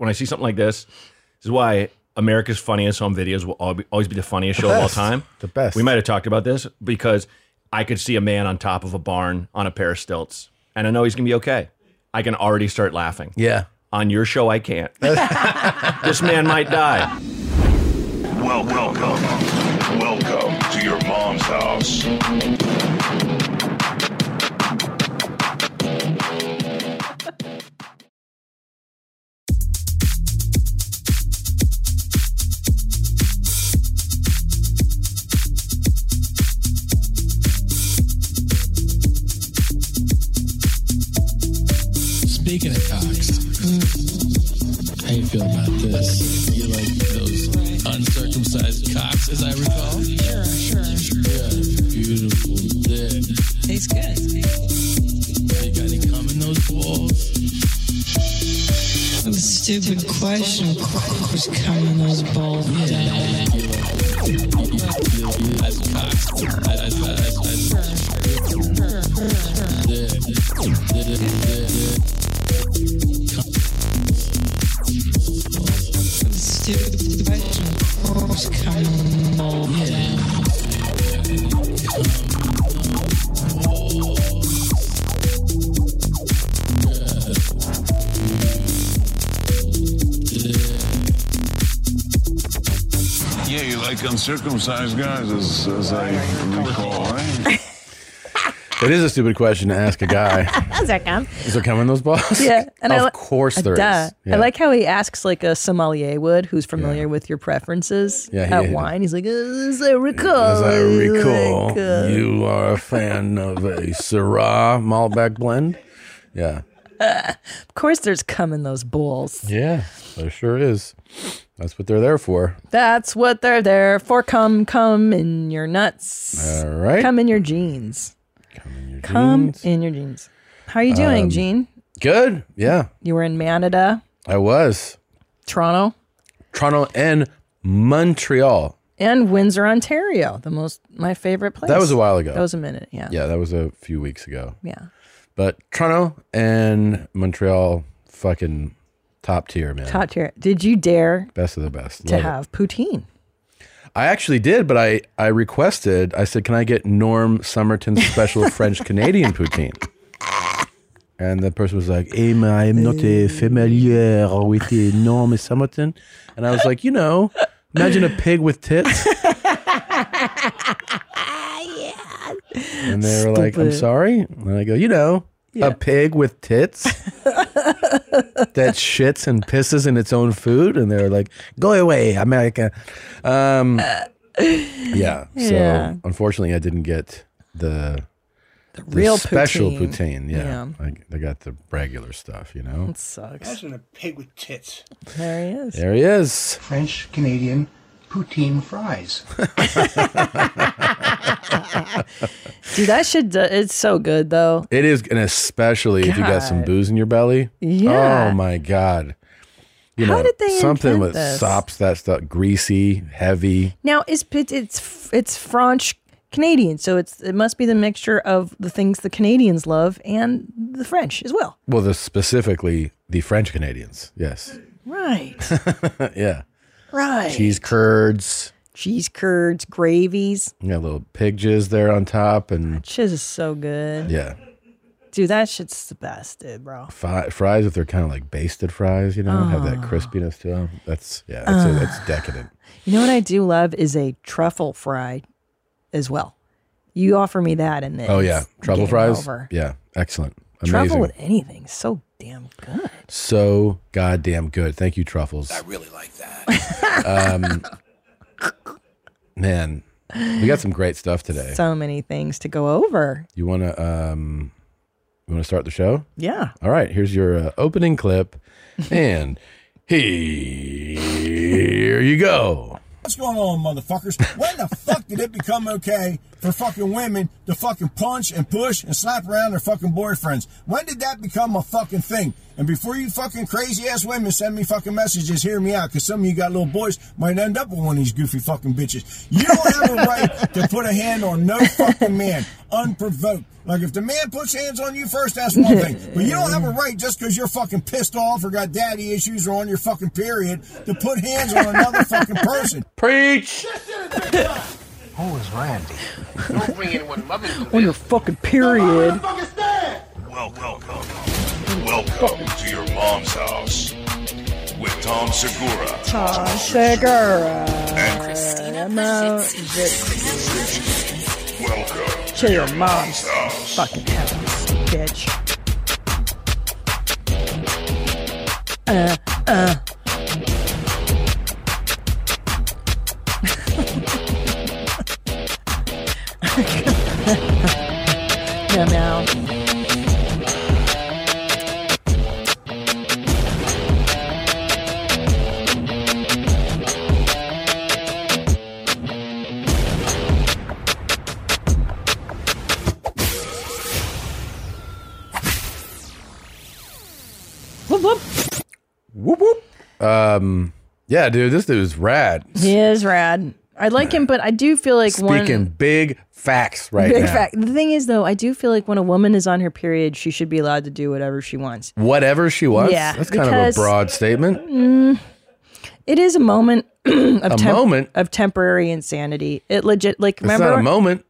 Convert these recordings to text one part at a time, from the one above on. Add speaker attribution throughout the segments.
Speaker 1: I see something like this, this is why America's Funniest Home Videos will al- be- always be the funniest show of all
Speaker 2: best.
Speaker 1: time.
Speaker 2: The best.
Speaker 1: We might have talked about this because I could see a man on top of a barn on a pair of stilts, and I know he's gonna be okay. I can already start laughing.
Speaker 2: Yeah.
Speaker 1: On your show, I can't. this man might die.
Speaker 3: Welcome, welcome, welcome to your mom's house.
Speaker 4: Speaking of cocks, how you feel about this? You like those uncircumcised cocks, as I recall?
Speaker 5: Sure, sure.
Speaker 4: Yeah, beautiful dick.
Speaker 5: Tastes good.
Speaker 4: You got any cum in those balls?
Speaker 5: It was a stupid question. Of course it was coming those balls. down.
Speaker 4: As cocks, as as as as dick, dick, dick, dick.
Speaker 5: It was a stupid question. Of course it was coming balls. down.
Speaker 3: Yeah, you like uncircumcised guys, as, as I recall, right?
Speaker 2: It is a stupid question to ask a guy.
Speaker 6: How's that come?
Speaker 2: is there cum in those balls?
Speaker 7: Yeah,
Speaker 2: And
Speaker 7: I
Speaker 2: of
Speaker 7: li-
Speaker 2: course there is.
Speaker 7: Duh.
Speaker 2: Yeah.
Speaker 7: I like how he asks like a sommelier would, who's familiar with your preferences
Speaker 2: Yeah, he-
Speaker 7: at
Speaker 2: he-
Speaker 7: wine. He's like, "As I recall,
Speaker 2: As I recall,
Speaker 7: like, uh,
Speaker 2: you are a fan of a Syrah Malbec blend. Yeah.
Speaker 7: of course, there's cum in those bowls.
Speaker 2: Yeah. There sure is. That's what they're there for.
Speaker 7: That's what they're there for. Cum, cum in your nuts.
Speaker 2: All right.
Speaker 7: Cum in your jeans. Cum
Speaker 2: jeans. Um,
Speaker 7: in your jeans. How are you doing, Gene?
Speaker 2: Good. Yeah.
Speaker 7: You were in Manada,
Speaker 2: I was.
Speaker 7: Toronto,
Speaker 2: Toronto and Montreal.
Speaker 7: and Windsor, Ontario. The most my favorite place.
Speaker 2: That was a while ago.
Speaker 7: That was a minute. Yeah.
Speaker 2: yeah, that was a few weeks ago.
Speaker 7: Yeah.
Speaker 2: But Toronto and Montreal, fucking top tier, man.
Speaker 7: Top tier. Did you dare
Speaker 2: Best of the best.
Speaker 7: to
Speaker 2: Love it.
Speaker 7: have poutine?
Speaker 2: I actually did, but I, I requested, I said, can I get Norm Somerton's special French Canadian poutine? And the person was like, hey, ma, I'm not a familiar with the Norm Somerton. And I was like, you know, imagine a pig with tits. And they were like, I'm
Speaker 7: Stupid.
Speaker 2: sorry? And I go, you know, a pig with tits that shits and pisses in its own food. And they were like, go away, America. Um, yeah. So
Speaker 7: Yeah.
Speaker 2: unfortunately, I didn't get the, the
Speaker 7: real
Speaker 2: special
Speaker 7: poutine.
Speaker 2: poutine.
Speaker 7: Yeah.
Speaker 2: Yeah, I, I got the regular stuff. You know,
Speaker 7: Sucks.
Speaker 8: Imagine a pig with tits.
Speaker 7: There he is.
Speaker 2: there he is.
Speaker 8: French Canadian poutine fries.
Speaker 7: Dude, that should. It's so good though.
Speaker 2: It is, and especially if you got some
Speaker 7: God.
Speaker 2: booze in your belly.
Speaker 7: Yeah.
Speaker 2: Oh my god. You
Speaker 7: How
Speaker 2: know,
Speaker 7: did they
Speaker 2: something
Speaker 7: invent
Speaker 2: with
Speaker 7: this?
Speaker 2: sops that stuff greasy, heavy.
Speaker 7: Now is pit- it's it's French Canadian, so it's it must be the mixture of the things the Canadians love and the French as well.
Speaker 2: Well, the specifically the French Canadians. Yes.
Speaker 7: Right.
Speaker 2: yeah.
Speaker 7: right.
Speaker 2: Cheese curds.
Speaker 7: Cheese curds, gravies.
Speaker 2: You got little pig jizz there on top, and
Speaker 7: Cheese is so good.
Speaker 2: yeah,
Speaker 7: Dude, that shit's the best, dude, bro.
Speaker 2: fi- fries if they're kind of like basted fries, you know, have
Speaker 7: Ah.
Speaker 2: that crispiness to them. That's yeah, that's, it. that's decadent.
Speaker 7: You know what I do love is a truffle fry as well. You offer me that and then
Speaker 2: Oh yeah,
Speaker 7: it's
Speaker 2: truffle
Speaker 7: game
Speaker 2: fries.
Speaker 7: over.
Speaker 2: Yeah, excellent, amazing,
Speaker 7: Truffle with anything, is so damn good.
Speaker 2: so goddamn good. Thank you, truffles. I really like that. um, man, we got some great stuff today.
Speaker 7: So many things to go over.
Speaker 2: You wanna um, you wanna start the show?
Speaker 7: Yeah.
Speaker 2: All right, here's your uh, opening clip, and here you go.
Speaker 9: What's going on, motherfuckers? When the fuck did it become okay for fucking women to fucking punch and push and slap around their fucking boyfriends? When did that become a fucking thing? And before you fucking crazy ass women send me fucking messages, hear me out, because some of you got little boys might end up with one of these goofy fucking bitches. You don't have a right to put a hand on no fucking man unprovoked. Like if the man puts hands on you first, that's one thing. But you don't have a right just because you're fucking pissed off or got daddy issues or on your fucking period to put hands on another fucking person.
Speaker 2: Preach.
Speaker 8: Who is Randy?
Speaker 6: Don't bring anyone mother to
Speaker 7: On your fucking period.
Speaker 3: Welcome. Welcome to your mom's house with Tom Segura.
Speaker 7: Segura.
Speaker 10: Christina
Speaker 7: No,
Speaker 10: Pajitsky.
Speaker 3: Welcome
Speaker 7: to your mom's
Speaker 3: house.
Speaker 7: fucking house, bitch. Uh, Uh, uh. meow, meow. Whoop, whoop.
Speaker 2: Whoop whoop. Um. Yeah, dude, this dude's rad.
Speaker 7: He is rad. I like him, but I do feel like one
Speaker 2: Speaking big facts right
Speaker 7: big
Speaker 2: now.
Speaker 7: fact. The thing is, though, I do feel like when a woman is on her period, she should be allowed to do whatever she wants.
Speaker 2: Whatever she wants.
Speaker 7: Yeah,
Speaker 2: That's kind
Speaker 7: because-
Speaker 2: of a broad statement.
Speaker 7: It is a moment of
Speaker 2: A
Speaker 7: temp-
Speaker 2: moment?
Speaker 7: of temporary insanity. It legit like
Speaker 2: It's
Speaker 7: remember
Speaker 2: not a moment.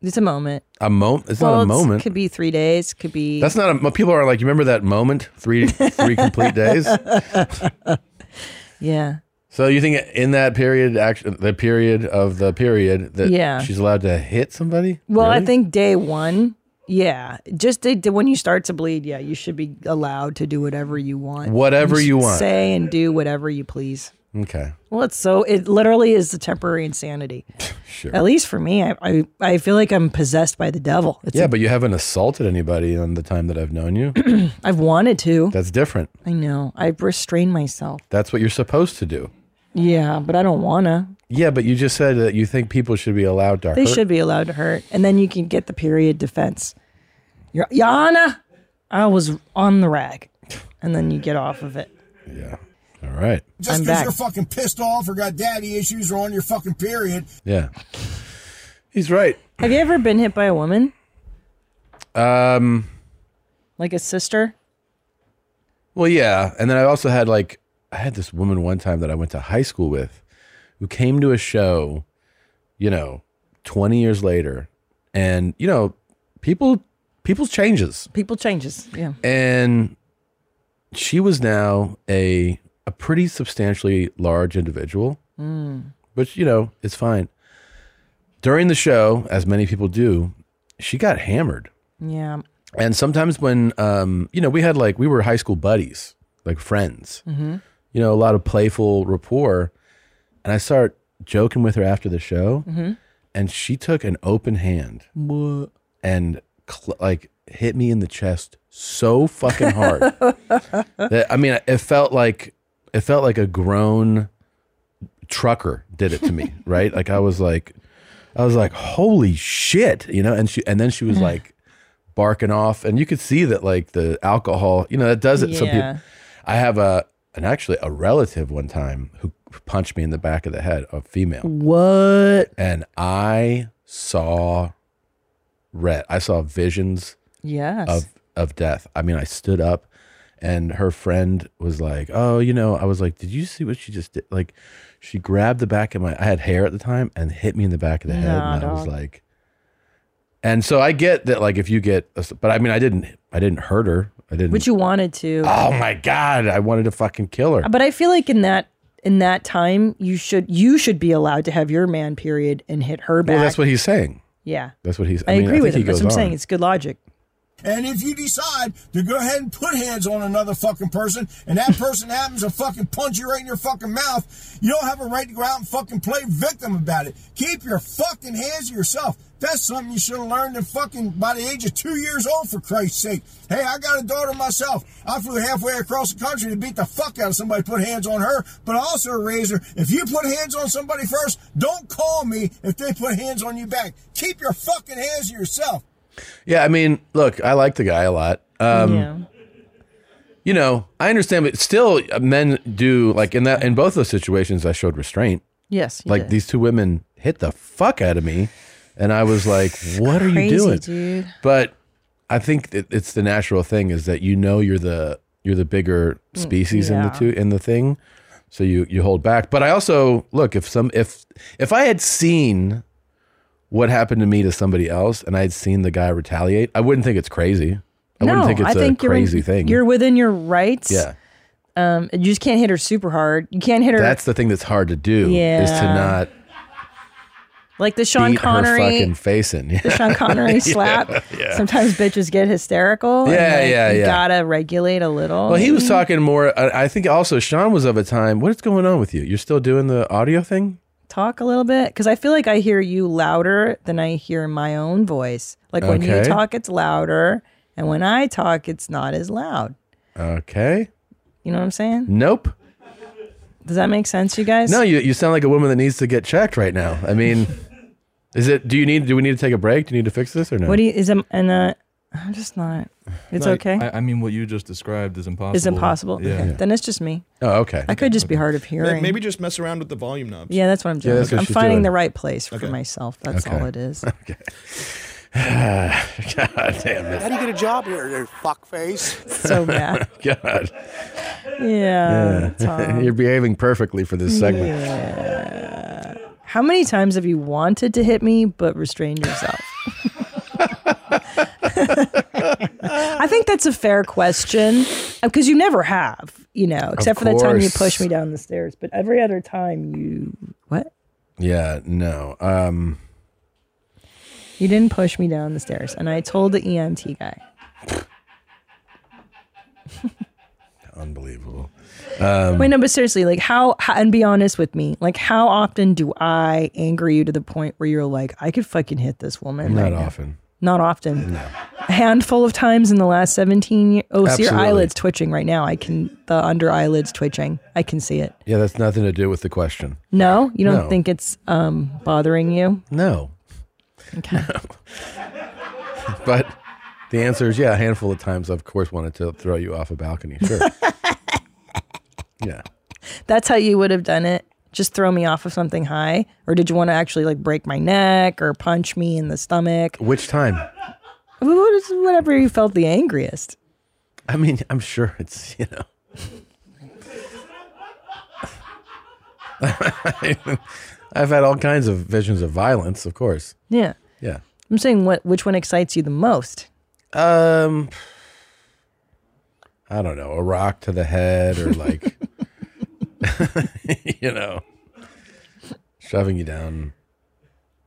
Speaker 7: it's a moment.
Speaker 2: A moment. It's
Speaker 7: well,
Speaker 2: not a
Speaker 7: it's-
Speaker 2: moment.
Speaker 7: could be three days. Could be
Speaker 2: That's not a. mo- People are like, you remember that moment? Three, three complete days.
Speaker 7: yeah.
Speaker 2: So you think in that period, action, the period of the period that
Speaker 7: Yeah.
Speaker 2: she's allowed to hit somebody?
Speaker 7: Well, I
Speaker 2: Really?
Speaker 7: think day one. Yeah, just the, the- when you start to bleed, yeah, you should be allowed to do whatever you want.
Speaker 2: Whatever you
Speaker 7: should
Speaker 2: want.
Speaker 7: say and do whatever you please.
Speaker 2: Okay.
Speaker 7: Well, it's so it literally is the temporary insanity.
Speaker 2: Sure.
Speaker 7: At least for me, I I, I feel like I'm possessed by the devil. It's
Speaker 2: Yeah, but you haven't assaulted anybody in the time that I've known you.
Speaker 7: I've wanted to.
Speaker 2: That's different.
Speaker 7: I know. I've restrained myself.
Speaker 2: That's what you're supposed to do.
Speaker 7: Yeah, but I don't wanna.
Speaker 2: Yeah, but you just said that you think people should be allowed to
Speaker 7: They
Speaker 2: hurt.
Speaker 7: should be allowed to hurt, and then you can get the period defense. Your Yana, I was on the rag, and then you get off of it.
Speaker 2: Yeah. All right.
Speaker 9: Just
Speaker 7: I'm
Speaker 9: because
Speaker 7: back.
Speaker 9: you're fucking pissed off or got daddy issues or on your fucking period.
Speaker 2: Yeah. He's right.
Speaker 7: Have you ever been hit by a woman,
Speaker 2: Um.
Speaker 7: like a sister?
Speaker 2: Well, yeah, and then I also had like I had this woman one time that I went to high school with, who came to a show, you know, twenty years later, and you know, people people's changes,
Speaker 7: People changes. Yeah,
Speaker 2: and she was now a a pretty substantially large individual, which you know it's fine. During the show, as many people do, she got hammered.
Speaker 7: yeah.
Speaker 2: And sometimes when, um, you know, we had like, we were high school buddies, like friends, you know, a lot of playful rapport. And I start joking with her after the show. And she took an open hand and cl- like hit me in the chest so fucking hard that, I mean, it felt like, it felt like a grown trucker did it to me, right? Like I was like, I was like, holy shit, you know? And she, and then she was like, barking off and you could see that like the alcohol you know that does it to some
Speaker 7: Yeah.
Speaker 2: people i have a and actually a relative one time who punched me in the back of the head a female
Speaker 7: What?
Speaker 2: and i saw red i saw visions
Speaker 7: Yes.
Speaker 2: of of death i mean i stood up and her friend was like oh you know i was like did you see what she just did like she grabbed the back of my i had hair at the time and hit me in the back of the head
Speaker 7: Nah,
Speaker 2: and i was
Speaker 7: dog.
Speaker 2: like and so I get that, like, if you get, but I mean, I didn't, I didn't hurt her. I didn't.
Speaker 7: Which you wanted to,
Speaker 2: oh my god, I wanted to fucking kill her.
Speaker 7: but I feel like in that in that time, you should you should be allowed to have your man period and hit her back.
Speaker 2: Well, that's what he's saying.
Speaker 7: yeah,
Speaker 2: That's what he's.
Speaker 7: I,
Speaker 2: mean,
Speaker 7: agree
Speaker 2: think
Speaker 7: with
Speaker 2: he
Speaker 7: him. That's
Speaker 2: goes
Speaker 7: what I'm saying.
Speaker 2: on.
Speaker 7: It's good logic.
Speaker 9: And if you decide to go ahead and put hands on another fucking person, and that person happens to fucking punch you right in your fucking mouth, you don't have a right to go out and fucking play victim about it. Keep your fucking hands to yourself. That's something you should have learned in fucking by the age of two years old, for Christ's sake. Hey, I got a daughter myself. I flew halfway across the country to beat the fuck out of somebody put hands on her, but I also raised her. If you put hands on somebody first, don't call me if they put hands on you back. Keep your fucking hands to yourself.
Speaker 2: Yeah, I mean, look, I like the guy a lot. Um,
Speaker 7: yeah.
Speaker 2: You know, I understand, but still, uh, men do like in that in both those situations. I showed restraint.
Speaker 7: Yes. you
Speaker 2: Like
Speaker 7: did.
Speaker 2: these two women hit the fuck out of me, And I was like, what are
Speaker 7: Crazy,
Speaker 2: you doing?
Speaker 7: dude.
Speaker 2: But I think that it's the natural thing is that you know you're the you're the bigger species in the
Speaker 7: Mm, yeah.
Speaker 2: two in the thing. So you you hold back. But I also look if some if if I had seen what happened to me to somebody else and I had seen the guy retaliate, I wouldn't think it's crazy. I
Speaker 7: no,
Speaker 2: wouldn't think it's
Speaker 7: I
Speaker 2: a
Speaker 7: think you're in-
Speaker 2: crazy thing.
Speaker 7: You're within your rights.
Speaker 2: yeah.
Speaker 7: Um, you just can't hit her super hard. You can't hit her
Speaker 2: That's the thing that's hard to do is to
Speaker 7: Yeah.
Speaker 2: not
Speaker 7: like the Sean
Speaker 2: beat her fucking
Speaker 7: Connery.
Speaker 2: face in.
Speaker 7: The Sean Connery slap. Sometimes bitches get hysterical. and,
Speaker 2: Yeah,
Speaker 7: like,
Speaker 2: yeah,
Speaker 7: You
Speaker 2: yeah.
Speaker 7: gotta regulate a little.
Speaker 2: Well, he was talking more. uh, I I think also Sean was of a time. What is going on with you? You're still doing the audio thing?
Speaker 7: talk a little bit because I feel like I hear you louder than I hear my own voice. Like when you
Speaker 2: Okay.
Speaker 7: talk, it's louder, and when I talk, it's not as loud.
Speaker 2: Okay.
Speaker 7: You know what I'm saying?
Speaker 2: Nope.
Speaker 7: Does that make sense, you guys?
Speaker 2: No, you, you sound like a woman that needs to get checked right now. I mean, is it? Do you need? Do we need to take a break? Do you need to fix this or no?
Speaker 7: What do you is um, and uh, I'm just not. It's
Speaker 10: No,
Speaker 7: okay.
Speaker 10: I, I mean, what you just described is impossible.
Speaker 7: it's impossible.
Speaker 10: Yeah.
Speaker 7: Okay. Then it's just me.
Speaker 2: oh, okay.
Speaker 7: I could just be hard of
Speaker 11: May-
Speaker 7: hearing.
Speaker 11: Maybe just mess around with the volume knobs.
Speaker 7: Yeah, that's what I'm doing.
Speaker 2: that's what
Speaker 7: I'm
Speaker 2: she's
Speaker 7: finding
Speaker 2: doing.
Speaker 7: the right place for
Speaker 11: Okay.
Speaker 7: myself. That's
Speaker 2: Okay.
Speaker 7: all it is.
Speaker 2: God damn it!
Speaker 8: How do you get a job here, you fuckface?
Speaker 7: So bad.
Speaker 2: God,
Speaker 7: Yeah. Tom.
Speaker 2: you're behaving perfectly for this segment.
Speaker 7: How many times have you wanted to hit me but restrained yourself? I think that's a fair question because you never have, you know, except for that time you
Speaker 2: course.
Speaker 7: pushed me down the stairs. But every other time you what?
Speaker 2: Yeah. No. Um.
Speaker 7: You didn't push me down the stairs, and I told the EMT guy.
Speaker 2: Unbelievable.
Speaker 7: Wait, no, but seriously, like how, how? And be honest with me, like how often do I anger you to the point where you're like, I could fucking hit this woman?
Speaker 2: Not
Speaker 7: right now?
Speaker 2: often.
Speaker 7: Not often. A handful of times in the last 17 years. Oh, see your
Speaker 2: Absolutely.
Speaker 7: eyelids twitching right now. I can, the under eyelids twitching. I can see it.
Speaker 2: Yeah, that's nothing to do with the question.
Speaker 7: No, you don't
Speaker 2: No.
Speaker 7: think it's um, bothering you?
Speaker 2: No.
Speaker 7: Okay.
Speaker 2: But the answer is yeah, a handful of times I've of course wanted to throw you off a balcony. Sure. yeah.
Speaker 7: That's how you would have done it. Just throw me off of something high? Or did you want to actually like break my neck or punch me in the stomach?
Speaker 2: Which time?
Speaker 7: What is- Whatever you felt the angriest.
Speaker 2: I mean, I'm sure it's, you know. I've had all kinds of visions of violence, of course.
Speaker 7: Yeah.
Speaker 2: Yeah.
Speaker 7: I'm saying what which one excites you the most?
Speaker 2: Um I don't know, a rock to the head or like you know, shoving you down,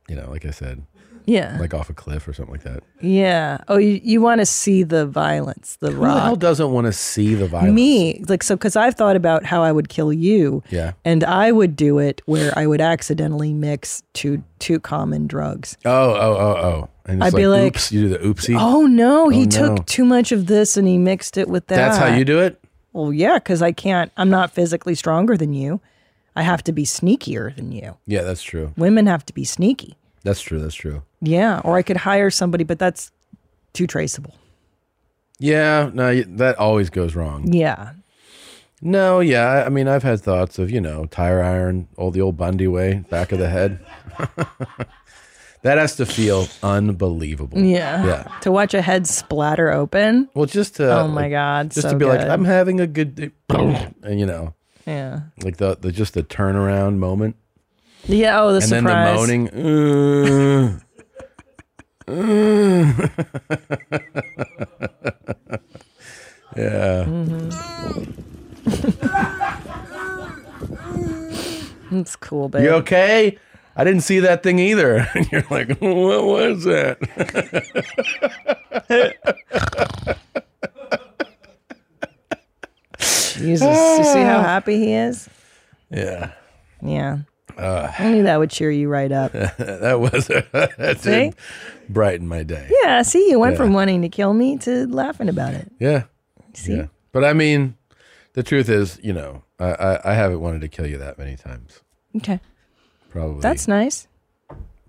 Speaker 2: you know, like I said,
Speaker 7: Yeah.
Speaker 2: like off a cliff or something like that.
Speaker 7: yeah. Oh, you, you want to see the violence, the
Speaker 2: Who the hell
Speaker 7: raw.
Speaker 2: doesn't want to see the violence?
Speaker 7: Me, like so cuz I've thought about how I would kill you.
Speaker 2: Yeah.
Speaker 7: And I would do it where I would accidentally mix two two common drugs.
Speaker 2: Oh, oh, oh, oh. And it's
Speaker 7: I'd be like,
Speaker 2: oops, you do the oopsie.
Speaker 7: Oh no, he
Speaker 2: Oh, no.
Speaker 7: took too much of this and he mixed it with that.
Speaker 2: That's how you do it?
Speaker 7: Well, yeah, cuz I can't I'm not physically stronger than you. I have to be sneakier than you.
Speaker 2: Yeah, that's true.
Speaker 7: Women have to be sneaky.
Speaker 2: That's true. That's true.
Speaker 7: Yeah, or I could hire somebody, but that's too traceable.
Speaker 2: Yeah, no, y- that always goes wrong.
Speaker 7: Yeah.
Speaker 2: No, yeah, I- I mean, I've had thoughts of you know tire iron, all the old Bundy way, back of the head. that has to feel unbelievable.
Speaker 7: Yeah.
Speaker 2: yeah.
Speaker 7: To watch a head splatter open.
Speaker 2: Well, just to
Speaker 7: oh my
Speaker 2: like,
Speaker 7: god.
Speaker 2: just
Speaker 7: so
Speaker 2: to be like,
Speaker 7: good.
Speaker 2: I'm having a good, day. and you know,
Speaker 7: Yeah.
Speaker 2: like the, the just the turnaround moment,
Speaker 7: Yeah, oh the
Speaker 2: and
Speaker 7: surprise.
Speaker 2: then the moaning. "Uh, uh." yeah.
Speaker 7: It's cool, babe.
Speaker 2: You okay? I didn't see that thing either. And you're like, what was that?
Speaker 7: Jesus. You see
Speaker 2: Ah.
Speaker 7: how happy he is?
Speaker 2: Yeah,
Speaker 7: Yeah. I knew that would cheer you right up.
Speaker 2: that was that
Speaker 7: See?
Speaker 2: did brighten my day.
Speaker 7: Yeah, see, you went
Speaker 2: Yeah.
Speaker 7: from wanting to kill me to laughing about it.
Speaker 2: Yeah,
Speaker 7: See?
Speaker 2: yeah. But I mean, the truth is, you know, I, I, I haven't wanted to kill you that many times.
Speaker 7: Okay.
Speaker 2: Probably
Speaker 7: That's nice.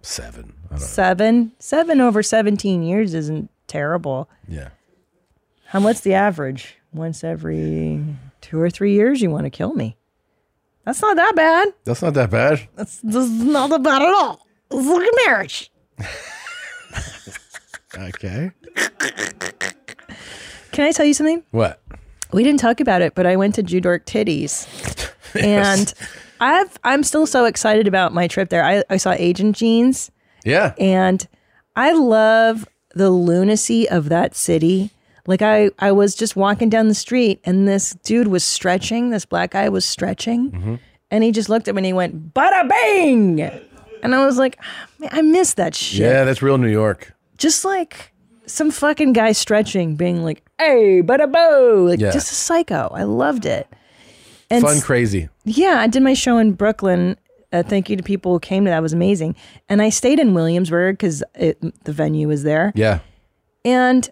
Speaker 2: seven. I don't know.
Speaker 7: Seven. Seven over seventeen years isn't terrible.
Speaker 2: Yeah,
Speaker 7: How what's the average? Once every two or three years you want to kill me. That's not that bad.
Speaker 2: that's not that bad.
Speaker 7: That's, that's not bad at all. It's like a marriage.
Speaker 2: Okay.
Speaker 7: Can I tell you something?
Speaker 2: What?
Speaker 7: We didn't talk about it, but I went to Judork Titties, and I've I'm still so excited about my trip there. I, I saw Agent Jeans,
Speaker 2: Yeah.
Speaker 7: and I love the lunacy of that city. Like I I was just walking down the street, and this dude was stretching. This black guy was stretching, and he just looked at me and he went bada bang, and I was like, "Ah, man, I miss that shit.
Speaker 2: Yeah, that's real New York.
Speaker 7: Just like some fucking guy stretching, being like, hey, bada boo, like
Speaker 2: Yeah.
Speaker 7: just a psycho. I loved it. And
Speaker 2: Fun,
Speaker 7: s-
Speaker 2: crazy.
Speaker 7: yeah, I did my show in Brooklyn. Uh, thank you to people who came to that. It was amazing. And I stayed in Williamsburg because the venue was there.
Speaker 2: Yeah,
Speaker 7: And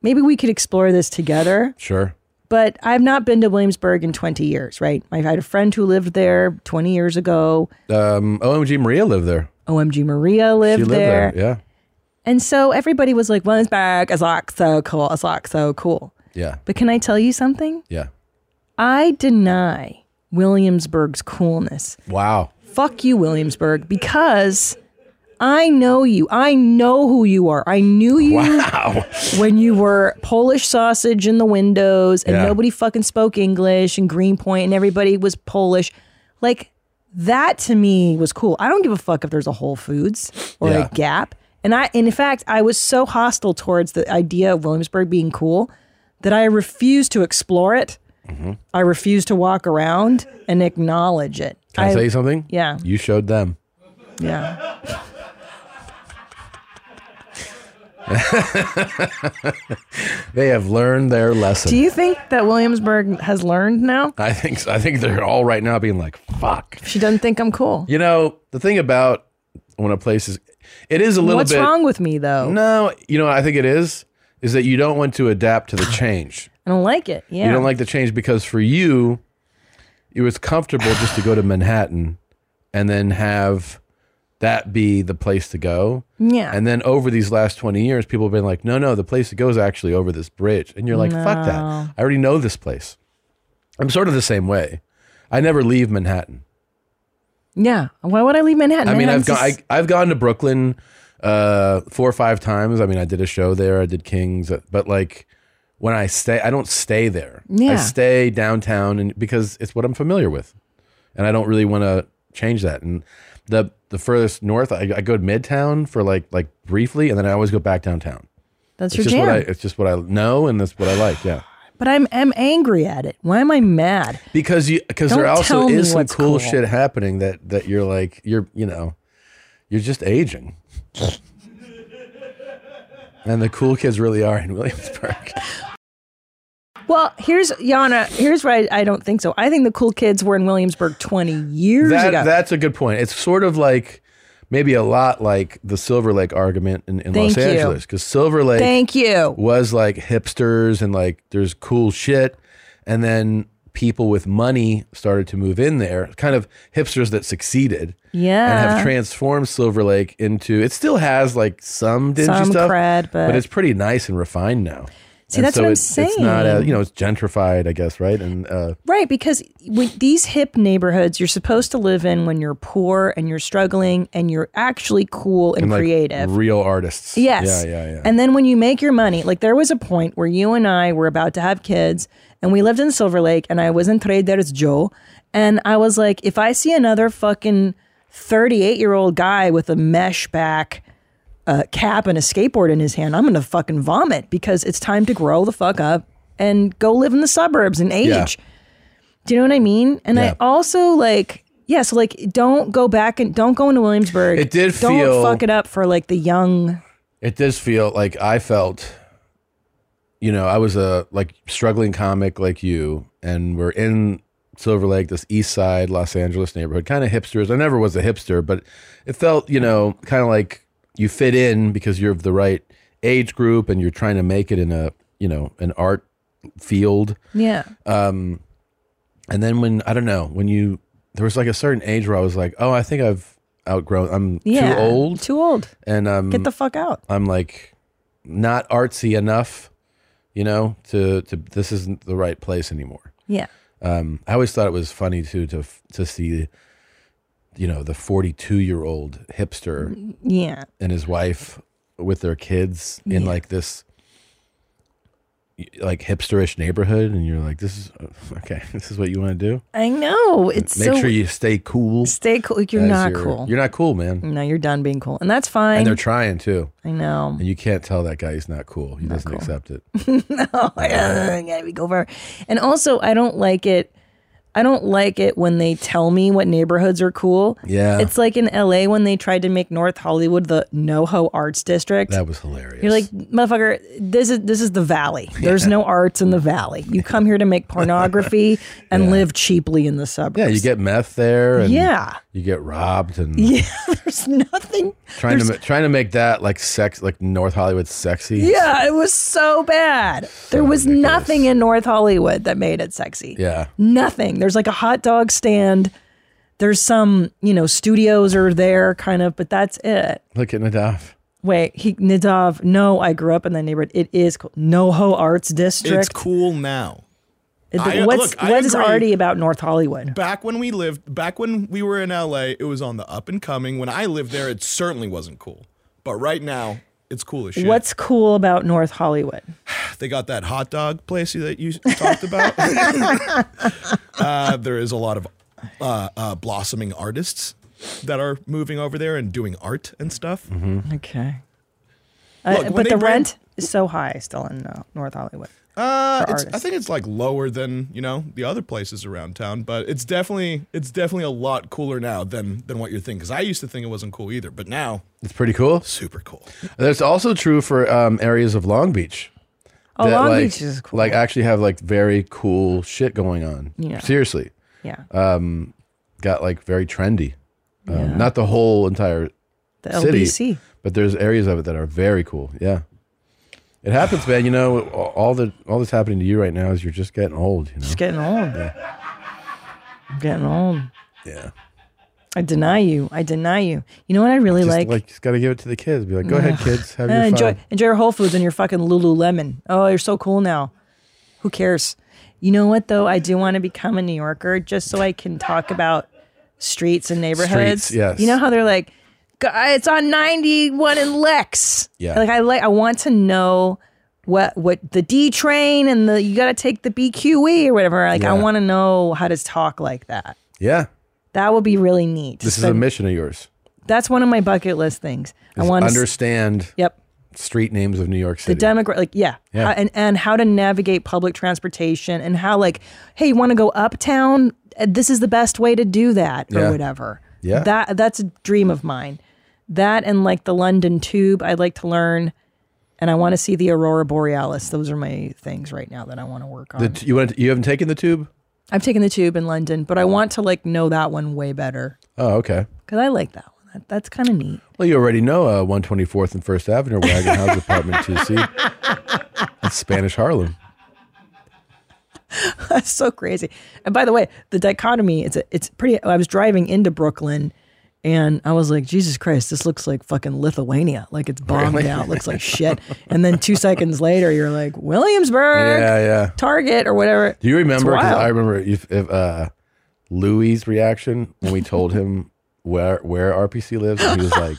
Speaker 7: maybe we could explore this together.
Speaker 2: sure.
Speaker 7: But I've not been to Williamsburg in 20 years, right? I had a friend who lived there 20 years ago.
Speaker 2: Um, OMG Maria lived there.
Speaker 7: OMG Maria lived,
Speaker 2: she lived
Speaker 7: there.
Speaker 2: there. Yeah.
Speaker 7: And so everybody was like, Williamsburg is like so cool. It's like so cool.
Speaker 2: Yeah.
Speaker 7: But can I tell you something?
Speaker 2: Yeah.
Speaker 7: I deny Williamsburg's coolness.
Speaker 2: Wow.
Speaker 7: fuck you, Williamsburg, because I know you. I know who you are. I knew you
Speaker 2: Wow.
Speaker 7: when you were Polish sausage in the windows and
Speaker 2: Yeah.
Speaker 7: nobody fucking spoke English and Greenpoint and everybody was Polish. Like, that to me was cool. I don't give a fuck if there's a Whole Foods or
Speaker 2: Yeah.
Speaker 7: a Gap. And I, and in fact, I was so hostile towards the idea of Williamsburg being cool that I refused to explore it.
Speaker 2: Mm-hmm.
Speaker 7: I refused to walk around and acknowledge it.
Speaker 2: Can I, tell you something?
Speaker 7: Yeah.
Speaker 2: You showed them.
Speaker 7: Yeah.
Speaker 2: They have learned their lesson.
Speaker 7: Do you think that Williamsburg has learned now?
Speaker 2: I think I think they're all right now being like, "Fuck."
Speaker 7: She doesn't think I'm cool.
Speaker 2: You know, the thing about when a place is, it is a little
Speaker 7: What's
Speaker 2: bit.
Speaker 7: wrong with me though?
Speaker 2: No, you know, what I think it is is that you don't want to adapt to the change.
Speaker 7: I don't like it. Yeah.
Speaker 2: You don't like the change because for you, it was comfortable just to go to Manhattan and then have that be the place to go.
Speaker 7: Yeah.
Speaker 2: And then over these last 20 years, people have been like, no, no, the place to go is actually over this bridge. And you're like, fuck that.
Speaker 7: No.
Speaker 2: I already know this place. I'm sort of the same way. I never leave Manhattan.
Speaker 7: yeah. Why would I leave Manhattan?
Speaker 2: I mean, I've
Speaker 7: Manhattan's
Speaker 2: gone. I,
Speaker 7: just-
Speaker 2: I've gone to Brooklyn uh, four or five times. I mean, I did a show there. I did Kings, uh, but like when I stay, I don't stay there. I
Speaker 7: Yeah.
Speaker 2: stay downtown, and because it's what I'm familiar with, and I don't really want to change that. And the the furthest north, I, I go to Midtown for like like briefly, and then I always go back downtown.
Speaker 7: that's
Speaker 2: it's
Speaker 7: your
Speaker 2: just
Speaker 7: jam.
Speaker 2: what I. It's just what I know, and that's what I like. Yeah.
Speaker 7: but I'm I'm angry at it. Why am I mad?
Speaker 2: because you because
Speaker 7: Don't
Speaker 2: there also
Speaker 7: tell me
Speaker 2: is some
Speaker 7: what's
Speaker 2: cool,
Speaker 7: cool.
Speaker 2: shit happening that that you're like you're you know you're just aging and the cool kids really are in williamsburg
Speaker 7: Well, here's Yana. Here's why I, I don't think so. I think the cool kids were in Williamsburg 20 years
Speaker 2: that,
Speaker 7: ago.
Speaker 2: that's a good point it's sort of like maybe a lot like the silver lake argument in, in los
Speaker 7: Thank you.
Speaker 2: angeles because silver lake
Speaker 7: Thank you.
Speaker 2: was like hipsters and like there's cool shit and then people with money started to move in there kind of hipsters that succeeded and have
Speaker 7: Yeah.
Speaker 2: transformed Silver Lake into. It still has like some dingy
Speaker 7: Some
Speaker 2: stuff,
Speaker 7: crud, but-
Speaker 2: it's pretty nice and refined now.
Speaker 7: See,
Speaker 2: And
Speaker 7: that's what I'm
Speaker 2: it's, It's not
Speaker 7: saying.
Speaker 2: a, you know it's gentrified, I guess, right? And uh,
Speaker 7: Right, because with these hip neighborhoods you're supposed to live in when you're poor and you're struggling and you're actually cool and,
Speaker 2: and, like,
Speaker 7: creative.
Speaker 2: real artists.
Speaker 7: Yes.
Speaker 2: Yeah, yeah, yeah.
Speaker 7: And then when you make your money, like there was a point where you and I were about to have kids and we lived in Silver Lake and I was in Traders Joe. And I was like, if I see another fucking 38 year old guy with a mesh back uh, cap and a skateboard in his hand, I'm going to fucking vomit because it's time to grow the fuck up and go live in the suburbs and age.
Speaker 2: Yeah.
Speaker 7: Do you know what I mean? And
Speaker 2: Yeah.
Speaker 7: I also like, yeah, so like don't go back and don't go into Williamsburg.
Speaker 2: It did
Speaker 7: Don't
Speaker 2: feel-
Speaker 7: fuck it up for like the young
Speaker 2: it does feel like I felt, you know, I was a like struggling comic like you, and we're in Silver Lake, this East Side Los Angeles neighborhood, kind of hipsters. I never was a hipster, but it felt, you know, kind of like you fit in because you're of the right age group and you're trying to make it in a, you know, an art field.
Speaker 7: Yeah.
Speaker 2: Uh, And then when I don't know when you there was like a certain age where I was like, oh, I think I've outgrown. I'm
Speaker 7: yeah.
Speaker 2: too old,
Speaker 7: Too old.
Speaker 2: and um,
Speaker 7: Get the fuck out.
Speaker 2: I'm like not artsy enough, you know, to to this isn't the right place anymore.
Speaker 7: Yeah.
Speaker 2: Um, I always thought it was funny too to to see you know the 42 year old hipster
Speaker 7: Yeah.
Speaker 2: and his wife with their kids in
Speaker 7: Yeah.
Speaker 2: like this like hipsterish neighborhood and you're like this is uh, okay this is what you want to do
Speaker 7: I know. It's
Speaker 2: make
Speaker 7: so
Speaker 2: sure you stay cool
Speaker 7: stay cool. You're
Speaker 2: as
Speaker 7: not cool.
Speaker 2: you're not cool man
Speaker 7: no, you're done being cool. And that's fine.
Speaker 2: and they're trying to
Speaker 7: I know.
Speaker 2: and you can't tell that guy he's not cool he doesn't accept it
Speaker 7: no, I gotta, I gotta be cool for. And also, I don't like it. I don't like it when they tell me what neighborhoods are cool.
Speaker 2: Yeah.
Speaker 7: it's like in L.A. when they tried to make North Hollywood the NoHo Arts District.
Speaker 2: that was hilarious
Speaker 7: You're like, motherfucker, this is this is the valley. There's no arts in the valley. You come here to make pornography and live cheaply in the suburbs.
Speaker 2: yeah you get meth there and
Speaker 7: Yeah.
Speaker 2: you get robbed and
Speaker 7: Yeah, there's nothing.
Speaker 2: trying to
Speaker 7: there's-
Speaker 2: ma- trying to make that like sex like North Hollywood sexy.
Speaker 7: Yeah, it was so bad. there was nothing in North Hollywood that made it sexy.
Speaker 2: Yeah.
Speaker 7: Nothing. There's like a hot dog stand. There's some, you know, studios are there kind of, but that's it.
Speaker 2: Look at Nadav.
Speaker 7: Wait, he, Nadav, no, I grew up in that neighborhood. It is cool. NoHo Arts District.
Speaker 11: It's cool now.
Speaker 7: It-
Speaker 11: I-
Speaker 7: what's
Speaker 11: look, I
Speaker 7: what is
Speaker 11: agree.
Speaker 7: already about North Hollywood?
Speaker 11: Back when we lived, back when we were in LA, it was on the up and coming. When I lived there, it certainly wasn't cool. But right now, it's cool as shit.
Speaker 7: What's cool about North Hollywood?
Speaker 11: They got that hot dog place that you talked about. uh, there is a lot of uh, uh, blossoming artists that are moving over there and doing art and stuff.
Speaker 7: Okay.
Speaker 11: Look,
Speaker 7: Mm-hmm. uh,
Speaker 11: when
Speaker 7: but
Speaker 11: they
Speaker 7: the
Speaker 11: bring-
Speaker 7: rent is so high still in uh, North Hollywood.
Speaker 11: Uh,
Speaker 7: for
Speaker 11: it's, I
Speaker 7: artists.
Speaker 11: think it's like lower than you know the other places around town, but it's definitely it's definitely a lot cooler now than than what you're thinking. Because I used to think it wasn't cool either, but now
Speaker 2: It's pretty cool.
Speaker 11: Super cool.
Speaker 2: That's also true for um, areas of Long Beach.
Speaker 7: Oh, Long
Speaker 2: like,
Speaker 7: Beach is cool.
Speaker 2: Like actually have like very cool shit going on.
Speaker 7: Yeah.
Speaker 2: Seriously.
Speaker 7: Yeah.
Speaker 11: Uh,
Speaker 2: Um, got like very trendy. Um,
Speaker 7: Yeah.
Speaker 2: Not the whole entire
Speaker 7: The
Speaker 2: city,
Speaker 7: LBC.
Speaker 2: but there's areas of it that are very cool. Yeah. It happens, man. You know, all all the all that's happening to you right now is you're just getting old. You know,
Speaker 7: Just getting old. I'm getting old.
Speaker 2: Yeah.
Speaker 7: I deny you. I deny you. You know what I really
Speaker 2: just
Speaker 7: like?
Speaker 2: like, just got to give it to the kids. Be like, go ahead,
Speaker 7: Ugh.
Speaker 2: kids, have
Speaker 7: Uh,
Speaker 2: your
Speaker 7: enjoy,
Speaker 2: fun.
Speaker 7: enjoy your Whole Foods and your fucking Lululemon. Oh, you're so cool now. Who cares? You know what though? I do want to become a New Yorker just so I can talk about streets and neighborhoods.
Speaker 5: Streets, yes.
Speaker 7: You know how they're like, "Gu- it's on 91 and Lex.
Speaker 5: Yeah.
Speaker 7: Like I like. I want to know what what the D train and the you got to take the BQE or whatever. Like I
Speaker 2: Yeah.
Speaker 7: want to know how to talk like that.
Speaker 2: Yeah,
Speaker 7: That would be really neat.
Speaker 2: this is a
Speaker 7: But
Speaker 2: mission of yours.
Speaker 7: That's one of my bucket list things. I
Speaker 2: is
Speaker 7: want to
Speaker 2: understand.
Speaker 7: Yep.
Speaker 2: Street names of New York
Speaker 7: the
Speaker 2: City.
Speaker 7: demographic like yeah,
Speaker 2: Yeah.
Speaker 7: How- and and how to navigate public transportation and how like hey you want to go uptown Uh, this is the best way to do that or
Speaker 5: Yeah.
Speaker 7: whatever
Speaker 5: Yeah.
Speaker 7: that that's a dream of mine that and like the london tube i'd like to learn and i want to see the aurora borealis those are my things right now that i want to work on
Speaker 2: The t- you went. You haven't taken the tube.
Speaker 7: i've taken the tube in london but i want to like know that one way better
Speaker 2: Oh, okay.
Speaker 7: because i like that one that, that's kind of neat
Speaker 2: Well, you already know uh, 124th and First Avenue, Wagon House Apartment 2C. That's Spanish Harlem.
Speaker 7: That's so crazy. And by the way, the dichotomy, it's a, it's pretty I was driving into Brooklyn and I was like, Jesus Christ, this looks like fucking Lithuania. Like it's bombed
Speaker 5: Really?
Speaker 7: out, looks like shit. And then two seconds later you're like, Williamsburg,
Speaker 2: Yeah, yeah.
Speaker 7: Target or whatever.
Speaker 2: Do you
Speaker 7: It's
Speaker 2: remember? 'cause
Speaker 7: wild.
Speaker 2: I remember if, if uh, Louis' reaction when we told him where where RPC lives, and he was like,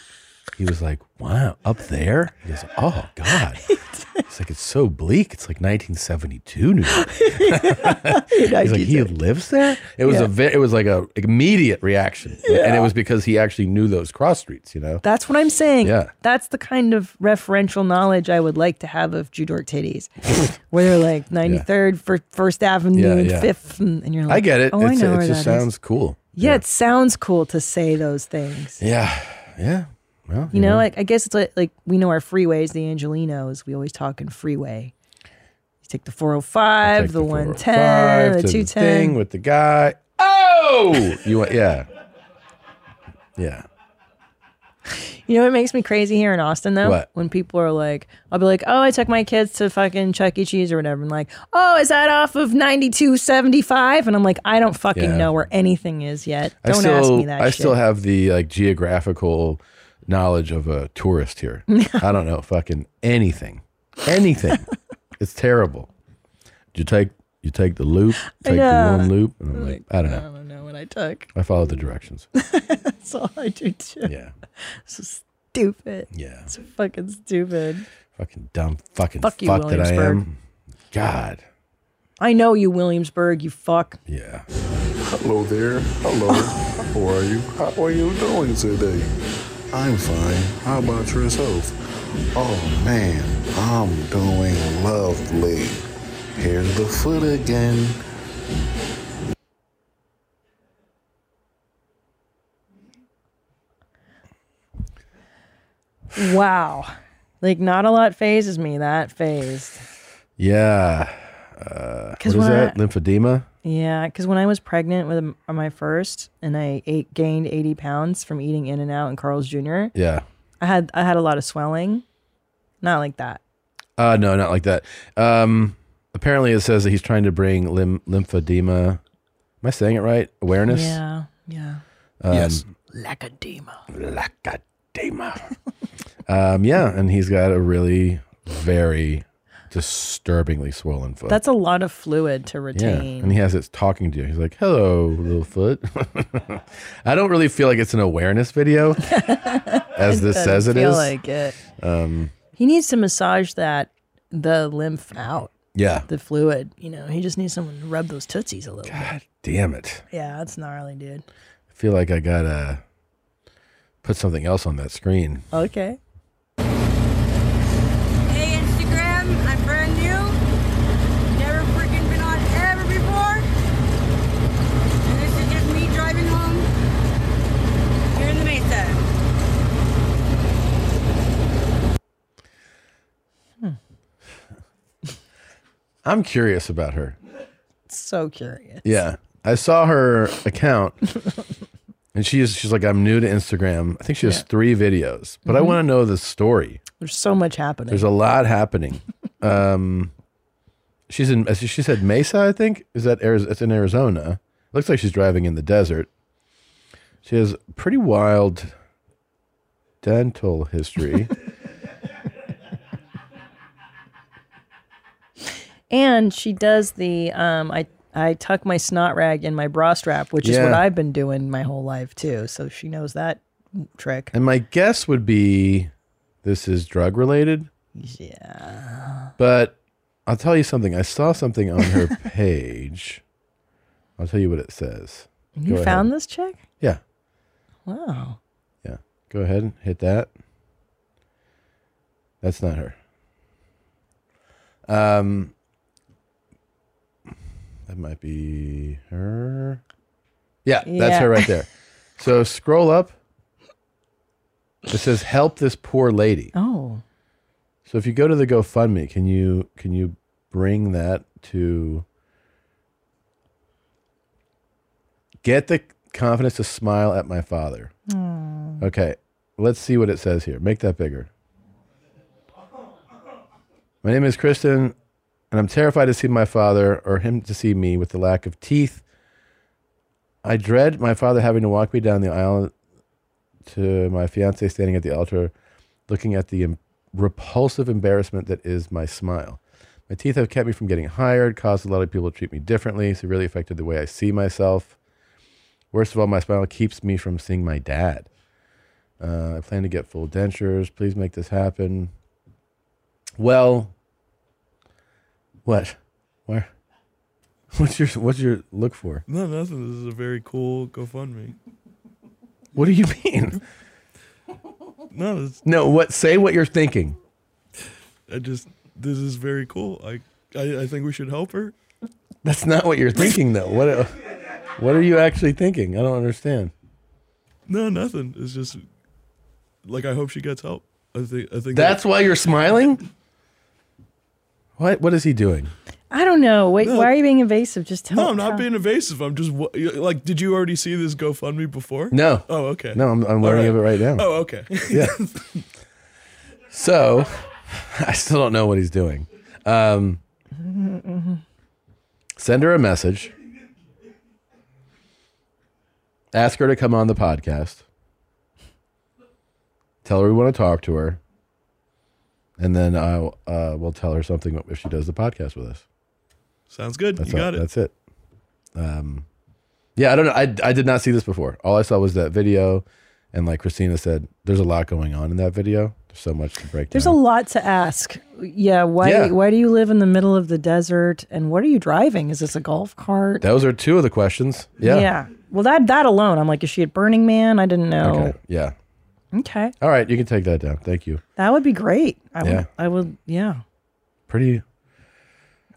Speaker 2: he was like, "Wow, up there." He goes, "Oh God." It's like it's so bleak. It's like 1972 New York. He's like he lives there. It was
Speaker 7: Yeah.
Speaker 2: a ve- it was like a immediate reaction, and it was because he actually knew those cross streets. You know,
Speaker 7: That's what I'm saying.
Speaker 2: Yeah.
Speaker 7: That's the kind of referential knowledge I would like to have of Judor titties. where they're like 93rd, fir- First Avenue,
Speaker 2: Yeah,
Speaker 7: and
Speaker 2: yeah.
Speaker 7: 5th. And, and you're like,
Speaker 2: I get it.
Speaker 7: Oh,
Speaker 2: it's,
Speaker 7: I know
Speaker 2: it
Speaker 7: where
Speaker 2: just
Speaker 7: that is."
Speaker 2: sounds cool.
Speaker 7: yeah, it sounds cool to say those things.
Speaker 2: Yeah, yeah. Well,
Speaker 7: You know, like I guess it's like, like we know our freeways, the Angelinos. We always talk in freeway. You take the 405, the, 110, the
Speaker 2: oh to
Speaker 7: 210.
Speaker 2: thing with the guy. Oh, you went, yeah, yeah.
Speaker 7: you know what makes me crazy here in Austin though?
Speaker 2: What?
Speaker 7: When people are like, I'll be like, oh, I took my kids to fucking Chuck E. Cheese or whatever. And like, oh, is that off of 9275? And I'm like, I don't fucking
Speaker 2: Yeah.
Speaker 7: know where anything is yet.
Speaker 2: I
Speaker 7: Don't
Speaker 2: still,
Speaker 7: ask me that
Speaker 2: I
Speaker 7: shit.
Speaker 2: still have the like geographical knowledge of a tourist here. I don't know fucking anything, anything. it's terrible. You take you take the loop,
Speaker 7: I
Speaker 2: take the
Speaker 7: know.
Speaker 2: one loop, and I'm like, I don't know.
Speaker 7: I don't know what I I took.
Speaker 2: I followed the directions.
Speaker 7: That's all I do too.
Speaker 2: Yeah.
Speaker 7: So stupid.
Speaker 2: Yeah.
Speaker 7: So fucking stupid.
Speaker 2: Fucking dumb fucking
Speaker 7: Fuck
Speaker 2: fuck,
Speaker 7: you,
Speaker 2: that I
Speaker 7: Williamsburg.
Speaker 2: am. God.
Speaker 7: I know you, Williamsburg. You fuck.
Speaker 2: Yeah.
Speaker 12: Hello there. Hello. How are you? How are you doing today? I'm fine. How about yourself? Oh man, I'm doing lovely. Here's the foot again.
Speaker 7: Wow. Like not a lot phases me. That phased.
Speaker 2: Yeah. Uh, what
Speaker 7: 'Cause
Speaker 2: is
Speaker 7: when
Speaker 2: that?
Speaker 7: I-
Speaker 2: Lymphedema?
Speaker 7: Yeah, because when I was pregnant with m- my first, and I ate, gained eighty pounds from eating In and Out and Carl's Jr.
Speaker 2: Yeah.
Speaker 7: I had I had a lot of swelling, not like that.
Speaker 2: Uh, no, not like that. Um, apparently, it says that he's trying to bring lym- lymphedema. Am I saying it right? Awareness?
Speaker 7: Yeah, yeah.
Speaker 2: Um,
Speaker 7: Yes. Lacodema.
Speaker 2: Lacodema. um, yeah, and he's got a really very disturbingly swollen foot.
Speaker 7: That's a lot of fluid to
Speaker 2: yeah,
Speaker 7: retain.
Speaker 2: and he has it talking to you. He's like, "Hello, little foot." I don't really feel like it's an awareness video, as this
Speaker 7: Doesn't
Speaker 2: says it is.
Speaker 7: feel like it.
Speaker 2: Um,
Speaker 7: He needs to massage that the lymph out.
Speaker 2: Yeah.
Speaker 7: The fluid. You know, he just needs someone to rub those tootsies a little bit.
Speaker 2: damn it!
Speaker 7: Yeah, that's gnarly, dude.
Speaker 2: I feel like I gotta put something else on that screen.
Speaker 7: Okay.
Speaker 13: Hey Instagram, I'm brand new. Never freaking been on ever before. And this is just me driving home here in the Mesa.
Speaker 2: I'm curious about her.
Speaker 7: So curious.
Speaker 2: Yeah. I saw her account and she is she's like, I'm new to Instagram. I think she has
Speaker 7: Yeah.
Speaker 2: three videos, but I
Speaker 7: Mhm.
Speaker 2: want to know the story.
Speaker 7: There's so much happening.
Speaker 2: There's a lot happening. um she's in she said Mesa, I think. Is that Arizona? it's in Arizona. Looks like she's driving in the desert. She has pretty wild dental history.
Speaker 7: and she does the um I I tuck my snot rag in my bra strap, which is what
Speaker 2: Yeah.
Speaker 7: I've been doing my whole life too. So she knows that trick.
Speaker 2: and my guess would be this is drug related.
Speaker 7: Yeah.
Speaker 2: But I'll tell you something. I saw something on her page. I'll tell you what it says.
Speaker 7: You
Speaker 2: Go
Speaker 7: found
Speaker 2: ahead.
Speaker 7: this chick?
Speaker 2: Yeah.
Speaker 7: Wow.
Speaker 2: Yeah. Go ahead and hit that. That's not her. Um that might be her. Yeah, that's
Speaker 14: Yeah.
Speaker 2: her right there. So scroll up. It says help this poor lady.
Speaker 7: Oh.
Speaker 2: So if you go to the GoFundMe, can you can you bring that to get the confidence to smile at my father?
Speaker 7: Aw.
Speaker 2: Okay, let's see what it says here. Make that bigger. My name is Kristen, and I'm terrified to see my father or him to see me with the lack of teeth. I dread my father having to walk me down the aisle to my fiance standing at the altar, looking at the em- repulsive embarrassment that is my smile. My teeth have kept me from getting hired, caused a lot of people to treat me differently, severely affected the way I see myself. Worst of all, my smile keeps me from seeing my dad. Uh, I plan to get full dentures. Please make this happen. Well, what? Where? What's your what's your look for?
Speaker 10: No, nothing. This is a very cool GoFundMe.
Speaker 2: What do you mean?
Speaker 10: No, it's,
Speaker 2: No, what? Say what you're thinking.
Speaker 10: I just this is very cool. I, I I think we should help her.
Speaker 2: That's not what you're thinking, though. What? What are you actually thinking? I don't understand.
Speaker 10: No, nothing. It's just like I hope she gets help. I think I think
Speaker 2: That's why you're smiling. What? What is he doing?
Speaker 7: I don't know. Wait,
Speaker 10: No.
Speaker 7: why are you being invasive? Just tell
Speaker 10: No, I'm
Speaker 7: tell-
Speaker 10: not being evasive. I'm just wa- like, did you already see this GoFundMe before?
Speaker 2: No.
Speaker 10: Oh, okay.
Speaker 2: No, I'm, I'm
Speaker 10: All
Speaker 2: learning of it right now.
Speaker 10: Oh, okay.
Speaker 2: yeah. So, I still don't know what he's doing. Um, send her a message. Ask her to come on the podcast. Tell her we want to talk to her, and then I will uh, will tell her something if she does the podcast with us.
Speaker 10: Sounds good.
Speaker 2: That's
Speaker 10: you
Speaker 2: all-
Speaker 10: got it.
Speaker 2: That's it. Um, Yeah, I don't know. I, I did not see this before. All I saw was that video, and like Christina said, there's a lot going on in that video. There's so much to break
Speaker 7: There's
Speaker 2: down.
Speaker 7: a lot to ask. Yeah, why
Speaker 2: Yeah.
Speaker 7: why do you live in the middle of the desert and what are you driving? Is this a golf cart?
Speaker 2: Those are two of the questions. Yeah.
Speaker 7: Well, that that alone, I'm like, is she at Burning Man? I didn't know.
Speaker 2: Okay. Yeah.
Speaker 7: Okay,
Speaker 2: All right, you can take that down. Thank you.
Speaker 7: that would be great. I
Speaker 2: Yeah.
Speaker 7: would. I would. Yeah.
Speaker 2: Pretty.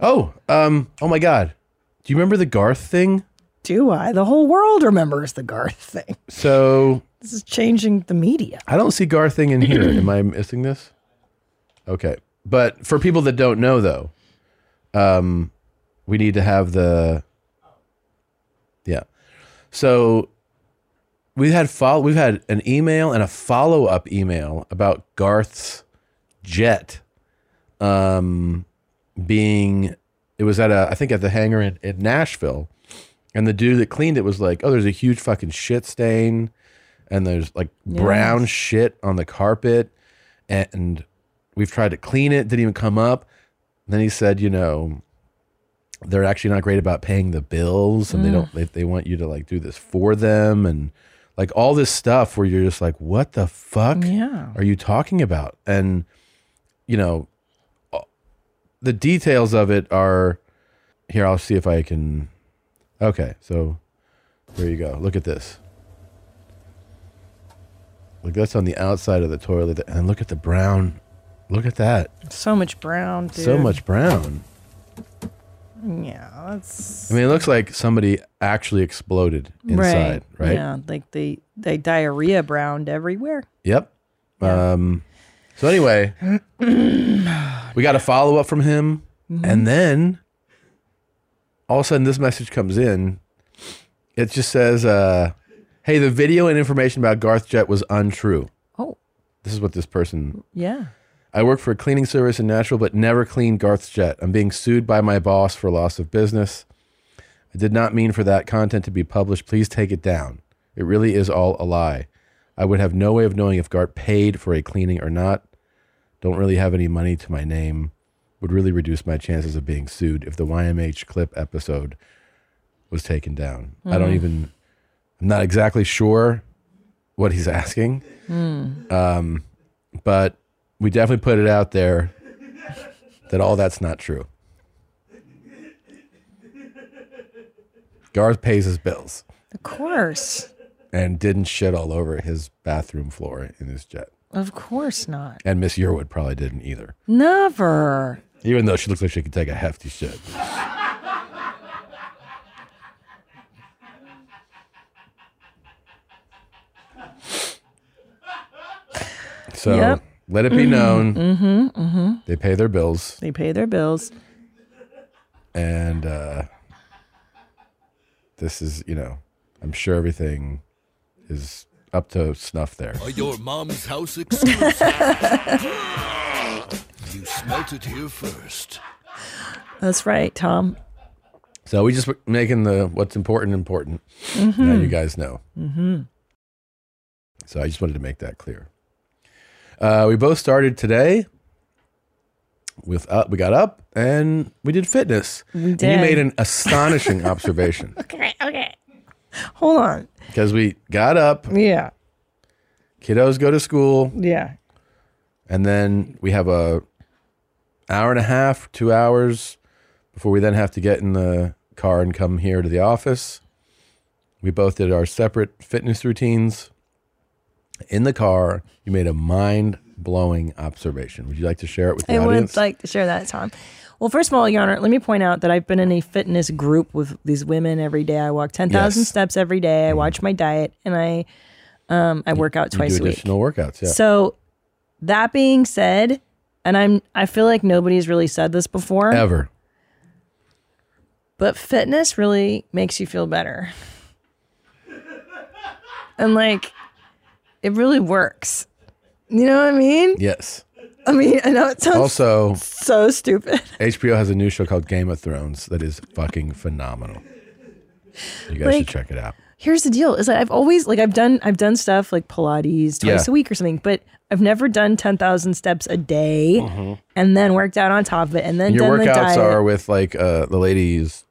Speaker 2: Oh, um, oh my God. Do you remember the Garth thing?
Speaker 7: Do I? The whole world remembers the Garth thing.
Speaker 2: So
Speaker 7: This is changing the media.
Speaker 2: I don't see Garth thing in here. Am I missing this? Okay. But for people that don't know though, um, we need to have the Yeah. So we had follow we've had an email and a follow-up email about Garth's jet um being it was at a I think at the hangar in, in Nashville. And the dude that cleaned it was like, Oh, there's a huge fucking shit stain and there's like brown shit on the carpet and we've tried to clean it, didn't even come up. then he said, you know, they're actually not great about paying the bills and they
Speaker 14: Mm.
Speaker 2: don't they, they want you to like do this for them and like all this stuff where you're just like what the fuck
Speaker 7: Yeah.
Speaker 2: are you talking about and you know uh, the details of it are here i'll see if i can okay so there you go look at this like that's on the outside of the toilet and look at the brown look at that
Speaker 7: So much brown. Dude.
Speaker 2: so much brown
Speaker 7: Yeah. That's
Speaker 2: I mean, it looks like somebody actually exploded inside, right?
Speaker 7: Yeah. Like they they diarrhea browned everywhere.
Speaker 2: Yep. Um, so anyway, we got a follow up from him,
Speaker 7: Mm-hmm.
Speaker 2: and then all of a sudden this message comes in. It just says, uh, "Hey, the video and information about Garth Jet was untrue."
Speaker 7: Oh.
Speaker 2: this is what this person
Speaker 7: Yeah.
Speaker 2: I work for a cleaning service in Nashville, but never cleaned Garth's jet. I'm being sued by my boss for loss of business. I did not mean for that content to be published. Please take it down. It really is all a lie. I would have no way of knowing if Garth paid for a cleaning or not. Don't really have any money to my name. Would really reduce my chances of being sued if the YMH clip episode was taken down. I don't
Speaker 14: Mm.
Speaker 2: even, I'm not exactly sure what he's asking.
Speaker 14: Mm.
Speaker 2: Um, but we definitely put it out there that all that's not true. Garth pays his bills
Speaker 7: Of course.
Speaker 2: and didn't shit all over his bathroom floor in his jet.
Speaker 7: Of course not.
Speaker 2: And Miss Yearwood probably didn't either,
Speaker 7: Never.
Speaker 2: even though she looks like she could take a hefty shit. So
Speaker 7: Yep.
Speaker 2: let it be known
Speaker 7: Mhm, mhm.
Speaker 2: they pay their bills.
Speaker 7: They pay their bills.
Speaker 2: and uh, this is you know i'm sure everything is up to snuff there
Speaker 15: Are your mom's house exclusive? you smelt it here first.
Speaker 7: That's right, Tom.
Speaker 2: so we just making the what's important important now
Speaker 7: Mhm.
Speaker 2: you guys know
Speaker 7: Mm-hmm.
Speaker 2: so i just wanted to make that clear uh, we both started today with up we got up and we did fitness we you
Speaker 7: did.
Speaker 2: made an astonishing observation
Speaker 7: Okay. Okay. Hold on.
Speaker 2: because we got up
Speaker 7: Yeah.
Speaker 2: kiddos go to school
Speaker 7: Yeah.
Speaker 2: and then we have a hour and a half, two hours before we then have to get in the car and come here to the office. We both did our separate fitness routines. In the car, you made a mind blowing observation. Would you like to share it with the
Speaker 7: I
Speaker 2: audience?
Speaker 7: would like to share that, Tom. Well, first of all, Your Honor, let me point out that I've been in a fitness group with these women every day. I walk 10,000
Speaker 2: Yes. Mm-hmm.
Speaker 7: steps every day. I watch my diet and I um, I work out
Speaker 2: You
Speaker 7: twice a
Speaker 2: do
Speaker 7: week.
Speaker 2: additional workouts. Yeah.
Speaker 7: So that being said, and I'm I feel like nobody's really said this before.
Speaker 2: ever.
Speaker 7: But fitness really makes you feel better. and like it really works. You know what I mean?
Speaker 2: Yes.
Speaker 7: I mean, I know it sounds
Speaker 2: Also,
Speaker 7: so stupid.
Speaker 2: HBO has a new show called Game of Thrones that is fucking phenomenal. You guys should
Speaker 7: Like-
Speaker 2: check it out.
Speaker 7: here's the deal is that I've always like I've done I've done stuff like Pilates twice
Speaker 2: Yeah.
Speaker 7: a week or something, but I've never done ten thousand steps a day and then worked out on top of it and then
Speaker 2: And Mm-hmm. your
Speaker 7: done the
Speaker 2: workouts
Speaker 7: diet.
Speaker 2: are with like uh, the ladies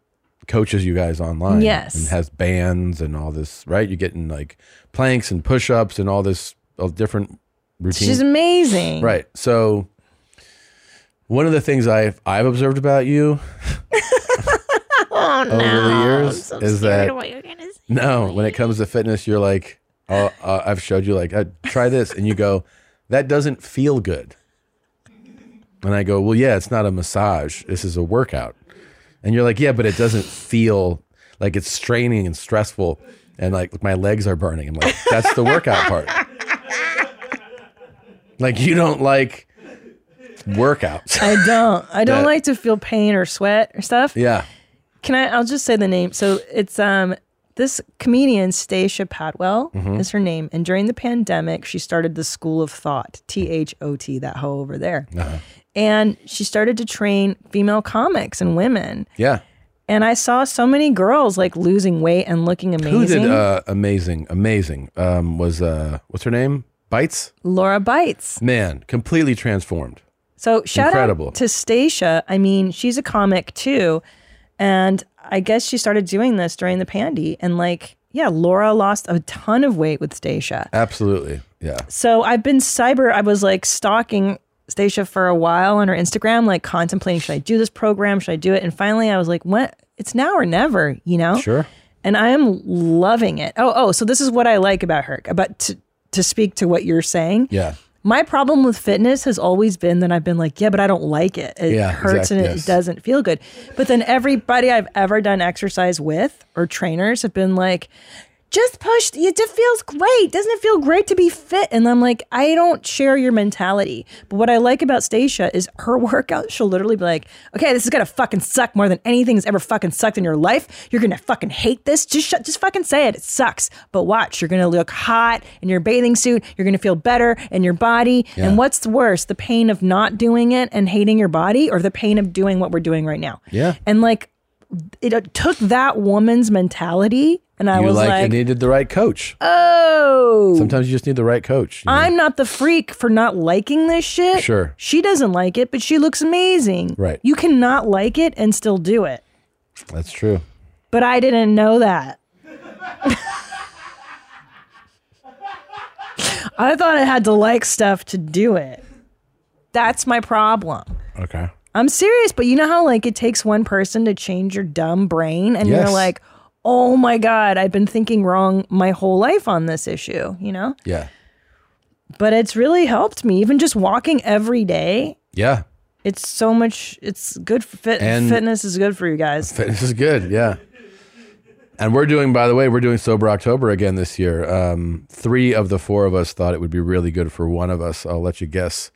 Speaker 2: coaches you guys online.
Speaker 7: Yes.
Speaker 2: And has bands and all this, right? You're getting like planks and push ups and all this all different routines.
Speaker 7: She's amazing.
Speaker 2: Right. So one of the things I've I've observed about you
Speaker 7: Oh,
Speaker 2: over the years is that no, when it comes to fitness, you're like, oh, uh, I've showed you like, uh, try this, and you go, that doesn't feel good. And I go, well, yeah, it's not a massage. This is a workout. And you're like, yeah, but it doesn't feel like it's straining and stressful, and like my legs are burning. I'm like, that's the workout part. Like you don't like workouts.
Speaker 7: I don't. I don't
Speaker 2: That-
Speaker 7: like to feel pain or sweat or stuff.
Speaker 2: Yeah.
Speaker 7: Can I? I'll just say the name. So it's um this comedian Stacia Patwell
Speaker 2: Mm-hmm.
Speaker 14: Mhm.
Speaker 7: is her name, and during the pandemic, she started the School of Thought, T H O T, that hoe over there,
Speaker 2: Uh-huh.
Speaker 7: and she started to train female comics and women.
Speaker 2: Yeah.
Speaker 7: And I saw so many girls like losing weight and looking amazing.
Speaker 2: Who did uh, amazing? Amazing um, was uh, what's her name? Bites.
Speaker 7: Laura Bites.
Speaker 2: Man, completely transformed.
Speaker 7: So shout
Speaker 2: Incredible.
Speaker 7: out to Stacia. I mean, she's a comic too, and I guess she started doing this during the pandy. And like, yeah, Laura lost a ton of weight with Stacia.
Speaker 2: Absolutely. Yeah.
Speaker 7: So I've been cyber. I was like stalking Stacia for a while on her Instagram, like contemplating should I do this program? Should I do it? And finally, I was like, what? It's now or never, you know?
Speaker 2: Sure.
Speaker 7: And I am loving it. Oh, oh. So this is what I like about her. About to to speak to what you're saying.
Speaker 2: Yeah.
Speaker 7: My problem with fitness has always been that I've been like, yeah, but I don't like it. It
Speaker 2: Yeah,
Speaker 7: hurts
Speaker 2: exact-
Speaker 7: and it
Speaker 2: yes.
Speaker 7: doesn't feel good. But then everybody I've ever done exercise with or trainers have been like, just push. It just feels great. Doesn't it feel great to be fit? And I'm like, I don't share your mentality. But what I like about Stacia is her workout. She'll literally be like, okay, this is gonna fucking suck more than anything's ever fucking sucked in your life. You're gonna fucking hate this. Just shut. Just fucking say it. It sucks. But watch, you're gonna look hot in your bathing suit. You're gonna feel better in your body.
Speaker 2: Yeah.
Speaker 7: And what's worse, the pain of not doing it and hating your body, or the pain of doing what we're doing right now?
Speaker 2: Yeah.
Speaker 7: And like, it took that woman's mentality, and I
Speaker 2: you
Speaker 7: was
Speaker 2: like,
Speaker 7: like um,
Speaker 2: you needed the right coach.
Speaker 7: Oh.
Speaker 2: Sometimes you just need the right coach.
Speaker 7: I'm not the freak for not liking this shit.
Speaker 2: Sure.
Speaker 7: She doesn't like it, but she looks amazing.
Speaker 2: Right.
Speaker 7: You cannot like it and still do it.
Speaker 2: That's true.
Speaker 7: But I didn't know that. I thought I had to like stuff to do it. That's my problem.
Speaker 2: Okay.
Speaker 7: I'm serious, but you know how like it takes one person to change your dumb brain and
Speaker 2: Yes.
Speaker 7: you're like, "Oh my god, I've been thinking wrong my whole life on this issue," you know?
Speaker 2: Yeah.
Speaker 7: but it's really helped me even just walking every day
Speaker 2: Yeah.
Speaker 7: it's so much it's good for fit,
Speaker 2: And-
Speaker 7: fitness is good for you guys
Speaker 2: Fitness is good. Yeah. And we're doing, by the way, we're doing Sober October again this year. Um, three of the four of us thought it would be really good for one of us. I'll let you guess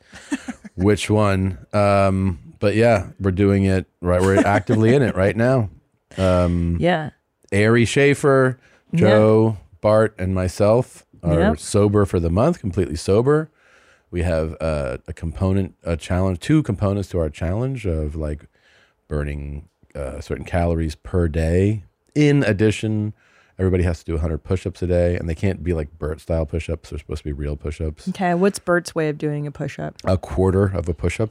Speaker 2: which one. Um, but yeah, we're doing it right. We're actively in it right now. Um,
Speaker 7: Yeah.
Speaker 2: Ari Schaefer, Joe, Bart, and myself are
Speaker 7: Yep.
Speaker 2: sober for the month, completely sober. We have uh, a component, a challenge, two components to our challenge of like burning uh, certain calories per day. In addition, everybody has to do 100 push ups a day, and they can't be like Burt style push ups. They're supposed to be real push ups.
Speaker 7: okay what's bert's way of doing a push-up
Speaker 2: A quarter of a push up,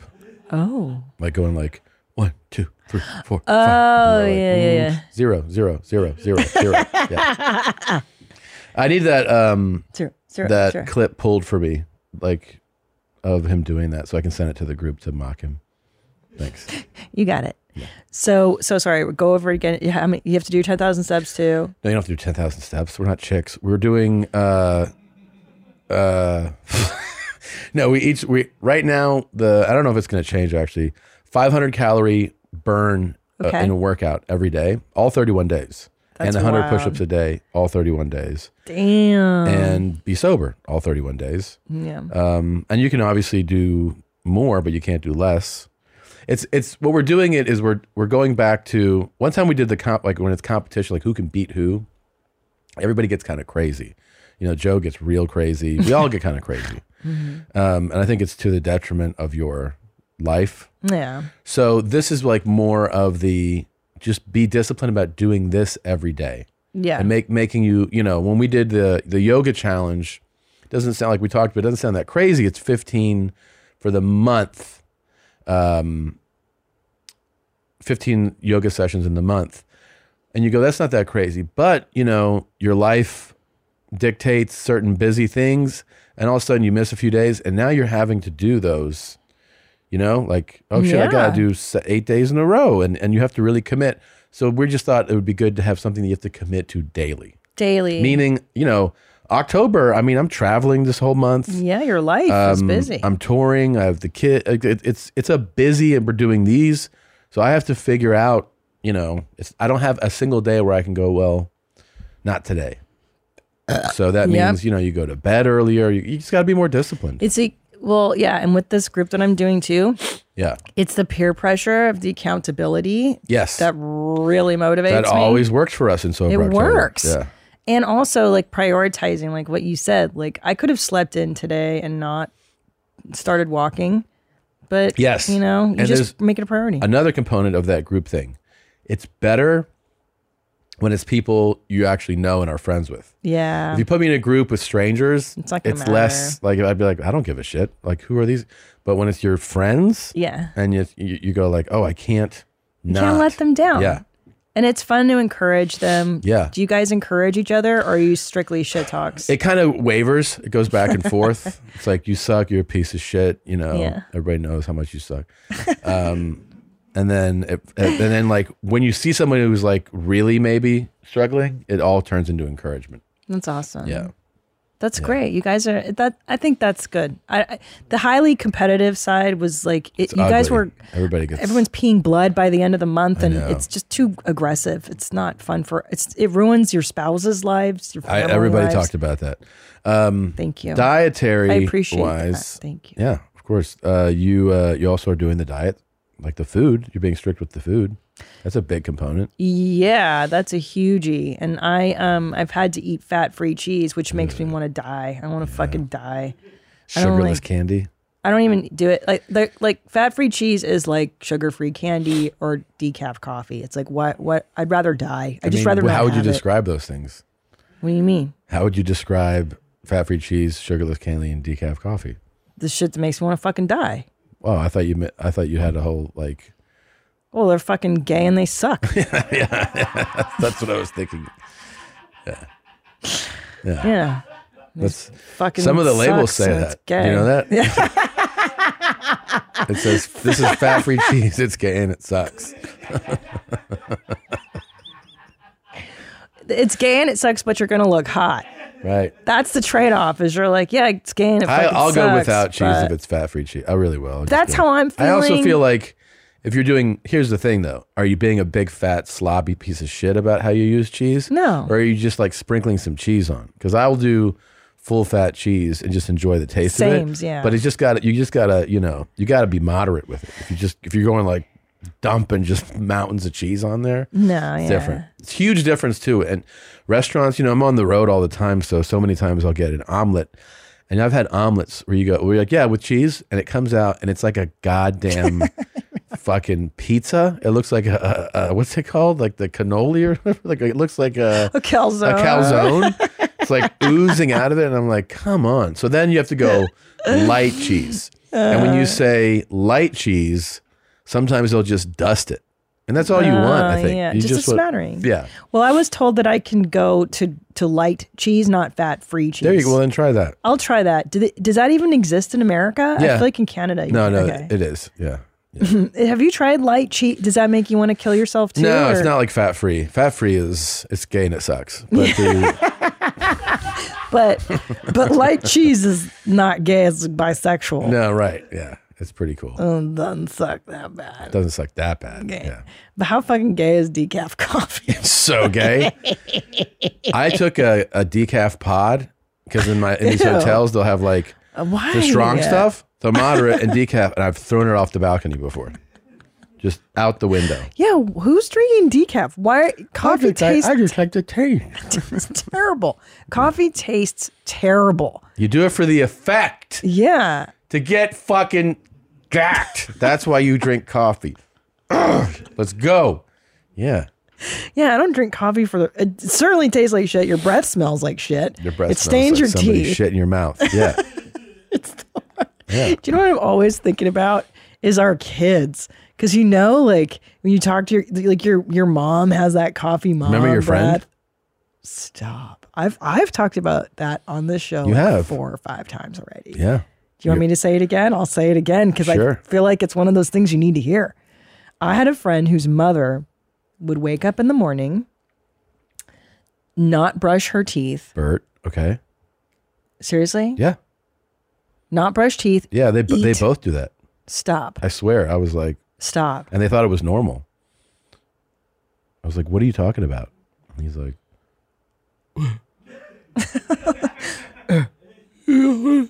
Speaker 7: oh
Speaker 2: like going like one, two, three, four,
Speaker 7: oh yeah yeah yeah
Speaker 2: mm, zero, zero, zero, zero, zero. yeah. I need that um
Speaker 7: Zero, zero,
Speaker 2: that
Speaker 7: zero.
Speaker 2: clip pulled for me, like of him doing that, so I can send it to the group to mock him. Thanks.
Speaker 7: you got it so so sorry go over again you have, you have to do 10000 steps too
Speaker 2: No, you don't have to do ten thousand steps. We're not chicks. We're doing uh uh no, we each we right now the I don't know if it's gonna change actually. Five hundred calorie burn uh,
Speaker 7: Okay.
Speaker 2: in a workout every day, all thirty one days.
Speaker 7: That's
Speaker 2: and hundred
Speaker 7: wild.
Speaker 2: push ups a day, all thirty one days.
Speaker 7: damn
Speaker 2: and be sober all 31 days.
Speaker 7: Yeah.
Speaker 2: Um, and you can obviously do more, but you can't do less. It's it's what we're doing. It is we're we're going back to one time we did the comp like when it's competition, like who can beat who. Everybody gets kind of crazy. You know, Joe gets real crazy. We all get kind of crazy,
Speaker 7: Mhm.
Speaker 2: um, and I think it's to the detriment of your life.
Speaker 7: yeah
Speaker 2: So this is like more of the just be disciplined about doing this every day.
Speaker 7: Yeah.
Speaker 2: And make making you, you know, when we did the the yoga challenge, doesn't sound like we talked, but it doesn't sound that crazy. It's 15 for the month. Um 15 yoga sessions in the month. and you go, that's not that crazy. But, you know, your life dictates certain busy things. And all of a sudden you miss a few days and now you're having to do those, you know, like, oh shit, I
Speaker 7: Yeah.
Speaker 2: got to do se- eight days in a row. And, and you have to really commit. So we just thought it would be good to have something that you have to commit to daily.
Speaker 7: Daily.
Speaker 2: Meaning, you know, October, I mean, I'm traveling this whole month.
Speaker 7: Yeah, your life is
Speaker 2: Um,
Speaker 7: busy.
Speaker 2: I'm touring. I have the kid. like, it- It's it's a busy, and we're doing these, so I have to figure out. You know, it's, I don't have a single day where I can go. Well, not today. So that
Speaker 7: Yep.
Speaker 2: means you know you go to bed earlier. You, you just got to be more disciplined.
Speaker 7: It's a well, yeah, and with this group that I'm doing too,
Speaker 2: Yeah.
Speaker 7: it's the peer pressure of the accountability.
Speaker 2: Yes.
Speaker 7: that really motivates
Speaker 2: That
Speaker 7: me.
Speaker 2: always works for us in sober.
Speaker 7: It
Speaker 2: October.
Speaker 7: works.
Speaker 2: Yeah.
Speaker 7: and also like prioritizing, like what you said. Like I could have slept in today and not started walking, but
Speaker 2: Yes.
Speaker 7: you know, you
Speaker 2: And
Speaker 7: just
Speaker 2: there's
Speaker 7: make it a priority.
Speaker 2: Another component of that group thing. It's better when it's people you actually know and are friends with.
Speaker 7: yeah,
Speaker 2: If you put me in a group with strangers, it's,
Speaker 7: not gonna
Speaker 2: less like I'd be like, I don't give a shit. Like, who are these? But when it's your friends,
Speaker 7: Yeah.
Speaker 2: and you you, you go like, oh, I can't,
Speaker 7: you
Speaker 2: not.
Speaker 7: can't let them down.
Speaker 2: Yeah,
Speaker 7: and it's fun to encourage them.
Speaker 2: Yeah.
Speaker 7: do you guys encourage each other, or are you strictly shit talks?
Speaker 2: it kind of wavers. It goes back and forth. it's like you suck. You're a piece of shit. You know,
Speaker 7: Yeah.
Speaker 2: everybody knows how much you suck. Um, and then it, and then like when you see someone who's like really maybe struggling, it all turns into encouragement.
Speaker 7: That's awesome.
Speaker 2: Yeah.
Speaker 7: That's great. You guys are that. I think that's good. I, I the highly competitive side was like it, you guys
Speaker 2: ugly.
Speaker 7: were.
Speaker 2: Everybody gets-
Speaker 7: everyone's peeing blood by the end of the month, and
Speaker 2: know.
Speaker 7: it's just too aggressive. It's not fun for it's. It ruins your spouse's lives. Your
Speaker 2: I,
Speaker 7: family
Speaker 2: everybody
Speaker 7: lives.
Speaker 2: talked about that. Um,
Speaker 7: Thank you.
Speaker 2: Dietary
Speaker 7: I appreciate that.
Speaker 2: wise,
Speaker 7: Thank
Speaker 2: you. Yeah, of course. Uh, you uh, you also are doing the diet, like the food. You're being strict with the food. That's a big component.
Speaker 7: Yeah, that's a hugey. And I um I've had to eat fat free cheese, which makes
Speaker 2: Mm.
Speaker 7: me want to die. I want to fucking die. I don't
Speaker 2: Sugarless
Speaker 7: like-
Speaker 2: candy.
Speaker 7: I don't even do it like the, like fat free cheese is like sugar free candy or decaf coffee. It's like what what I'd rather die. I, just
Speaker 2: mean,
Speaker 7: rather
Speaker 2: wh-
Speaker 7: not
Speaker 2: How would you
Speaker 7: have it.
Speaker 2: describe those things?
Speaker 7: What do you mean?
Speaker 2: How would you describe fat-free cheese, sugarless candy, and decaf coffee?
Speaker 7: The shit that makes me want to fucking die.
Speaker 2: Oh, I thought you meant, I thought you had a whole like.
Speaker 7: Well, they're fucking gay and they suck.
Speaker 2: yeah, that's what I was thinking. Yeah, yeah.
Speaker 7: Yeah.
Speaker 2: That's
Speaker 7: fucking
Speaker 2: some of the labels
Speaker 7: sucks
Speaker 2: say
Speaker 7: and it's
Speaker 2: that. You know that?
Speaker 7: gay.
Speaker 2: It says this is fat free cheese. It's gay and it sucks.
Speaker 7: It's gay and it sucks, but you're gonna look hot.
Speaker 2: right.
Speaker 7: That's the trade off. Is you're like, yeah, it's gay and it
Speaker 2: I,
Speaker 7: fucking
Speaker 2: I'll go
Speaker 7: sucks,
Speaker 2: without cheese
Speaker 7: but-
Speaker 2: if it's fat free cheese. I really will. I'll just
Speaker 7: That's
Speaker 2: go-
Speaker 7: how I'm
Speaker 2: I also
Speaker 7: feeling.
Speaker 2: feel like if you're doing, here's the thing though. Are you being a big fat slobby piece of shit about how you use cheese?
Speaker 7: No.
Speaker 2: Or are you just like sprinkling some cheese on? Because I'll do full fat cheese and just enjoy the taste of
Speaker 7: Sames,
Speaker 2: it.
Speaker 7: yeah.
Speaker 2: But it's just got to you just gotta you know you gotta be moderate with it. If you just if you're going like dumping just mountains of cheese on there,
Speaker 7: No,
Speaker 2: it's
Speaker 7: yeah.
Speaker 2: different. It's huge difference too. And restaurants, you know, I'm on the road all the time, so so many times I'll get an omelet. And I've had omelets where you go, we're like, yeah, with cheese, and it comes out, and it's like a goddamn fucking pizza. It looks like a, a, a what's it called, like the cannoli or whatever. Like it looks like a,
Speaker 7: A calzone.
Speaker 2: A calzone. it's like oozing out of it, and I'm like, come on. So then you have to go light cheese, and when you
Speaker 14: Uh.
Speaker 2: say light cheese, sometimes they'll just dust it, and that's all you want. I
Speaker 7: Oh,
Speaker 2: think
Speaker 7: yeah.
Speaker 2: You
Speaker 7: Just a
Speaker 2: want-
Speaker 7: smattering.
Speaker 2: Yeah.
Speaker 7: Well, I was told that I can go to to light cheese, not fat free cheese.
Speaker 2: There you go. Well, then try that.
Speaker 7: I'll try that. Do they, does that even exist in America? I
Speaker 2: Yeah.
Speaker 7: feel like in Canada. you
Speaker 2: No,
Speaker 7: can-
Speaker 2: no,
Speaker 7: okay.
Speaker 2: it is. Yeah.
Speaker 7: Have you tried light cheese? Does that make you want to kill yourself too?
Speaker 2: no, it's
Speaker 7: or-
Speaker 2: not like fat free. Fat free is it's gay and it sucks. But the,
Speaker 7: But but light cheese is not gay. It's bisexual.
Speaker 2: no, right? Yeah, it's pretty cool.
Speaker 7: Um, doesn't suck that bad.
Speaker 2: It doesn't suck that bad.
Speaker 7: Gay.
Speaker 2: Yeah,
Speaker 7: But how fucking gay is decaf coffee?
Speaker 2: so gay. I took a, a decaf pod because in my in these
Speaker 7: Ew.
Speaker 2: hotels they'll have like
Speaker 7: Uh, why?
Speaker 2: the strong
Speaker 7: Yeah.
Speaker 2: stuff, the moderate, and decaf, and I've thrown it off the balcony before, just out the window.
Speaker 7: Yeah, who's drinking decaf? Why coffee tastes?
Speaker 2: just like the taste.
Speaker 7: it's terrible. Coffee tastes terrible.
Speaker 2: You do it for the effect.
Speaker 7: Yeah.
Speaker 2: To get fucking gacked. That's why you drink coffee. Ugh, let's go. Yeah.
Speaker 7: Yeah, I don't drink coffee for the. It certainly tastes like shit. Your breath smells like shit.
Speaker 2: Your breath
Speaker 7: It
Speaker 2: smells
Speaker 7: stains
Speaker 2: like
Speaker 7: your
Speaker 2: somebody
Speaker 7: teeth.
Speaker 2: shit in your mouth. Yeah.
Speaker 7: Do you know what I'm always thinking about? Is our kids. Because you know, like when you talk to your like your your mom has that coffee mom.
Speaker 2: Remember your friend?
Speaker 7: Brad. Stop. I've I've talked about that on this show
Speaker 2: You
Speaker 7: like
Speaker 2: have.
Speaker 7: four or five times already.
Speaker 2: Yeah.
Speaker 7: Do you want me to say it again? I'll say it again because
Speaker 2: Sure.
Speaker 7: I feel like it's one of those things you need to hear. I had a friend whose mother would wake up in the morning, not brush her teeth.
Speaker 2: Bert. Okay.
Speaker 7: Seriously?
Speaker 2: Yeah.
Speaker 7: Not brush teeth.
Speaker 2: Yeah. They they
Speaker 7: Eat.
Speaker 2: both do that.
Speaker 7: Stop.
Speaker 2: I swear. I was like,
Speaker 7: Stop.
Speaker 2: and they thought it was normal. I was like, what are you talking about? And he's like,
Speaker 4: you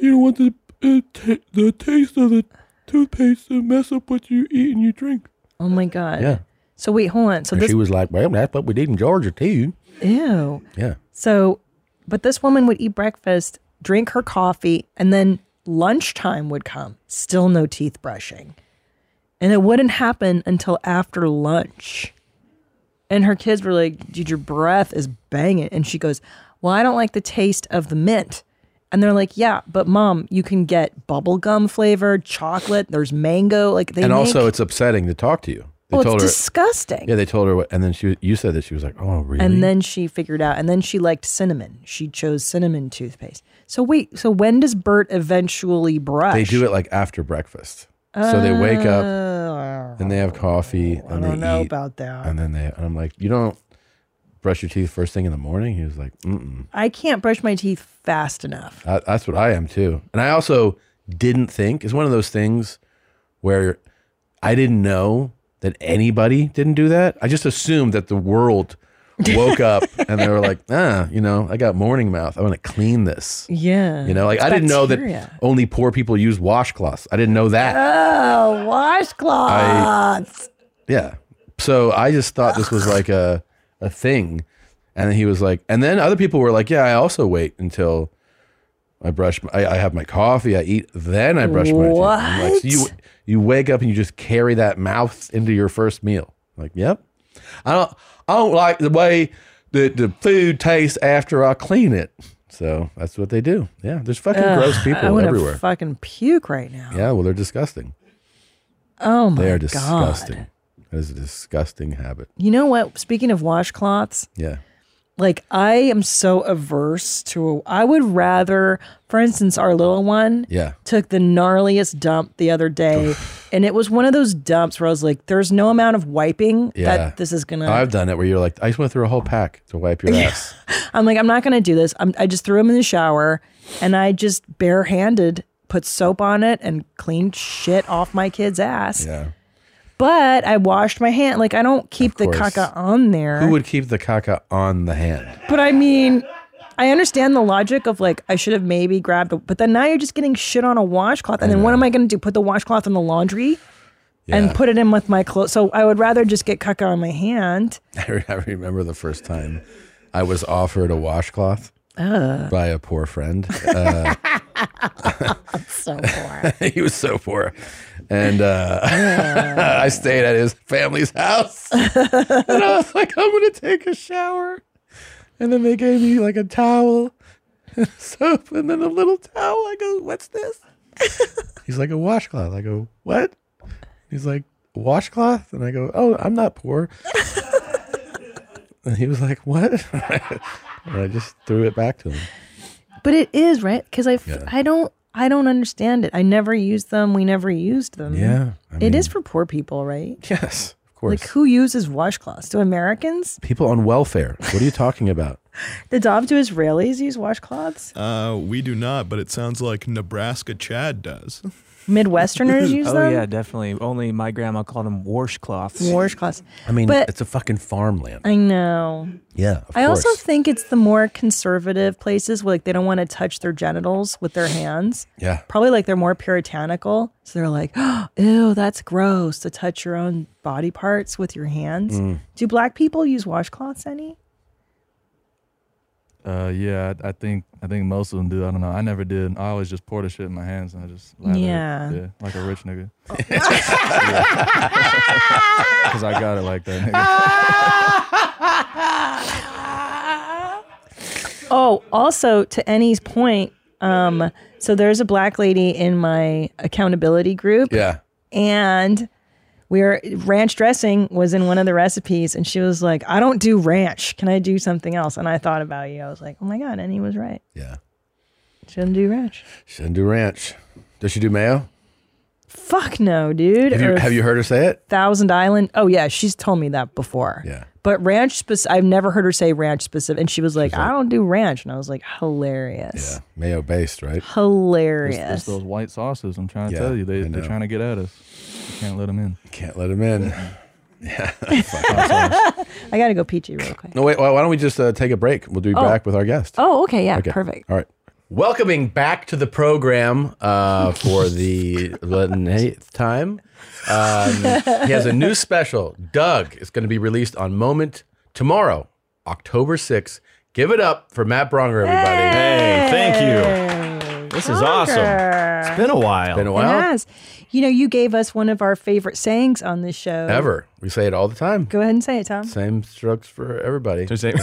Speaker 4: don't want the uh, ta the taste of the toothpaste to mess up what you eat and you drink.
Speaker 7: Oh my god.
Speaker 2: Yeah.
Speaker 7: So wait, hold on. So
Speaker 2: and
Speaker 7: this
Speaker 2: she was like, well, that's what we did in Georgia too.
Speaker 7: ew.
Speaker 2: Yeah.
Speaker 7: So, but this woman would eat breakfast, drink her coffee, and then lunchtime would come. Still no teeth brushing. And it wouldn't happen until after lunch. And her kids were like, Dude, your breath is banging. And she goes, Well, I don't like the taste of the mint. And they're like, Yeah, but mom, you can get bubblegum flavored chocolate. There's mango. Like they
Speaker 2: and
Speaker 7: make,
Speaker 2: also, it's upsetting to talk to you. They
Speaker 7: well,
Speaker 2: told
Speaker 7: it's
Speaker 2: her.
Speaker 7: disgusting.
Speaker 2: Yeah, they told her what, and then she you said that she was like, oh, really?
Speaker 7: And then she figured out, and then she liked cinnamon. She chose cinnamon toothpaste. So wait, so when does Bert eventually brush?
Speaker 2: they do it like after breakfast. so they wake up
Speaker 7: Oh,
Speaker 2: and they have coffee and
Speaker 7: I
Speaker 2: they
Speaker 7: don't know
Speaker 2: eat,
Speaker 7: about that.
Speaker 2: and then they and I'm like, you don't brush your teeth first thing in the morning. He was like, mm.
Speaker 7: I can't brush my teeth fast enough.
Speaker 2: I, that's what I am too. And I also didn't think it's one of those things where I didn't know that anybody didn't do that. I just assumed that the world woke up and they were like, ah, you know, I got morning mouth. I want to clean this.
Speaker 7: Yeah.
Speaker 2: You know, like
Speaker 7: It's
Speaker 2: I didn't know
Speaker 7: bacteria.
Speaker 2: that only poor people use washcloths. I didn't know that.
Speaker 7: Oh, washcloths.
Speaker 2: Yeah. So I just thought this was like a a thing. And then he was like, and then other people were like, yeah, I also wait until I brush. My, I, I have my coffee. I eat. Then I brush my teeth. I'm like, so you
Speaker 7: What?
Speaker 2: you wake up and you just carry that mouth into your first meal. I'm like, yep. I don't I don't like the way that the food tastes after I clean it. So that's what they do. Yeah, there's fucking
Speaker 7: Ugh,
Speaker 2: gross
Speaker 7: I
Speaker 2: people
Speaker 7: wanna
Speaker 2: everywhere.
Speaker 7: Fucking puke right now.
Speaker 2: yeah, well, they're disgusting.
Speaker 7: Oh my
Speaker 2: they are
Speaker 7: god.
Speaker 2: disgusting. That is a disgusting habit.
Speaker 7: You know what? Speaking of washcloths,
Speaker 2: Yeah.
Speaker 7: like I am so averse to. I would rather, for instance, our little one.
Speaker 2: Yeah.
Speaker 7: took the gnarliest dump the other day. and it was one of those dumps where I was like, there's no amount of wiping
Speaker 2: Yeah.
Speaker 7: that this is going
Speaker 2: I've
Speaker 7: to.
Speaker 2: done it where you're like, I just went through a whole pack to wipe your ass.
Speaker 7: I'm like, I'm not going to do this. I'm, I just threw him in the shower and I just barehanded put soap on it and cleaned shit off my kid's ass.
Speaker 2: Yeah.
Speaker 7: But I washed my hand. Like, I don't keep the
Speaker 2: course.
Speaker 7: caca on there.
Speaker 2: Who would keep the caca on the hand?
Speaker 7: But I mean, I understand the logic of like I should have maybe grabbed, a, but then now you're just getting shit on a washcloth, and then what am I going to do? Put the washcloth in the laundry
Speaker 2: Yeah.
Speaker 7: and put it in with my clothes. So I would rather just get caca on my hand.
Speaker 2: I re- I remember the first time I was offered a washcloth
Speaker 7: Ugh.
Speaker 2: by a poor friend. Uh,
Speaker 7: so poor.
Speaker 2: he was so poor. And uh, I stayed at his family's house. and I was like, I'm going to take a shower. And then they gave me like a towel and soap and then a little towel. I go, What's this? He's like, A washcloth. I go, What? He's like, "A Washcloth? And I go, Oh, I'm not poor. and he was like, What? and I just threw it back to him.
Speaker 7: But it is right because I f-
Speaker 2: Yeah.
Speaker 7: I don't I don't understand it. I never used them. We never used them.
Speaker 2: Yeah, I
Speaker 7: it is for poor people, right?
Speaker 2: Yes, of course.
Speaker 7: Like who uses washcloths? Do Americans?
Speaker 2: People on welfare. What are you talking about?
Speaker 7: The Dom do Israelis use washcloths?
Speaker 11: Uh, we do not, but it sounds like Nebraska Chad does.
Speaker 7: Midwesterners use
Speaker 14: oh
Speaker 7: them.
Speaker 14: yeah, definitely. Only my grandma called them washcloths.
Speaker 7: Washcloths.
Speaker 2: I mean,
Speaker 7: But-
Speaker 2: it's a fucking farmland.
Speaker 7: I know.
Speaker 2: Yeah, of
Speaker 7: I
Speaker 2: course.
Speaker 7: also think it's the more conservative places where like they don't want to touch their genitals with their hands.
Speaker 2: Yeah.
Speaker 7: Probably like they're more puritanical. So they're like, oh, ew, that's gross to touch your own body parts with your hands.
Speaker 10: Mm.
Speaker 7: Do black people use washcloths any?
Speaker 10: Uh, yeah, I, I think I think most of them do. I don't know. I never did. I always just poured the shit in my hands and I just lathered it.
Speaker 7: Yeah.
Speaker 10: yeah, like a rich nigga. Because I got it like that. Nigga.
Speaker 7: Oh, also to Annie's point, Um, so there's a black lady in my accountability group.
Speaker 2: Yeah.
Speaker 7: And we were ranch dressing was in one of the recipes, and she was like, "I don't do ranch. Can I do something else?" And I thought about you. I was like, "Oh my god!" And he was right.
Speaker 2: Yeah.
Speaker 7: She doesn't do ranch.
Speaker 2: She doesn't do ranch. Does she do mayo?
Speaker 7: Fuck no, dude.
Speaker 2: Have you,
Speaker 7: Or
Speaker 2: have you heard her say it?
Speaker 7: Thousand Island. Oh yeah, she's told me that before. Yeah. But ranch spec- I've never heard her say ranch specific. And she was like, "I don't do ranch," and I was like, "Hilarious,
Speaker 2: Mayo based, right?
Speaker 7: hilarious."
Speaker 16: It's, it's those white sauces. I'm trying to
Speaker 2: Yeah,
Speaker 16: tell you, they,
Speaker 2: I
Speaker 16: they're
Speaker 2: know.
Speaker 16: trying to get at us. You can't let them in.
Speaker 2: Can't let them in. Yeah.
Speaker 7: I gotta go peachy real quick.
Speaker 2: No, wait. Why why don't we just uh, take a break? We'll be
Speaker 7: Oh.
Speaker 2: back with our guest.
Speaker 7: Oh, okay, yeah, perfect.
Speaker 2: All right. Welcoming back to the program uh, for the eighth time. Um, he has a new special. Doug is going to be released on Moment tomorrow, October 6th. Give it up for Matt Bronger, everybody.
Speaker 1: Hey, thank
Speaker 7: you.
Speaker 1: This is awesome. It's been a while.
Speaker 2: Been a while.
Speaker 7: It has. You know, you gave us one of our favorite sayings on this show.
Speaker 2: Ever. We say it all the time.
Speaker 7: Go ahead and say it, Tom.
Speaker 2: Same strokes for everybody.
Speaker 1: Same,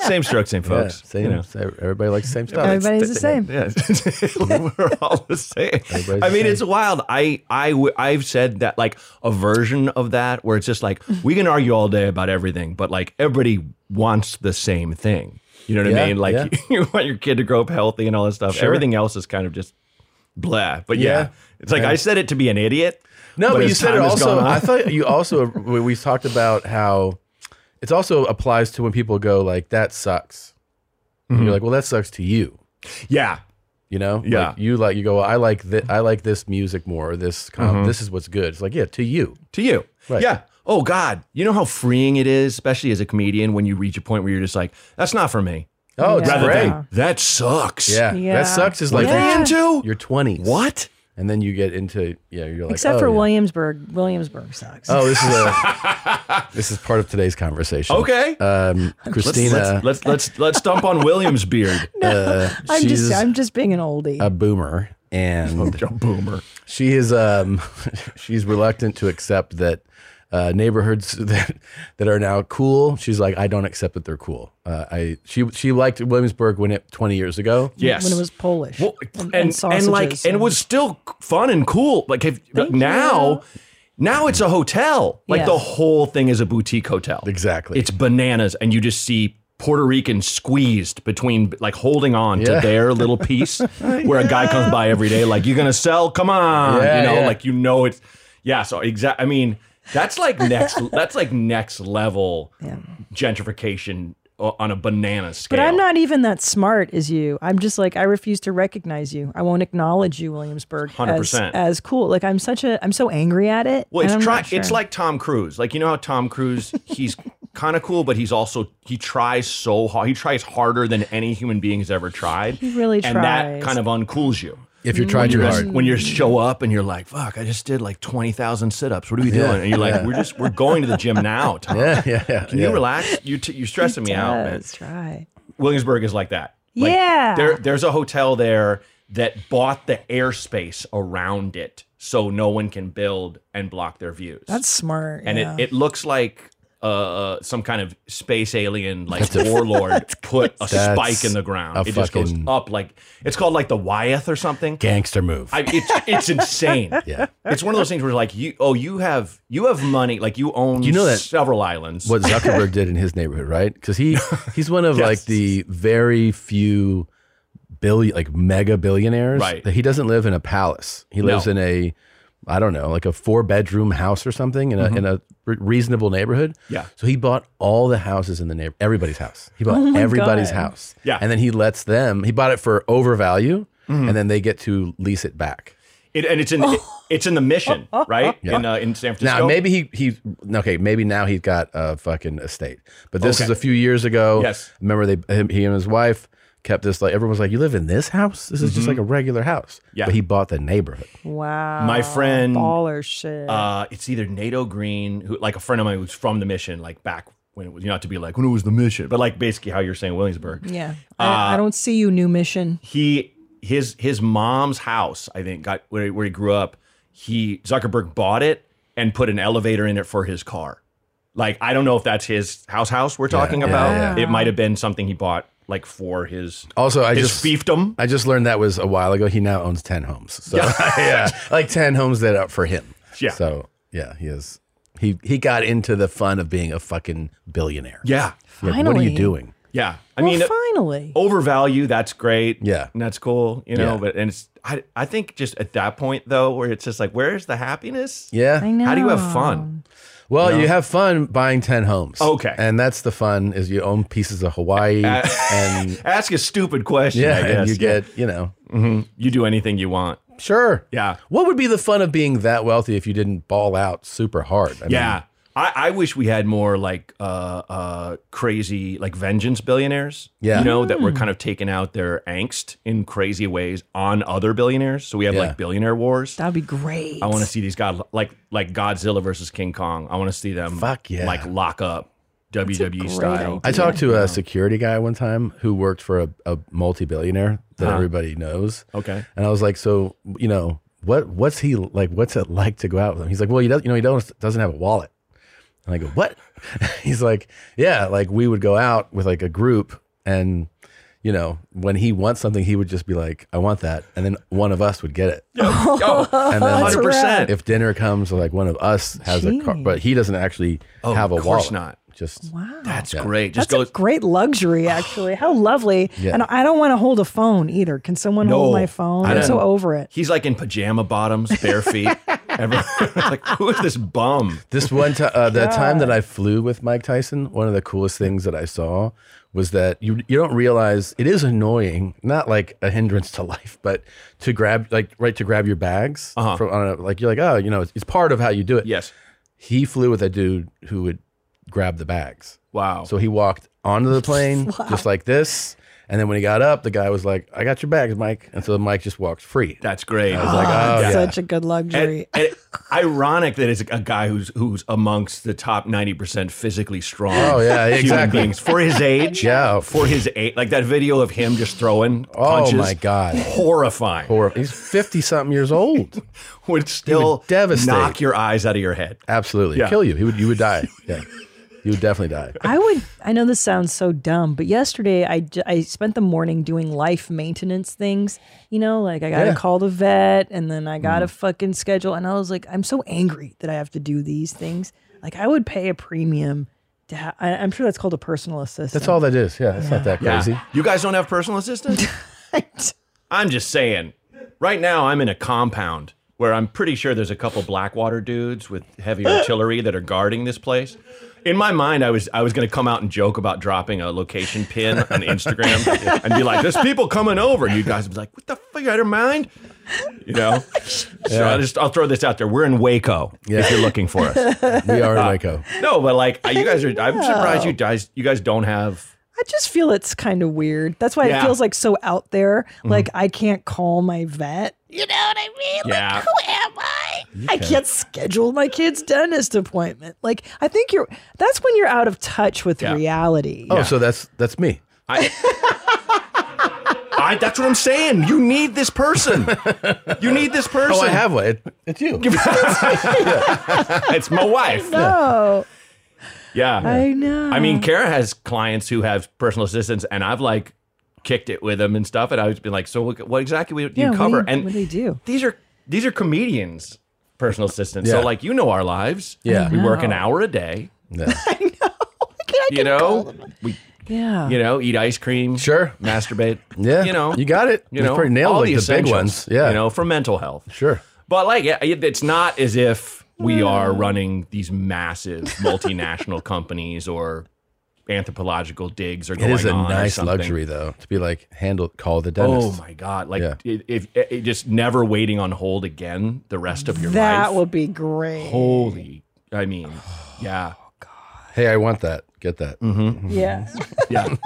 Speaker 1: same stroke, same folks.
Speaker 2: Yeah, same,
Speaker 1: You know.
Speaker 2: same- Everybody likes the same
Speaker 1: Oh,
Speaker 2: stuff.
Speaker 7: Everybody's the same.
Speaker 1: Yeah. We're all the same.
Speaker 2: Everybody's
Speaker 1: I
Speaker 2: the
Speaker 1: mean,
Speaker 2: same.
Speaker 1: it's wild. I, I, w- I've said that like a version of that where it's just like, we can argue all day about everything, but like everybody wants the same thing. You know what
Speaker 2: Yeah,
Speaker 1: I mean? Like
Speaker 2: yeah.
Speaker 1: you want your kid to grow up healthy and all this stuff.
Speaker 2: Sure.
Speaker 1: Everything else is kind of just blah. But yeah,
Speaker 2: Yeah.
Speaker 1: it's like
Speaker 2: Yeah.
Speaker 1: I said it to be an idiot.
Speaker 2: No, but, you
Speaker 1: as
Speaker 2: said it
Speaker 1: time has
Speaker 2: also.
Speaker 1: gone on-
Speaker 2: I thought you also we we talked about how it also applies to when people go like that sucks. And
Speaker 1: Mhm.
Speaker 2: You're like, well, that sucks to you.
Speaker 1: Yeah.
Speaker 2: You know.
Speaker 1: Yeah.
Speaker 2: Like, you like you go. Well, I like this. I like this music more. Or this com-
Speaker 1: Mhm.
Speaker 2: this is what's good. It's like yeah, to you.
Speaker 1: to you.
Speaker 2: Right.
Speaker 1: Yeah. Oh God, you know how freeing it is, especially as a comedian, when you reach a point where you're just like, "That's not for me."
Speaker 2: Oh, it's
Speaker 1: Rather than,
Speaker 2: great.
Speaker 1: that sucks.
Speaker 2: Yeah. That sucks is like
Speaker 1: What are they into?
Speaker 2: your twenties. What? And then you get into yeah. You're like
Speaker 7: Except
Speaker 2: oh,
Speaker 7: for
Speaker 2: yeah.
Speaker 7: Williamsburg. Williamsburg sucks.
Speaker 2: Oh, this is a this is part of today's conversation.
Speaker 1: Okay.
Speaker 2: um,
Speaker 1: Let's-
Speaker 2: Christina.
Speaker 1: Let's let's let's, let's dump on Williams' beard.
Speaker 2: uh,
Speaker 7: I'm
Speaker 2: she's-
Speaker 7: just I'm just being an oldie.
Speaker 1: Uh,
Speaker 2: a boomer and
Speaker 1: a boomer.
Speaker 2: She is um she's reluctant to accept that uh, neighborhoods that that are now cool. She's like, I don't accept that they're cool. Uh, I she she liked Williamsburg when it twenty years ago.
Speaker 1: Yes.
Speaker 7: When it was Polish.
Speaker 1: and
Speaker 7: and,
Speaker 1: and like
Speaker 7: sausages
Speaker 1: and it was still fun and cool. Like if, but now, now it's a hotel. Like
Speaker 7: Yeah.
Speaker 1: the whole thing is a boutique hotel.
Speaker 2: Exactly.
Speaker 1: It's bananas, and you just see Puerto Ricans squeezed between, like holding on
Speaker 2: Yeah.
Speaker 1: to their little piece, where a guy comes by every day, like you gonna sell? Come on,
Speaker 2: Yeah,
Speaker 1: you know,
Speaker 2: yeah.
Speaker 1: like you know it's yeah. So exact. I mean, that's like next. that's like next level gentrification o- on a banana scale.
Speaker 7: But I'm not even that smart as you. I'm just like I refuse to recognize you. I won't acknowledge you, Williamsburg, as
Speaker 1: 100%.
Speaker 7: as cool. Like I'm such a I'm so angry at it.
Speaker 1: Well,
Speaker 7: and
Speaker 1: it's
Speaker 7: I'm
Speaker 1: try,
Speaker 7: not sure.
Speaker 1: it's like Tom Cruise. Like you know how Tom Cruise, he's kind of cool, but he's also he tries so hard. He tries harder than any human being has ever tried.
Speaker 7: He really
Speaker 1: and
Speaker 7: tries.
Speaker 1: that kind of uncools you.
Speaker 2: If you're
Speaker 1: When
Speaker 2: trying too
Speaker 1: just-
Speaker 2: hard.
Speaker 1: when you show up and you're like, "Fuck, I just did like twenty thousand sit-ups. What are we
Speaker 2: Yeah,
Speaker 1: doing?" And you're like,
Speaker 2: yeah.
Speaker 1: "We're just we're going to the gym now, Tom.
Speaker 2: Yeah, yeah, yeah,
Speaker 1: Can
Speaker 2: yeah.
Speaker 1: you relax? You t- you're stressing me out, man."
Speaker 7: Let's try.
Speaker 1: Williamsburg is like that. Like,
Speaker 7: Yeah.
Speaker 1: There, there's a hotel there that bought the airspace around it so no one can build and block their views.
Speaker 7: That's smart.
Speaker 1: and
Speaker 7: yeah.
Speaker 1: it, it looks like uh, some kind of space alien like
Speaker 2: That's a-
Speaker 1: warlord put a
Speaker 2: That's
Speaker 1: spike in the ground.
Speaker 2: a
Speaker 1: it just goes
Speaker 2: fucking-
Speaker 1: up like it's called like the Wyeth or something.
Speaker 2: Gangster move.
Speaker 1: I, it's it's insane.
Speaker 2: Yeah.
Speaker 1: it's one of those things where like you oh you have you have money like you own
Speaker 2: You know that-
Speaker 1: several islands.
Speaker 2: What Zuckerberg did in his neighborhood, right? Because he he's one of
Speaker 1: Yes.
Speaker 2: like the very few billion like mega billionaires
Speaker 1: Right.
Speaker 2: that he doesn't live in a palace. He lives
Speaker 1: No.
Speaker 2: in a I don't know, like a four bedroom house or something in a
Speaker 1: Mhm.
Speaker 2: in a re- reasonable neighborhood.
Speaker 1: Yeah.
Speaker 2: So he bought all the houses in the neighbor, everybody's house. He bought
Speaker 1: Oh my
Speaker 2: everybody's
Speaker 1: God.
Speaker 2: house.
Speaker 1: Yeah.
Speaker 2: And then he lets them. He bought it for overvalue,
Speaker 1: Mhm.
Speaker 2: and then they get to lease it back.
Speaker 1: It, and it's in it's in the mission right
Speaker 2: Yeah.
Speaker 1: in uh, in San Francisco.
Speaker 2: Now maybe he he okay maybe now he's got a fucking estate, but this
Speaker 1: Okay.
Speaker 2: is a few years ago.
Speaker 1: Yes.
Speaker 2: remember they him, he and his wife kept this like everyone was like you live in this house. This is just
Speaker 1: Mhm.
Speaker 2: like a regular house.
Speaker 1: Yeah.
Speaker 2: but he bought the neighborhood.
Speaker 7: wow.
Speaker 1: my friend
Speaker 7: baller shit.
Speaker 1: Uh, it's either NATO Green, who like a friend of mine who's from the mission, like back when it was you know, not to be like when it was the mission, but like basically how you're saying Williamsburg.
Speaker 7: yeah. I,
Speaker 1: uh,
Speaker 7: I don't see you, new mission.
Speaker 1: He his his mom's house, I think, got where, he- where he grew up. He Zuckerberg bought it and put an elevator in it for his car. Like I don't know if that's his house house we're talking
Speaker 2: yeah,
Speaker 1: about.
Speaker 2: yeah.
Speaker 1: It might have been something he bought like for his
Speaker 2: Also, I
Speaker 1: his
Speaker 2: just
Speaker 1: fiefdom.
Speaker 2: I just learned that was a while ago. He now owns ten homes. So yeah, like ten homes that are for him.
Speaker 1: Yeah.
Speaker 2: So yeah, he is. He he got into the fun of being a fucking billionaire.
Speaker 1: Yeah.
Speaker 2: Yeah, what are
Speaker 1: Finally.
Speaker 2: you doing?
Speaker 1: Yeah, I
Speaker 7: Well,
Speaker 1: mean, oh,
Speaker 7: finally,
Speaker 1: overvalue. That's great.
Speaker 2: Yeah.
Speaker 1: and that's cool. You know,
Speaker 2: Yeah.
Speaker 1: but and it's I I think just at that point though, where it's just like, where's the happiness?
Speaker 2: Yeah. I
Speaker 1: How do you have
Speaker 2: know.
Speaker 1: fun?
Speaker 2: Well,
Speaker 1: No.
Speaker 2: you have fun buying ten homes.
Speaker 1: Okay.
Speaker 2: And that's the fun is you own pieces of Hawaii
Speaker 1: Uh,
Speaker 2: and
Speaker 1: Ask a stupid question.
Speaker 2: yeah,
Speaker 1: I
Speaker 2: and
Speaker 1: guess.
Speaker 2: you get you know
Speaker 1: Mhm. you do anything you want.
Speaker 2: sure
Speaker 1: yeah.
Speaker 2: What would be the fun of being that wealthy if you didn't ball out super hard? I mean,
Speaker 1: yeah. I, I wish we had more like uh, uh, crazy, like vengeance billionaires.
Speaker 2: Yeah.
Speaker 1: You know, that were
Speaker 2: Hmm.
Speaker 1: kind of taking out their angst in crazy ways on other billionaires. So we have
Speaker 2: Yeah.
Speaker 1: like billionaire wars.
Speaker 7: That'd be great.
Speaker 1: I want to see these guys like like Godzilla versus King Kong. I want to see them
Speaker 2: Fuck yeah.
Speaker 1: like lock up WWE style.
Speaker 2: I talked to a security guy one time who worked for a, a multi-billionaire that
Speaker 1: Huh.
Speaker 2: everybody knows.
Speaker 1: Uh-huh. Okay.
Speaker 2: And I was like, so you know what? What's he like? What's it like to go out with him? He's like, well, he does. You know, he don't, doesn't have a wallet. And I go, what? He's like, yeah, like we would go out with like a group, and you know, when he wants something, he would just be like, I want that, and then one of us would get it.
Speaker 1: Oh,
Speaker 2: And then,
Speaker 1: hundred percent.
Speaker 2: If dinner comes, like one of us has a car,
Speaker 7: Jeez.
Speaker 2: but he doesn't actually
Speaker 1: Oh,
Speaker 2: have a
Speaker 1: of course
Speaker 2: wallet.
Speaker 1: not.
Speaker 2: Just
Speaker 7: wow,
Speaker 1: That's great. Just
Speaker 7: That's
Speaker 1: go.
Speaker 7: a great luxury, actually. How lovely.
Speaker 1: Yeah.
Speaker 7: And I don't want to hold a phone either. Can someone hold my phone?
Speaker 1: I
Speaker 7: I'm
Speaker 1: don't-
Speaker 7: so over it.
Speaker 1: He's like in pajama bottoms, bare feet. Everyone- it's like, who is this bum?
Speaker 2: This one time, uh, the time that I flew with Mike Tyson, one of the coolest things that I saw was that you you don't realize it is annoying, not like a hindrance to life, but to grab like right to grab your bags from on a, like you're like oh you know it's, it's part of how you do it.
Speaker 1: Uh-huh. Yes,
Speaker 2: he flew with a dude who would grab the bags.
Speaker 1: Wow!
Speaker 2: So he walked onto the plane
Speaker 1: Wow.
Speaker 2: just like this. And then when he got up, the guy was like, "I got your bags, Mike," and so Mike just walked free.
Speaker 1: That's great.
Speaker 2: I was like,
Speaker 1: Oh,
Speaker 2: "Oh,
Speaker 1: that's
Speaker 2: yeah.
Speaker 7: Ah, Such a good luxury.
Speaker 1: And, and ironic that it's a guy who's who's amongst the top ninety percent physically strong.
Speaker 2: Oh, yeah,
Speaker 1: human
Speaker 2: exactly.
Speaker 1: beings for his age.
Speaker 2: Yeah,
Speaker 1: for his age. Like that video of him just throwing.
Speaker 2: Oh,
Speaker 1: punches,
Speaker 2: my God.
Speaker 1: horrifying.
Speaker 2: Horrible. He's fifty something years old.
Speaker 1: Would still
Speaker 2: devastate.
Speaker 1: knock your eyes out of your head.
Speaker 2: Absolutely,
Speaker 1: Yeah.
Speaker 2: kill you. He would. You would die. Yeah, you would definitely die.
Speaker 7: I would. I know this sounds so dumb, but yesterday I, j- I spent the morning doing life maintenance things. You know, like I got to
Speaker 17: Yeah.
Speaker 7: call the vet, and then I got to
Speaker 1: Mm.
Speaker 17: Mhm.
Speaker 7: fucking schedule. And I was like, I'm so angry that I have to do these things. Like I would pay a premium to. Ha- I, I'm sure that's called a personal assistant.
Speaker 2: That's all that is. Yeah, it's not that
Speaker 1: Yeah.
Speaker 2: crazy.
Speaker 1: You guys don't have personal assistants? I'm just saying. Right now, I'm in a compound where I'm pretty sure there's a couple Blackwater dudes with heavy artillery that are guarding this place. In my mind, I was I was going to come out and joke about dropping a location pin on Instagram and be like, "There's people coming over," and you guys would be like, "What the fuck? You out of your mind?" You know. So
Speaker 2: Yeah.
Speaker 1: I just I'll throw this out there. We're in Waco if you're looking for us.
Speaker 2: We are in
Speaker 1: Uh,
Speaker 2: Waco.
Speaker 1: No, but like you guys are. I'm surprised
Speaker 7: No.
Speaker 1: you guys you guys don't have
Speaker 7: I just feel it's kind of weird. That's why
Speaker 1: Yeah.
Speaker 7: it feels like so out there.
Speaker 1: Mhm.
Speaker 7: Like I can't call my vet. You know what I mean?
Speaker 1: Yeah.
Speaker 7: Like who am I?
Speaker 1: You
Speaker 7: I
Speaker 1: can.
Speaker 7: can't schedule my kid's dentist appointment. Like I think you're that's when you're out of touch with reality.
Speaker 2: Oh, so that's that's me.
Speaker 1: I, I, that's what I'm saying. You need this person. You need this person.
Speaker 2: Oh, I have one. It- it's you.
Speaker 1: it's my wife.
Speaker 7: No.
Speaker 1: Yeah.
Speaker 7: I know.
Speaker 1: I mean, Kara has clients who have personal assistants, and I've like kicked it with them and stuff. And I've been like, so what, what exactly do
Speaker 7: Yeah,
Speaker 1: you
Speaker 7: what do
Speaker 1: cover?
Speaker 7: you-
Speaker 1: and
Speaker 7: what do you do?
Speaker 1: These are these are comedians, personal assistants. So
Speaker 2: Yeah.
Speaker 1: like, you know our lives.
Speaker 2: Yeah.
Speaker 1: We work an
Speaker 2: know.
Speaker 1: hour a day.
Speaker 2: Yeah.
Speaker 1: you know, we
Speaker 7: Yeah.
Speaker 1: you know, eat ice cream,
Speaker 2: sure,
Speaker 1: masturbate,
Speaker 2: Yeah.
Speaker 1: you know,
Speaker 2: You got it.
Speaker 1: you
Speaker 2: You
Speaker 1: know,
Speaker 2: pretty nailed
Speaker 1: all the
Speaker 2: like, the, big
Speaker 1: essentials,
Speaker 2: ones. Yeah.
Speaker 1: you know, for mental health.
Speaker 2: Sure.
Speaker 1: But like, yeah, it- it's not as if we are running these massive multinational companies or anthropological digs or
Speaker 2: It
Speaker 1: going
Speaker 2: is a
Speaker 1: on or
Speaker 2: nice
Speaker 1: something.
Speaker 2: luxury though to be like handle call the dentist.
Speaker 1: Oh my god! Like
Speaker 2: Yeah.
Speaker 1: it, if it, it just never waiting on hold again the rest of your
Speaker 7: that
Speaker 1: life.
Speaker 7: would be great.
Speaker 1: Holy, I mean, yeah,
Speaker 2: Hey, I want that. Get that.
Speaker 1: Mm-hmm.
Speaker 7: Yeah.
Speaker 1: Yeah.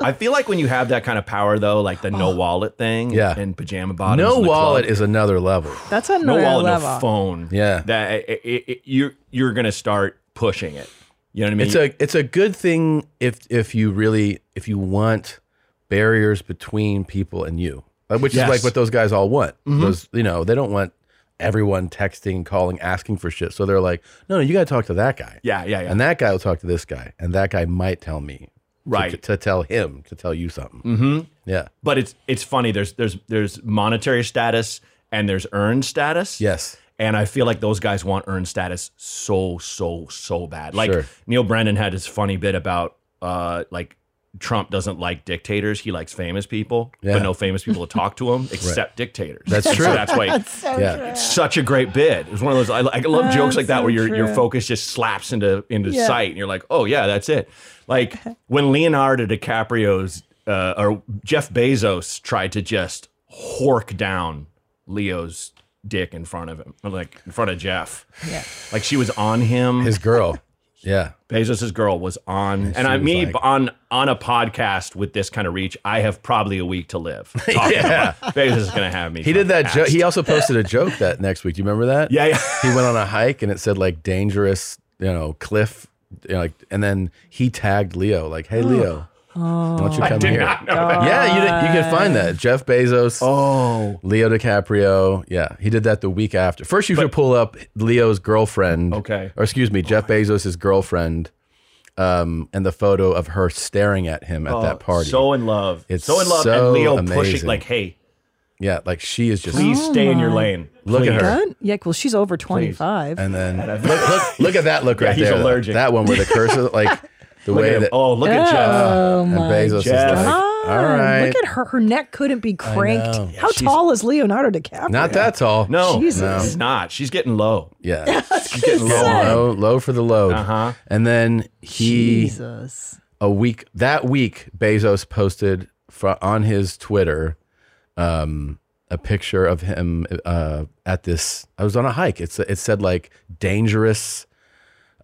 Speaker 1: I feel like when you have that kind of power, though, like the
Speaker 7: Oh.
Speaker 1: no wallet thing,
Speaker 2: Yeah.
Speaker 1: and pajama bottoms.
Speaker 2: no
Speaker 1: in the
Speaker 2: wallet
Speaker 1: club,
Speaker 2: is another level.
Speaker 7: That's another
Speaker 1: no wallet, no
Speaker 7: level.
Speaker 1: phone.
Speaker 2: Yeah.
Speaker 1: that it, it, it, you're you're gonna start pushing it. You know what I mean?
Speaker 2: It's a it's a good thing if if you really if you want barriers between people and you, Like, which
Speaker 1: Yes.
Speaker 2: is like what those guys all want.
Speaker 1: Mhm.
Speaker 2: Those you know they don't want everyone texting, calling, asking for shit. So they're like, no, no, you got to talk to that guy.
Speaker 1: Yeah, yeah, yeah.
Speaker 2: And that guy will talk to this guy, and that guy might tell me to, to tell him to tell you something.
Speaker 1: hmm
Speaker 2: Yeah.
Speaker 1: But it's it's funny. There's there's there's monetary status and there's earned status.
Speaker 2: Yes.
Speaker 1: And I feel like those guys want earned status so so so bad. Like
Speaker 2: Sure.
Speaker 1: Neil Brennan had his funny bit about uh like Trump doesn't like dictators. He likes famous people,
Speaker 2: Yeah.
Speaker 1: but no famous people to talk to him except dictators.
Speaker 2: That's
Speaker 1: And so
Speaker 2: true.
Speaker 1: that's why
Speaker 2: That's so Yeah. true.
Speaker 1: it's such a great bit. It was one of those I, I love jokes
Speaker 2: That's
Speaker 1: like that
Speaker 2: so
Speaker 1: where your your
Speaker 2: true.
Speaker 1: focus just slaps into into
Speaker 2: Yeah.
Speaker 1: sight and you're like, "Oh yeah, that's it." Like when Leonardo DiCaprio's uh, or Jeff Bezos tried to just hork down Leo's dick in front of him, or, like in front of Jeff.
Speaker 2: Yeah.
Speaker 1: Like she was on him.
Speaker 2: His girl. Yeah.
Speaker 1: Bezos's girl was on, and,
Speaker 2: she
Speaker 1: I
Speaker 2: was
Speaker 1: mean,
Speaker 2: like-
Speaker 1: on on a podcast with this kind of reach, I have probably a week to live.
Speaker 2: Yeah.
Speaker 1: Bezos is gonna have me.
Speaker 2: He did that joke.
Speaker 1: asked.
Speaker 2: He also posted a joke that next week. Do you remember that?
Speaker 1: Yeah, yeah.
Speaker 2: He went on a hike and it said like dangerous, you know, cliff, you know, like, and then he tagged Leo like, "Hey, Leo, why don't you
Speaker 5: I
Speaker 2: come
Speaker 5: did
Speaker 2: here?"
Speaker 5: not know that.
Speaker 2: Yeah, you did, you can find that. Jeff Bezos. Oh, Leo DiCaprio. Yeah, he did that the week after. First, you should pull up Leo's girlfriend.
Speaker 1: Okay.
Speaker 2: Or excuse me, Jeff Bezos's girlfriend. Um, and the photo of her staring at him at
Speaker 1: Oh,
Speaker 2: that party.
Speaker 1: So in love.
Speaker 2: It's
Speaker 1: so in love.
Speaker 2: so
Speaker 1: and Leo pushing,
Speaker 2: amazing.
Speaker 1: like, hey,
Speaker 2: Yeah, like she is just.
Speaker 1: Please Oh stay in your my- lane.
Speaker 2: Look at her.
Speaker 7: Good? Yeah, well, she's over 25.
Speaker 2: And then look, look, look at that look
Speaker 1: Yeah,
Speaker 2: right
Speaker 1: he's
Speaker 2: there.
Speaker 1: allergic.
Speaker 2: That one with the cursor, like the
Speaker 1: Look at
Speaker 2: way
Speaker 1: him.
Speaker 2: that.
Speaker 1: Oh, look at Jeff.
Speaker 7: Oh,
Speaker 2: and
Speaker 7: my
Speaker 2: Bezos
Speaker 1: Jeff.
Speaker 2: is like, all
Speaker 7: Um,
Speaker 2: right,
Speaker 7: Look at her. Her neck couldn't be
Speaker 2: I know.
Speaker 7: cranked.
Speaker 2: Yeah,
Speaker 7: How
Speaker 2: she's-
Speaker 7: tall is Leonardo DiCaprio?
Speaker 2: not that tall.
Speaker 1: No,
Speaker 7: Jesus.
Speaker 2: No.
Speaker 1: she's not. She's getting low.
Speaker 2: Yeah,
Speaker 1: she's getting low. on him.
Speaker 2: low, low for the load.
Speaker 1: Uh-huh.
Speaker 2: And then he,
Speaker 7: Jesus.
Speaker 2: a week that week, Bezos posted fr on his Twitter um, a picture of him uh, at this. I was on a hike. It's it said like dangerous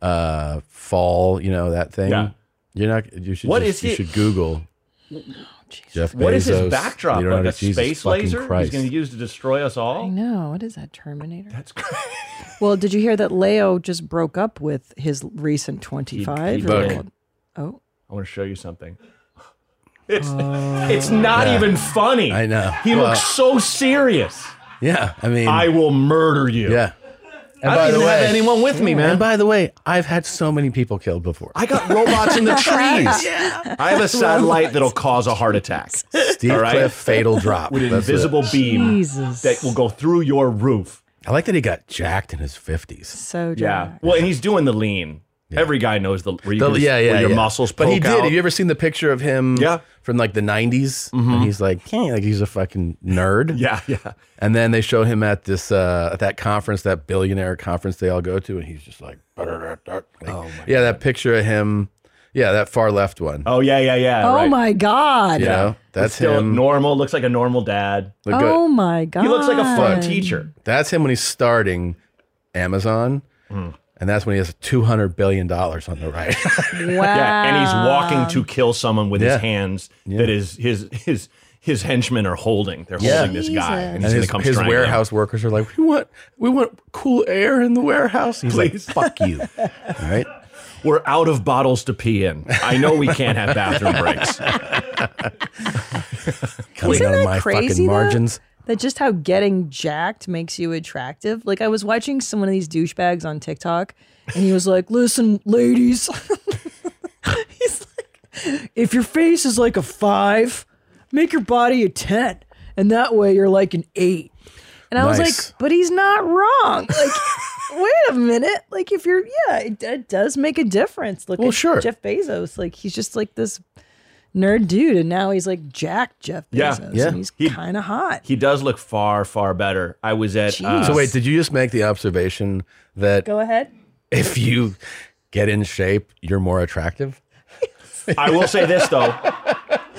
Speaker 2: uh, fall. You know that thing.
Speaker 1: Yeah.
Speaker 2: You're not. You should.
Speaker 1: What is
Speaker 2: just- you
Speaker 1: it?
Speaker 2: should Google.
Speaker 7: Oh,
Speaker 2: Jeff
Speaker 1: What is
Speaker 2: Bezos,
Speaker 1: his backdrop?
Speaker 2: Leonardo-
Speaker 1: Like a
Speaker 2: Jesus
Speaker 1: space
Speaker 2: fucking
Speaker 1: laser he's
Speaker 2: Christ.
Speaker 1: going to use to destroy us all?
Speaker 7: I know. What is that, Terminator? That's
Speaker 1: crazy.
Speaker 7: well, did you hear that Leo just broke up with his recent 25 year
Speaker 1: Look.
Speaker 7: old? Oh.
Speaker 1: I want to show you something. It's it's not
Speaker 2: Yeah.
Speaker 1: even funny.
Speaker 2: I know.
Speaker 1: He
Speaker 2: Well-
Speaker 1: looks so serious.
Speaker 2: Yeah, I mean,
Speaker 1: I will murder you.
Speaker 2: Yeah.
Speaker 1: I don't even have anyone with me, man.
Speaker 2: And by the way, I've had so many people killed before.
Speaker 1: I got robots in the trees.
Speaker 2: Yeah.
Speaker 1: I have a satellite that'll cause a heart attack.
Speaker 2: Steve
Speaker 1: All right?
Speaker 2: Cliff fatal drop.
Speaker 1: With an
Speaker 2: That's it.
Speaker 1: invisible beam that will go through your roof.
Speaker 2: I like that he got jacked in his fifties.
Speaker 7: So
Speaker 1: Yeah. Well, and he's doing the lean. Every guy knows the where, you
Speaker 2: The-
Speaker 1: can-
Speaker 2: yeah, yeah,
Speaker 1: where your
Speaker 2: yeah.
Speaker 1: muscles
Speaker 2: But he
Speaker 1: poke
Speaker 2: did.
Speaker 1: out.
Speaker 2: Have you ever seen the picture of him?
Speaker 1: Yeah. Mm-hmm.
Speaker 2: from like the 90s And he's like, "Hey," like he's a fucking nerd.
Speaker 1: yeah, yeah.
Speaker 2: And then they show him at this uh, at that conference, that billionaire conference they all go to, and he's just like, oh yeah, that picture of him. Yeah, that far left one.
Speaker 1: Oh yeah, yeah, yeah.
Speaker 7: oh
Speaker 1: right.
Speaker 7: my God.
Speaker 2: You know, that's
Speaker 1: He's still
Speaker 2: him.
Speaker 1: normal. Looks like a normal dad.
Speaker 2: Look good.
Speaker 7: Oh my God.
Speaker 1: He looks like a fun teacher.
Speaker 2: That's him when he's starting Amazon, and that's when he has two hundred billion dollars on the right.
Speaker 7: Wow.
Speaker 1: Yeah, and
Speaker 7: Um,
Speaker 1: he's walking to kill someone with
Speaker 2: Yeah.
Speaker 1: his hands that is his his his henchmen are holding. They're
Speaker 2: Yeah.
Speaker 1: holding this guy, and
Speaker 2: and
Speaker 1: he's
Speaker 2: his,
Speaker 1: gonna come
Speaker 2: his
Speaker 1: strangle him.
Speaker 2: warehouse workers are like, "We want, we want cool air in the warehouse." He's
Speaker 1: Please.
Speaker 2: like, "Fuck you!" All right,
Speaker 1: We're out of bottles to pee in. I know we can't have bathroom breaks.
Speaker 2: coming
Speaker 7: Isn't
Speaker 2: out of
Speaker 7: that
Speaker 2: my
Speaker 7: crazy
Speaker 2: fucking
Speaker 7: though?
Speaker 2: margins.
Speaker 7: That just how getting jacked makes you attractive. Like I was watching some of these douchebags on TikTok, and he was like, "Listen, ladies, he's like, if your face is like a five, make your body a ten, and that way you're like an eight. And I was
Speaker 5: Nice.
Speaker 7: like, "But he's not wrong. Like, wait a minute. Like if you're, yeah, it, it does make a difference. Look
Speaker 2: Well,
Speaker 7: at
Speaker 2: sure.
Speaker 7: Jeff Bezos. Like he's just like this." Nerd dude, and now he's like Jack Jeff
Speaker 1: Yeah.
Speaker 7: Bezos.
Speaker 1: Yeah.
Speaker 7: and he's
Speaker 1: He-
Speaker 7: kind of hot.
Speaker 1: He does look far, far better. I was at. uh,
Speaker 2: so wait, did you just make the observation that
Speaker 7: Go ahead.
Speaker 2: if you get in shape, you're more attractive?
Speaker 1: I will say this though.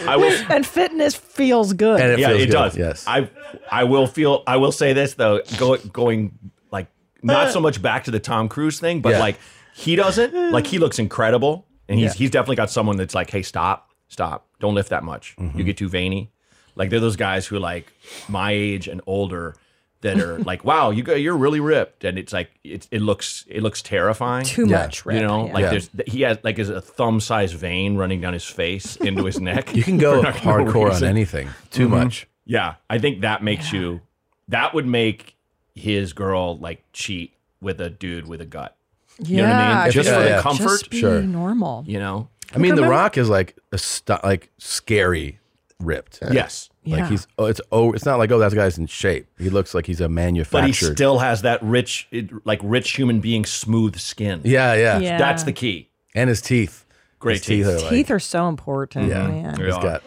Speaker 1: I will.
Speaker 7: And fitness feels good.
Speaker 2: And it
Speaker 1: yeah,
Speaker 2: feels
Speaker 1: it
Speaker 2: good,
Speaker 1: does.
Speaker 2: yes.
Speaker 1: I I will feel. I will say this though. Go, going like not so much back to the Tom Cruise thing, but
Speaker 2: Yeah.
Speaker 1: like he doesn't. Like he looks incredible, and he's
Speaker 2: Yeah.
Speaker 1: he's definitely got someone that's like, hey, stop, stop, don't lift that much.
Speaker 2: Mm-hmm.
Speaker 1: You get too veiny. Like they're those guys who are like my age and older that are like, wow, you go, you're really ripped, and it's like it it looks it looks terrifying.
Speaker 7: Too Yeah. much
Speaker 1: You
Speaker 7: rip,
Speaker 1: know,
Speaker 7: yeah.
Speaker 1: like
Speaker 2: Yeah.
Speaker 1: there's he has like is a thumb sized vein running down his face into his neck.
Speaker 2: You can go
Speaker 1: for no
Speaker 2: hardcore on
Speaker 1: reason.
Speaker 2: anything. Too
Speaker 1: Mhm.
Speaker 2: much.
Speaker 1: Yeah, I think that makes you. That would make his girl like cheat with a dude with a gut. You know what I
Speaker 7: Yeah,
Speaker 1: mean? Just
Speaker 7: just
Speaker 1: for
Speaker 7: like-
Speaker 1: the comfort.
Speaker 7: just be normal.
Speaker 1: You know.
Speaker 2: I mean, The
Speaker 7: Remember-
Speaker 2: Rock is like a st- like scary ripped.
Speaker 1: Yes.
Speaker 2: Like
Speaker 1: Yeah.
Speaker 2: he's oh it's oh it's not like oh that guy's in shape. He looks like he's a manufactured.
Speaker 1: But he still has that rich, it- like rich human being, smooth skin.
Speaker 2: Yeah, yeah,
Speaker 7: Yeah.
Speaker 1: That's the key.
Speaker 2: And his teeth.
Speaker 1: Great
Speaker 2: His teeth.
Speaker 1: teeth.
Speaker 2: are like-
Speaker 7: Teeth are so important.
Speaker 2: yeah.
Speaker 7: man.
Speaker 2: He's got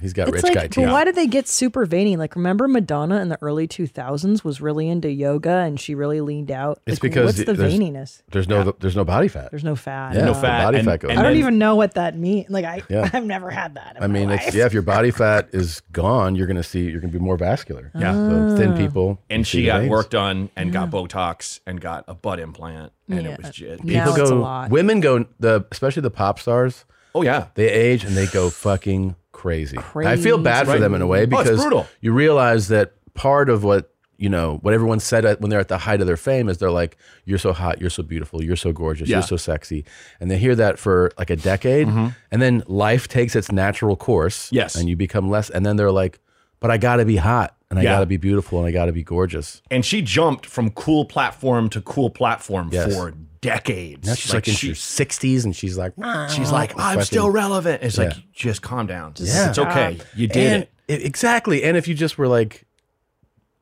Speaker 2: he's got
Speaker 7: it's
Speaker 2: rich
Speaker 7: like,
Speaker 2: guy
Speaker 7: but
Speaker 2: teeth.
Speaker 7: why did they get super veiny? Like, remember Madonna in the early 2000s was really into yoga and she really leaned out.
Speaker 2: It's
Speaker 7: Like,
Speaker 2: because
Speaker 7: what's the
Speaker 2: there's-
Speaker 7: veininess?
Speaker 2: There's no there's no body fat.
Speaker 7: There's no fat.
Speaker 2: Yeah,
Speaker 7: No
Speaker 2: the
Speaker 7: fat,
Speaker 2: Body
Speaker 1: and-
Speaker 2: fat goes.
Speaker 1: and
Speaker 7: I
Speaker 2: down.
Speaker 7: don't even know what that means. Like, I
Speaker 2: Yeah.
Speaker 7: I've never had that.
Speaker 2: I mean, it's, yeah, if your body fat is gone, you're going to see you're going to be more vascular.
Speaker 1: Yeah.
Speaker 2: So
Speaker 7: Ah.
Speaker 2: thin people. you
Speaker 1: And
Speaker 2: see
Speaker 1: she
Speaker 2: the
Speaker 1: got
Speaker 2: veins.
Speaker 1: work done and got Botox and got a butt implant. And it was just.
Speaker 2: People go. Women go. The especially the pop stars.
Speaker 1: Oh yeah,
Speaker 2: they age and they go fucking crazy. I feel bad for
Speaker 1: Right.
Speaker 2: them in a
Speaker 1: Oh,
Speaker 2: way
Speaker 1: it's
Speaker 2: because
Speaker 1: brutal.
Speaker 2: you realize that part of what you know what everyone said at, when they're at the height of their fame is they're like, "You're so hot, you're so beautiful, you're so gorgeous,
Speaker 1: Yeah. Mm-hmm.
Speaker 2: you're so sexy," and they hear that for like a decade, and then life takes its natural course. Yes, and you become less, and then they're like, "But I gotta be hot, and I
Speaker 1: Yeah.
Speaker 2: gotta be beautiful, and I gotta be gorgeous."
Speaker 1: And she jumped from cool platform to cool platform
Speaker 2: Yes.
Speaker 1: for decades.
Speaker 2: Now she's like, in her sixties, and she's like,
Speaker 1: She's like, I'm
Speaker 2: fucking-
Speaker 1: still relevant. It's
Speaker 2: Yeah.
Speaker 1: like, just calm down.
Speaker 2: Just
Speaker 1: It's
Speaker 2: stop.
Speaker 1: okay. You did
Speaker 2: And- e,
Speaker 1: it.
Speaker 2: Exactly. And if you just were like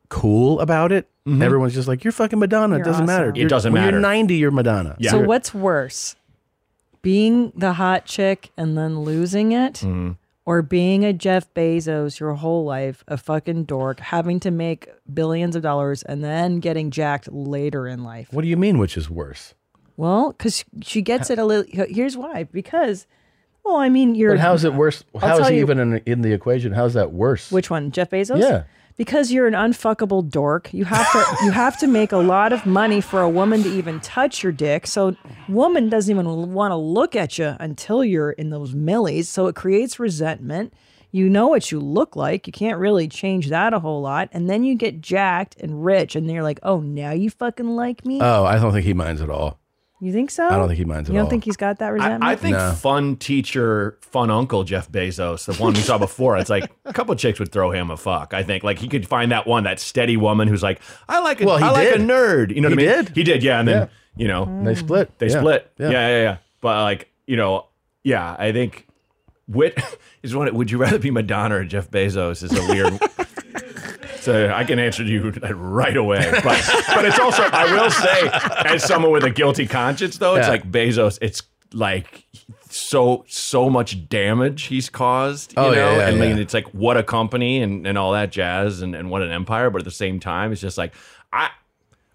Speaker 2: cool about it, everyone's just like, you're fucking Madonna.
Speaker 7: You're
Speaker 2: Mm-hmm. it doesn't matter.
Speaker 7: awesome. It
Speaker 2: You're-
Speaker 1: doesn't
Speaker 2: when
Speaker 1: matter.
Speaker 2: You're 90, you're Madonna.
Speaker 7: So what's worse, being the hot chick and then losing it,
Speaker 2: Mm-hmm.
Speaker 7: or being a Jeff Bezos your whole life, a fucking dork, having to make billions of dollars and then getting jacked later in life?
Speaker 2: What do you mean, which is worse?
Speaker 7: Well, because she gets it a little. Here's why. Because, well, I mean, you're.
Speaker 2: But how's it worse?
Speaker 7: I'll
Speaker 2: How is
Speaker 7: tell
Speaker 2: he
Speaker 7: you-
Speaker 2: even in, in the equation? How's that worse?
Speaker 7: Which one, Jeff Bezos?
Speaker 2: Yeah.
Speaker 7: Because you're an unfuckable dork. You have to you have to make a lot of money for a woman to even touch your dick. So woman doesn't even want to look at you until you're in those millies. So it creates resentment. You know what you look like. You can't really change that a whole lot. And then you get jacked and rich, and then you're like, oh, now you fucking like me.
Speaker 2: Oh, I don't think he minds at all.
Speaker 7: you think so?
Speaker 2: I don't think he minds
Speaker 7: You
Speaker 2: at
Speaker 7: don't
Speaker 2: all.
Speaker 7: think he's got that resentment?
Speaker 1: I think fun teacher, fun uncle Jeff Bezos, the one we saw before, it's like a couple chicks would throw him a fuck. I think like he could find that one, that steady woman who's like, I like a,
Speaker 2: Well, he
Speaker 1: I like a
Speaker 2: did.
Speaker 1: nerd. You know what
Speaker 2: He
Speaker 1: I mean?
Speaker 2: did.
Speaker 1: He did, yeah. And then you know
Speaker 7: Mm.
Speaker 2: They split.
Speaker 1: They
Speaker 2: Yeah.
Speaker 1: split.
Speaker 2: Yeah.
Speaker 1: Yeah. yeah, yeah, But like you know, yeah, I think. Wit is one. Would you rather be Madonna or Jeff Bezos? Is a weird. so I can answer you right away, but but it's also I will say, as someone with a guilty conscience, though, it's
Speaker 2: Yeah.
Speaker 1: like Bezos. It's like so so much damage he's caused. You
Speaker 2: Oh,
Speaker 1: know,
Speaker 2: yeah, yeah,
Speaker 1: and
Speaker 2: yeah.
Speaker 1: then it's like what a company and and all that jazz and and what an empire. But at the same time, it's just like I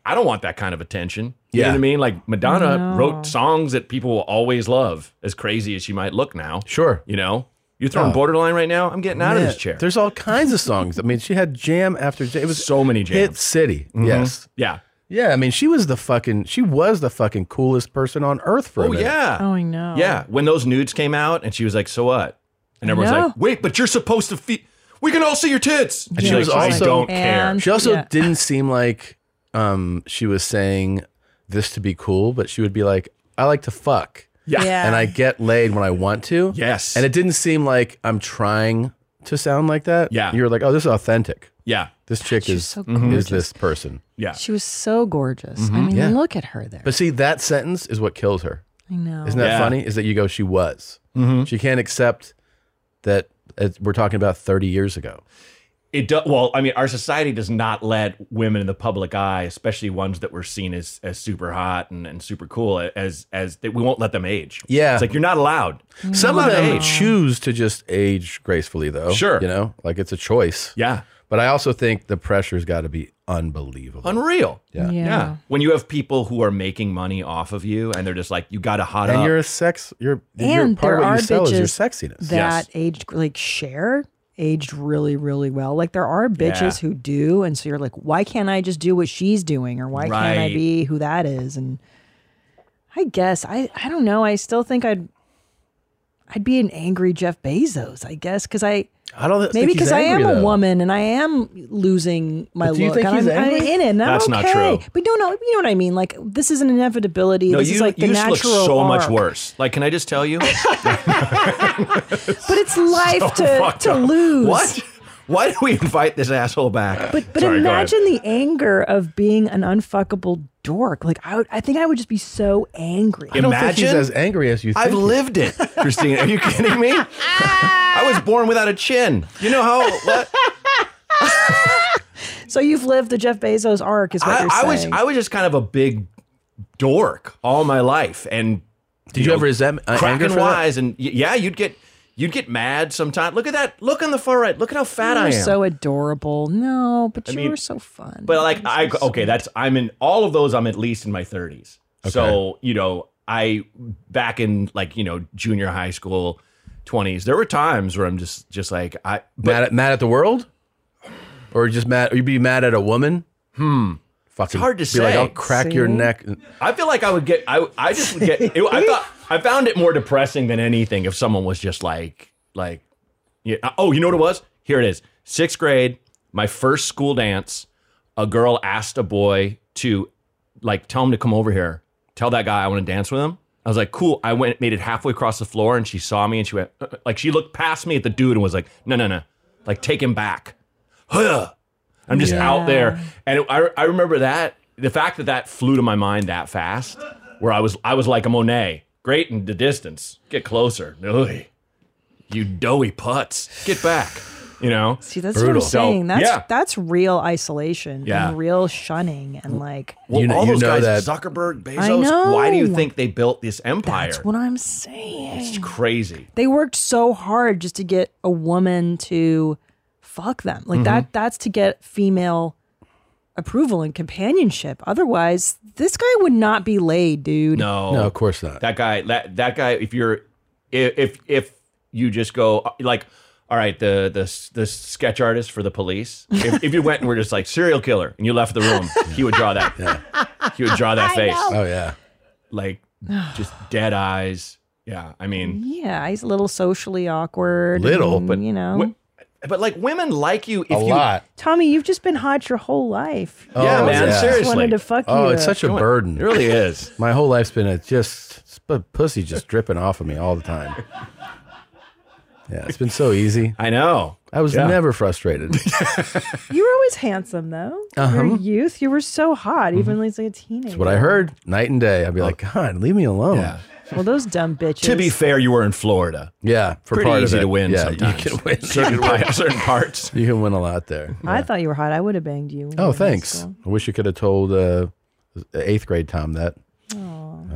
Speaker 1: I don't want that kind of attention. You know
Speaker 2: Yeah.
Speaker 1: what I mean? Like Madonna
Speaker 2: No.
Speaker 1: uh, wrote songs that people will always love, as crazy as she might look now.
Speaker 2: Sure.
Speaker 1: You know, you're throwing
Speaker 2: No.
Speaker 1: borderline right now. I'm getting out of
Speaker 2: Yeah.
Speaker 1: this chair.
Speaker 2: There's all kinds of songs. I mean, she had jam after jam. It was
Speaker 1: so many jams.
Speaker 2: Hit City.
Speaker 1: Mhm.
Speaker 2: Yes.
Speaker 1: Yeah.
Speaker 2: Yeah. I mean, she was the fucking, she was the fucking coolest person on earth for a
Speaker 1: Oh
Speaker 2: minute.
Speaker 1: yeah.
Speaker 7: Oh, I know.
Speaker 1: Yeah. When those nudes came out, and she was like, "So what?" And
Speaker 7: I
Speaker 1: everyone's
Speaker 7: know.
Speaker 1: like, "Wait, but you're supposed to feel. We can all see your tits." And
Speaker 2: And
Speaker 1: she was like, "I don't care."
Speaker 2: She also
Speaker 1: Yeah.
Speaker 2: didn't seem like um, she was saying this to be cool, but she would be like, "I like to fuck,
Speaker 1: Yeah. Yeah.
Speaker 2: and I get laid when I want to."
Speaker 1: Yes,
Speaker 2: and it didn't seem like I'm trying to sound like that. Yeah, Mm-hmm. you were like, "Oh, this is authentic."
Speaker 1: Yeah,
Speaker 2: this chick is
Speaker 7: so gorgeous.
Speaker 2: is this person.
Speaker 1: Yeah,
Speaker 7: she was so gorgeous. I
Speaker 2: Mhm.
Speaker 7: mean,
Speaker 2: Yeah.
Speaker 7: look at her there.
Speaker 2: but see, that sentence is what kills her.
Speaker 7: I know.
Speaker 2: Isn't that
Speaker 1: Yeah.
Speaker 2: funny? Is that you go, she was. She can't accept that uh, we're talking about 30 years ago.
Speaker 1: It do, well, I mean, our society does not let women in the public eye, especially ones that were seen as as super hot and, and super cool, as as that we won't let them age.
Speaker 2: Yeah.
Speaker 1: it's like you're not allowed.
Speaker 7: Mm.
Speaker 2: Some
Speaker 1: You're
Speaker 2: of
Speaker 1: not
Speaker 2: them
Speaker 1: allowed to age.
Speaker 2: choose to just age gracefully, though.
Speaker 1: Sure.
Speaker 2: You know, like it's a choice.
Speaker 1: Yeah.
Speaker 2: But I also think the pressure's got to be unbelievable.
Speaker 1: Unreal.
Speaker 2: Yeah.
Speaker 1: yeah, When you have people who are making money off of you, and they're just like, "You got to hot
Speaker 2: And
Speaker 1: up."
Speaker 2: you're a sex. You're, you're
Speaker 7: and
Speaker 2: part
Speaker 7: there
Speaker 2: of what
Speaker 7: are
Speaker 2: you sell is your
Speaker 7: bitches
Speaker 2: sexiness.
Speaker 7: that aged like Cher aged really really well like there are bitches
Speaker 2: Yeah.
Speaker 7: who do and so you're like why can't i just do what she's doing or why can't i
Speaker 1: Right.
Speaker 7: be who that is and i guess i i don't know i still think i'd i'd be an angry jeff bezos i guess because i
Speaker 2: I don't think
Speaker 7: maybe
Speaker 2: he's
Speaker 7: because i am
Speaker 2: angry,
Speaker 7: a
Speaker 2: though.
Speaker 7: woman and i am losing my
Speaker 2: But do you
Speaker 7: look
Speaker 2: think
Speaker 7: and
Speaker 2: he's
Speaker 7: I'm, I'm
Speaker 2: angry?
Speaker 7: in it and
Speaker 1: That's
Speaker 7: I'm
Speaker 1: not
Speaker 7: okay
Speaker 1: true.
Speaker 7: but no no you know what i mean like this is an inevitability
Speaker 1: no,
Speaker 7: this
Speaker 1: you,
Speaker 7: is like the
Speaker 1: you just look
Speaker 7: natural
Speaker 1: so much
Speaker 7: arc.
Speaker 1: worse. Like, can I just tell you?
Speaker 7: but it's life
Speaker 1: So
Speaker 7: to,
Speaker 1: fucked
Speaker 7: to
Speaker 1: up.
Speaker 7: lose
Speaker 1: What? Why did we invite this asshole back?
Speaker 7: But but imagine the anger of being an unfuckable dork. Like I, would, I think I would just be so angry.
Speaker 2: I don't think he's as angry as you think.
Speaker 1: I've lived it, Christine. Are you kidding me? I was born without a chin. You know how? What?
Speaker 7: So you've lived the Jeff Bezos arc, is what
Speaker 1: I,
Speaker 7: you're
Speaker 1: I was
Speaker 7: saying.
Speaker 1: I was just kind of a big dork all my life, and did
Speaker 2: you ever resent- uh,
Speaker 1: cracking
Speaker 2: anger for that?
Speaker 1: wise? And y- yeah, you'd get you'd get mad sometimes. Look at that! Look on the far right. Look at how fat I
Speaker 7: You're
Speaker 1: am.
Speaker 7: so adorable. No, but
Speaker 1: I
Speaker 7: you
Speaker 1: mean-
Speaker 7: were so fun.
Speaker 1: But like I okay, that's I'm in all of those. I'm at least in my 30s. So you know, I back in like you know junior high school, 20s. There were times where I'm just just like I
Speaker 2: mad at, mad at the world, or just mad? Or you'd be mad at a woman? Hmm. Fucking
Speaker 1: hard to
Speaker 2: be Like
Speaker 1: say.
Speaker 2: I'll crack your
Speaker 1: See?
Speaker 2: neck.
Speaker 1: I feel like I would get. I I just would get. It, I thought I found it more depressing than anything if someone was just like like, yeah. Oh, you know what it was? Here it is. Sixth grade, my first school dance. A girl asked a boy to like tell him to come over here. Tell that guy I want to dance with him. I was like, cool. I went, made it halfway across the floor, and she saw me, and she went, uh, uh, like, she looked past me at the dude and was like, no, no, no, like, take him back. Huh. I'm just
Speaker 17: Yeah.
Speaker 1: out there, and it- I, I remember that the fact that that flew to my mind that fast, where I was I was like a Monet, great in the distance, get closer, Ugh. you doughy putts, get back, you know.
Speaker 7: See, that's what I'm saying. That's
Speaker 1: yeah.
Speaker 7: that's real isolation
Speaker 1: Yeah.
Speaker 7: and real shunning and like
Speaker 1: Well,
Speaker 2: You know-
Speaker 1: all
Speaker 2: you
Speaker 1: those
Speaker 2: know
Speaker 1: guys,
Speaker 2: that-
Speaker 1: Zuckerberg,
Speaker 7: I
Speaker 1: Bezos. Why do you
Speaker 7: know.
Speaker 1: think they built this empire?
Speaker 7: that's what I'm saying.
Speaker 1: it's crazy.
Speaker 7: They worked so hard just to get a woman to fuck them. Like
Speaker 1: Mm-hmm.
Speaker 7: that that's to get female approval and companionship. Otherwise, this guy would not be laid, dude.
Speaker 1: No,
Speaker 2: No, of course not.
Speaker 1: That guy, that that guy. If you're, if if, if you just go uh, like, all right, the the the sketch artist for the police. If, if you went and were just like serial killer, and you left the room, he would draw that. He would draw that face.
Speaker 2: Oh yeah,
Speaker 1: like just dead eyes. Yeah, I mean,
Speaker 7: Yeah, he's a little socially awkward. and,
Speaker 1: but
Speaker 7: you know.
Speaker 1: wi- but like women like you if you
Speaker 7: Tommy, you've just been hot your whole life.
Speaker 1: Yeah,
Speaker 2: Oh,
Speaker 1: man,
Speaker 2: yeah.
Speaker 1: seriously.
Speaker 7: Just wanted to fuck
Speaker 2: oh,
Speaker 7: you.
Speaker 2: it's such a burden.
Speaker 1: It really is.
Speaker 2: My whole life's been a just it's a pussy just dripping off of me all the time. Yeah, it's been so easy.
Speaker 1: I know.
Speaker 2: I was
Speaker 7: Yeah.
Speaker 2: never frustrated.
Speaker 7: You were always handsome though.
Speaker 2: Uh-huh. Mm-hmm.
Speaker 7: Your youth, you were so hot, even as like a teenager.
Speaker 2: That's what I heard night and day.
Speaker 1: Oh.
Speaker 2: I'd be like, God, leave me alone.
Speaker 7: Well, those dumb bitches.
Speaker 1: To be fair, you were in Florida.
Speaker 2: Yeah, for
Speaker 1: Pretty
Speaker 2: part of
Speaker 1: easy
Speaker 2: it.
Speaker 1: to win
Speaker 2: Yeah,
Speaker 1: sometimes.
Speaker 2: you can win
Speaker 1: Certain wi- certain parts.
Speaker 2: You can win a lot there.
Speaker 7: I thought you were hot. I would have banged you. when you
Speaker 2: Oh,
Speaker 7: were in
Speaker 2: thanks.
Speaker 7: school.
Speaker 2: I wish you could have told uh, eighth grade Tom that.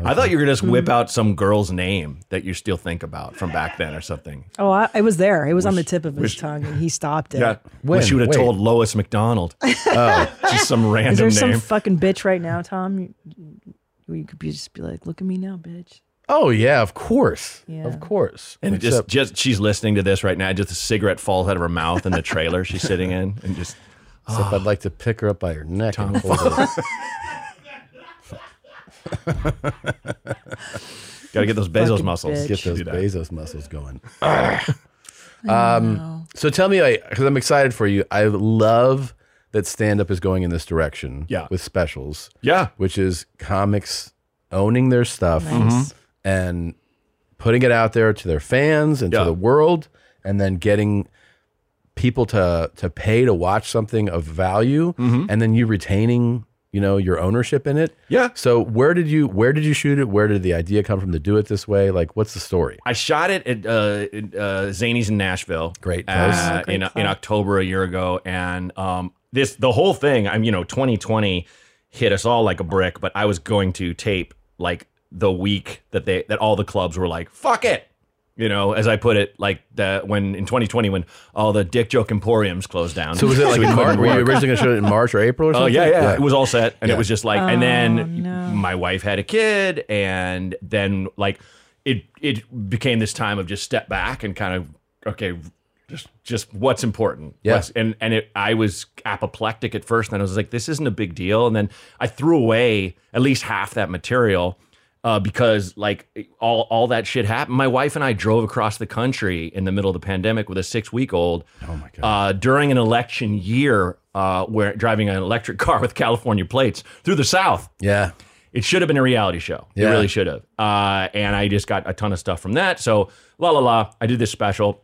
Speaker 1: I thought you were gonna just whip out some girl's name that you still think about from back then or something.
Speaker 7: Oh, I, it was there. It was on the tip of his tongue, and he stopped it.
Speaker 1: Yeah, wish you would have told Lois McDonald.
Speaker 2: Oh.
Speaker 1: just some
Speaker 7: Is
Speaker 1: random
Speaker 7: there
Speaker 1: name.
Speaker 7: some fucking bitch right now, Tom? You, you- you could be, just be like, "Look at me now, bitch."
Speaker 2: Oh yeah, of course,
Speaker 7: Yeah.
Speaker 2: of course.
Speaker 1: and it just,
Speaker 2: Except-
Speaker 1: just she's listening to this right now. Just a cigarette falls out of her mouth in the trailer she's sitting in, and just ah,
Speaker 2: except I'd like to pick her up by her neck. and hold her.
Speaker 1: gotta get those Bezos muscles.
Speaker 2: Get those
Speaker 1: Do that.
Speaker 2: Bezos muscles going. um, so tell me, because I'm excited for you. I love that stand up is going in this direction.
Speaker 1: Yeah.
Speaker 2: With specials.
Speaker 1: Yeah.
Speaker 2: Which is comics owning their stuff
Speaker 1: Nice. Mhm.
Speaker 2: and putting it out there to their fans and
Speaker 1: Yeah.
Speaker 2: to the world, and then getting people to to pay to watch something of value and then you retaining you know your ownership in it
Speaker 1: yeah
Speaker 2: so where did you where did you shoot it where did the idea come from to do it this way like what's the story
Speaker 1: I shot it at uh, at, uh, Zanies in Nashville. Great
Speaker 2: place.
Speaker 1: uh,
Speaker 2: Oh, great
Speaker 1: in,
Speaker 2: place.
Speaker 1: in October a year ago, and um, this the whole thing. I'm you know 2020 hit us all like a brick, but I was going to tape like the week that they that all the clubs were like fuck it, you know, as I put it, like the when in 2020 when all the dick joke emporiums closed down.
Speaker 2: so was it like
Speaker 1: we
Speaker 2: in
Speaker 1: couldn't
Speaker 2: march were you
Speaker 1: work.
Speaker 2: originally going to shoot it in march or april or something
Speaker 1: Oh yeah, yeah, It was all set, and
Speaker 2: Yeah.
Speaker 1: it was just like, and then my wife had a kid, and then like it it became this time of just step back and kind of okay, just just what's important.
Speaker 2: Yeah.
Speaker 1: What's- and and it, I was apoplectic at first, and then I was like, this isn't a big deal, and then I threw away at least half that material. Uh, because like all all that shit happened. My wife and I drove across the country in the middle of the pandemic with a six week old. Oh my god! Uh, during an election year, uh, where driving an electric car with California plates through the South.
Speaker 2: Yeah.
Speaker 1: It should have been a reality show. It
Speaker 2: Yeah.
Speaker 1: really should have. Uh, and I just got a ton of stuff from that. So la la la. I did this special.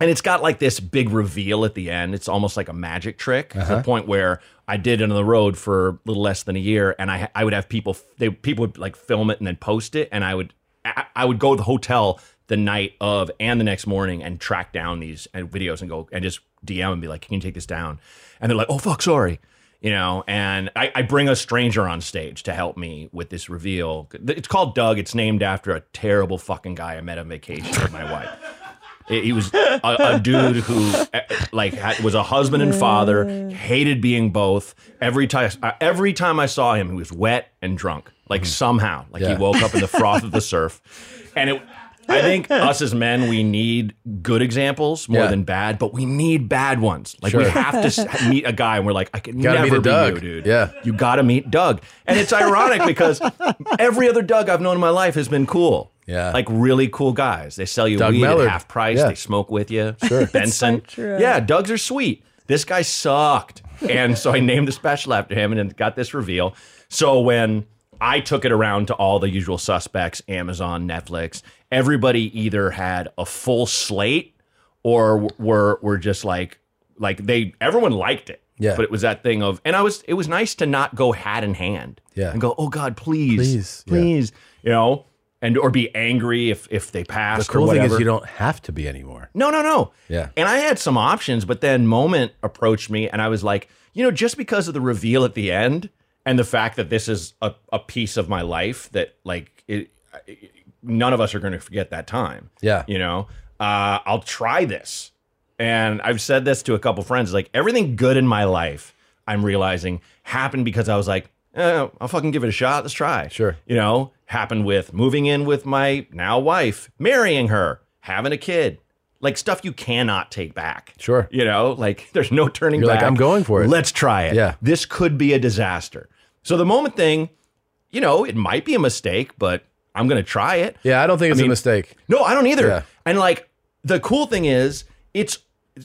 Speaker 1: And it's got like this big reveal at the end. It's almost like a magic trick to the
Speaker 17: Uh-huh.
Speaker 1: point where I did it on the road for a little less than a year, and I I would have people they people would like film it and then post it, and I would I, I would go to the hotel the night of and the next morning and track down these uh, videos and go and just DM and be like, can you take this down? And they're like, oh fuck, sorry. You know, and I, I bring a stranger on stage to help me with this reveal. It's called Doug. It's named after a terrible fucking guy I met on vacation with my wife. He he was a, a dude who, eh, eh, like, had- was a husband and father. Hated being both. Every time, uh, every time I saw him, he was wet and drunk. Like somehow, like
Speaker 17: Mm-hmm. Yeah.
Speaker 1: he woke up in the froth of the surf. And it, I think us as men, we need good examples more
Speaker 17: Yeah.
Speaker 1: than bad, but we need bad ones. Like we
Speaker 17: Sure.
Speaker 1: have to s- meet a guy, and we're like, I can
Speaker 17: Gotta meet
Speaker 1: never
Speaker 17: a
Speaker 1: be
Speaker 17: Doug.
Speaker 1: you, dude. Yeah, you got to meet Doug. And it's ironic because every other Doug I've known in my life has been cool.
Speaker 17: Yeah.
Speaker 1: like really cool guys. They sell you
Speaker 17: Doug
Speaker 1: weed
Speaker 17: Mellard.
Speaker 1: at half price.
Speaker 17: Yeah.
Speaker 1: They smoke with you.
Speaker 17: Sure. That's so
Speaker 1: Benson.
Speaker 17: true.
Speaker 1: Yeah, Dougs are sweet. This guy sucked. And so I named the special after him and then got this reveal. So when I took it around to all the usual suspects, Amazon, Netflix, everybody either had a full slate or w- were were just like like they everyone liked it.
Speaker 17: Yeah.
Speaker 1: But it was that thing of and I was it was nice to not go hat in hand.
Speaker 17: Yeah.
Speaker 1: And go, oh God, please.
Speaker 17: Please, yeah.
Speaker 1: Please. You know? And or be angry if if they
Speaker 2: The
Speaker 1: passed or
Speaker 2: cool thing
Speaker 1: whatever.
Speaker 2: is you don't have to be anymore.
Speaker 1: No, no, no.
Speaker 2: Yeah.
Speaker 1: And I had some options, but then Moment approached me and I was like, you know, just because of the reveal at the end and the fact that this is a, a piece of my life that, like, it, it- none of us are going to forget that time.
Speaker 2: Yeah.
Speaker 1: You know, uh, I'll try this. And I've said this to a couple friends like, everything good in my life, I'm realizing happened because I was like, eh, I'll fucking give it a shot. Let's try. Sure. You know, happened with moving in with my now wife, marrying her, having a kid, like stuff you cannot take back.
Speaker 2: Sure.
Speaker 1: You know, like there's no turning
Speaker 2: You're
Speaker 1: back.
Speaker 2: like, I'm going for it.
Speaker 1: Let's try it.
Speaker 2: Yeah.
Speaker 1: This could be a disaster. So the moment thing, you know, it might be a mistake, but I'm going to try it.
Speaker 2: Yeah, I don't think it's a
Speaker 1: mean,
Speaker 2: mistake.
Speaker 1: No, I don't either.
Speaker 2: Yeah.
Speaker 1: And like the cool thing is, it's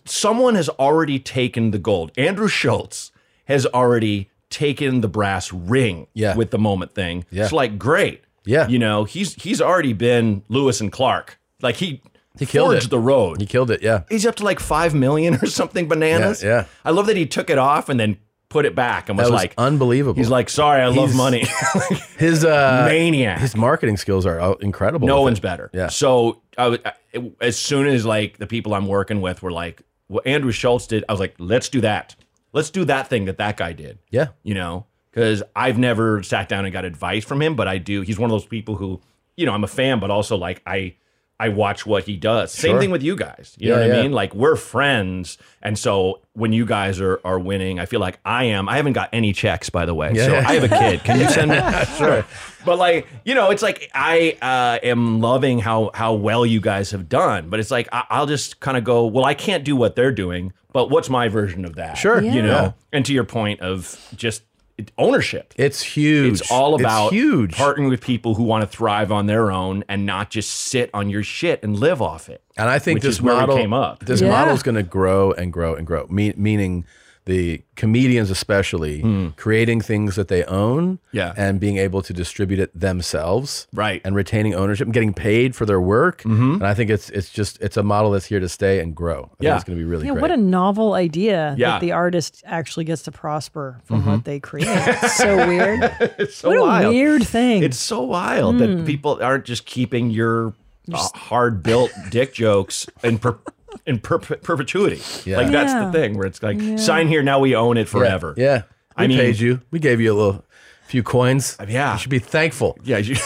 Speaker 1: someone has already taken the gold. Andrew Schultz has already taken the brass ring
Speaker 2: Yeah.
Speaker 1: with the moment thing.
Speaker 2: Yeah.
Speaker 1: It's like great.
Speaker 2: Yeah.
Speaker 1: You know, he's he's already been Lewis and Clark. Like he
Speaker 2: He killed
Speaker 1: forged
Speaker 2: it.
Speaker 1: the road.
Speaker 2: He killed it. Yeah.
Speaker 1: He's up to like five million or something bananas.
Speaker 2: Yeah, yeah.
Speaker 1: I love that he took it off and then put it back and
Speaker 2: That
Speaker 1: was,
Speaker 2: was
Speaker 1: like,
Speaker 2: unbelievable.
Speaker 1: he's like, sorry, I love
Speaker 2: He's-
Speaker 1: money.
Speaker 2: his uh,
Speaker 1: maniac.
Speaker 2: His marketing skills are out- incredible.
Speaker 1: no
Speaker 2: with
Speaker 1: one's
Speaker 2: it.
Speaker 1: better. Yeah. So I was, I, as soon as like the people I'm working with were like, what Andrew Schultz did, I was like, let's do that. Let's do that thing that that guy did.
Speaker 2: Yeah.
Speaker 1: You know, because I've never sat down and got advice from him, but I do. He's one of those people who, you know, I'm a fan, but also like I, I watch what he does. Same
Speaker 17: Sure.
Speaker 1: thing with you guys. You know
Speaker 17: Yeah,
Speaker 1: what I
Speaker 17: yeah.
Speaker 1: mean? Like we're friends, and so when you guys are are winning, I feel like I am. I haven't got any checks, by the way.
Speaker 17: Yeah,
Speaker 1: so
Speaker 17: yeah.
Speaker 1: I have a kid. Can you send me?
Speaker 17: Sure.
Speaker 1: But like you know, it's like I uh, am loving how how well you guys have done. But it's like I, I'll just kind of go. Well, I can't do what they're doing, but what's my version of that?
Speaker 2: Sure.
Speaker 1: You know.
Speaker 2: Yeah.
Speaker 1: And to your point of just it- ownership.
Speaker 2: It's huge.
Speaker 1: It's all about
Speaker 2: huge.
Speaker 1: partnering with people who want to thrive on their own and not just sit on your shit and live off it.
Speaker 2: And I think
Speaker 1: which
Speaker 2: this
Speaker 1: is where we
Speaker 2: model
Speaker 1: came up.
Speaker 2: This model is going to grow and grow and grow. Me- meaning the comedians, especially,
Speaker 1: Hmm.
Speaker 2: creating things that they own,
Speaker 17: Yeah.
Speaker 2: and being able to distribute it themselves,
Speaker 1: right, Mm-hmm.
Speaker 2: and retaining ownership and getting paid for their work. And I think it's it's just it's a model that's here to stay and grow. I think
Speaker 1: Yeah.
Speaker 2: it's going to be really
Speaker 7: yeah,
Speaker 2: great.
Speaker 7: what a novel idea
Speaker 2: Yeah. Mm-hmm.
Speaker 7: that the artist actually gets to prosper from what they create. It's so weird.
Speaker 1: it's so
Speaker 7: what a
Speaker 1: wild.
Speaker 7: weird thing.
Speaker 1: It's so wild
Speaker 7: Mm.
Speaker 2: Hmm.
Speaker 1: that people aren't just keeping your hard built dick jokes in per- in per- perpetuity.
Speaker 2: Yeah.
Speaker 1: Like that's the
Speaker 2: Yeah.
Speaker 1: thing where it's like
Speaker 2: Yeah.
Speaker 1: sign here now we own it forever.
Speaker 2: Yeah, yeah. we
Speaker 1: I mean- Uh,
Speaker 2: paid you. We gave you a little few coins.
Speaker 1: Yeah,
Speaker 2: you should be thankful.
Speaker 1: Yeah, you,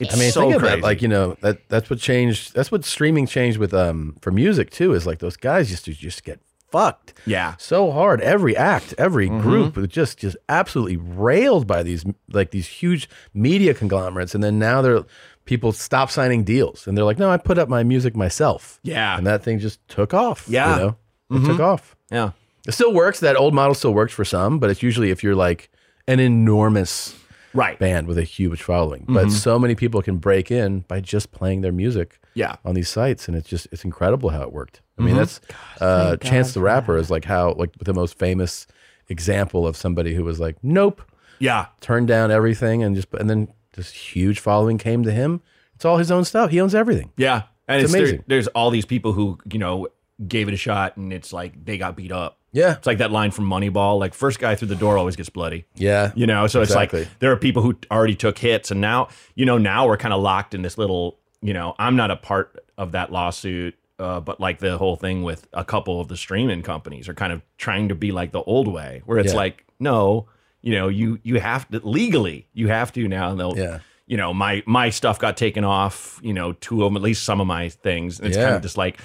Speaker 1: It's
Speaker 2: I mean,
Speaker 1: so
Speaker 2: think of
Speaker 1: crazy.
Speaker 2: that. Like you know, that that's what changed. That's what streaming changed with um for music too. Is like those guys used to just get fucked.
Speaker 1: Yeah, Mm-hmm.
Speaker 2: so hard. Every act, every group was just just absolutely railed by these like these huge media conglomerates, and then now they're people stop signing deals, and they're like, no, I put up my music myself.
Speaker 1: Yeah. Mm-hmm.
Speaker 2: and that thing just took off.
Speaker 17: Yeah.
Speaker 2: you know? it
Speaker 17: Mhm.
Speaker 2: took off.
Speaker 1: Yeah.
Speaker 2: It still works. That old model still works for some, but it's usually if you're like an enormous
Speaker 1: right.
Speaker 2: band with a huge following. But
Speaker 1: Mm-hmm.
Speaker 17: Mhm.
Speaker 2: so many people can break in by just playing their music
Speaker 1: yeah. Mm-hmm.
Speaker 2: on these sites. And it's just, it's incredible how it worked. I mean,
Speaker 17: Mhm.
Speaker 2: that's uh,
Speaker 17: thank God
Speaker 2: Chance the Rapper is like how, like the most famous example of somebody who was like, nope.
Speaker 1: Yeah.
Speaker 2: Turned down everything and just, and then this huge following came to him. It's all his own stuff. He owns everything.
Speaker 1: Yeah, and
Speaker 2: It's
Speaker 1: it's, there-
Speaker 2: amazing.
Speaker 1: there's all these people who you know gave it a shot, and it's like they got beat up.
Speaker 2: Yeah,
Speaker 1: it's like that line from Moneyball: like first guy through the door always gets bloody.
Speaker 2: Yeah,
Speaker 1: you know, so it's
Speaker 2: Exactly.
Speaker 1: like there are people who already took hits, and now you know now we're kind of locked in this little. You know, I'm not a part of that lawsuit. Uh, but like the whole thing with a couple of the streaming companies are kind of trying to be like the old way, where it's
Speaker 2: Yeah.
Speaker 1: like, no, you know, you you have to legally, you have to now. And they'll,
Speaker 2: Yeah.
Speaker 1: you know, my my stuff got taken off. You know, two of them, at least some of my things. And it's kind
Speaker 2: Yeah.
Speaker 1: of just like,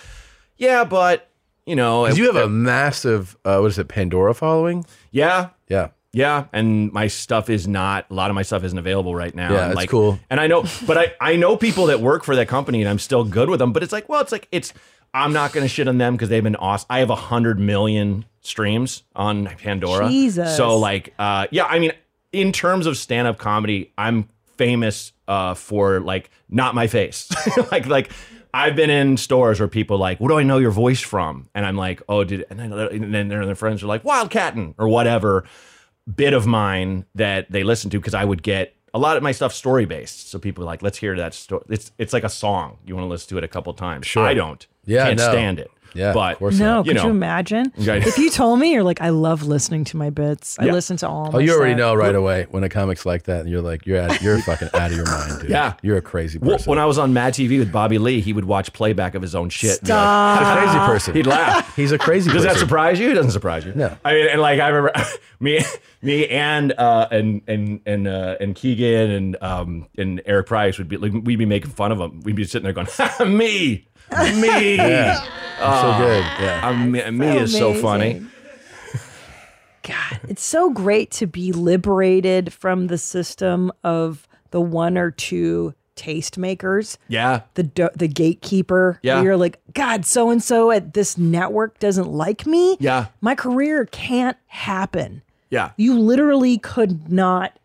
Speaker 1: yeah, but you know,
Speaker 2: Because
Speaker 1: it-
Speaker 2: you have a massive, uh, what is it, Pandora following?
Speaker 1: yeah,
Speaker 2: Yeah.
Speaker 1: yeah, and my stuff is not a lot of my stuff isn't available right now.
Speaker 2: Yeah,
Speaker 1: and
Speaker 2: that's cool.
Speaker 1: And I know, but I I know people that work for that company, and I'm still good with them. But it's like, well, it's like it's I'm not going to shit on them because they've been awesome. I have a hundred million streams on Pandora.
Speaker 7: Jesus.
Speaker 1: So like, uh, yeah, I mean, in terms of stand up comedy, I'm famous uh for like not my face, like like. I've been in stores where people are like, "What do I know your voice from?" And I'm like, "Oh, did," and, I, and then their friends are like, "Wildcatting" or whatever bit of mine that they listened to because I would get a lot of my stuff story based. So people are like, let's hear that story. It's it's like a song. You want to listen to it a couple times.
Speaker 2: Sure.
Speaker 1: I don't.
Speaker 2: Yeah,
Speaker 1: can't
Speaker 2: no.
Speaker 1: stand it.
Speaker 2: Yeah,
Speaker 1: but
Speaker 2: of course
Speaker 7: No,
Speaker 1: you
Speaker 7: could
Speaker 1: know,
Speaker 7: you imagine?
Speaker 2: Yeah.
Speaker 7: If you told me, you're like, I love listening to my bits. I
Speaker 2: Yeah.
Speaker 7: listen to all.
Speaker 2: Oh,
Speaker 7: my
Speaker 2: you already
Speaker 7: stuff."
Speaker 2: know right away when a comic's like that, and you're like, you're out, you're fucking out of your mind, dude.
Speaker 1: Yeah.
Speaker 2: you're a crazy
Speaker 1: Well,
Speaker 2: person.
Speaker 1: when I was on Mad TV with Bobby Lee, he would watch playback of his own shit. and be
Speaker 2: He's
Speaker 1: Like,
Speaker 2: a crazy person.
Speaker 1: He'd laugh.
Speaker 2: He's a crazy.
Speaker 1: Does that
Speaker 2: person.
Speaker 1: surprise you? It doesn't surprise you.
Speaker 2: No.
Speaker 1: I mean, and like I remember me, me and uh, and and and uh, and Keegan and um and Eric Price would be like we'd be making fun of him. We'd be sitting there going, me, me.
Speaker 2: Yeah. I'm so
Speaker 1: Ah,
Speaker 2: good. Yeah.
Speaker 1: I'm- me is so funny.
Speaker 7: amazing. It's so great to be liberated from the system of the one or two tastemakers.
Speaker 1: Yeah.
Speaker 7: The do- the gatekeeper.
Speaker 1: Yeah.
Speaker 7: Where you're like, God, so and so at this network doesn't like me.
Speaker 1: Yeah.
Speaker 7: My career can't happen.
Speaker 1: Yeah.
Speaker 7: You literally could not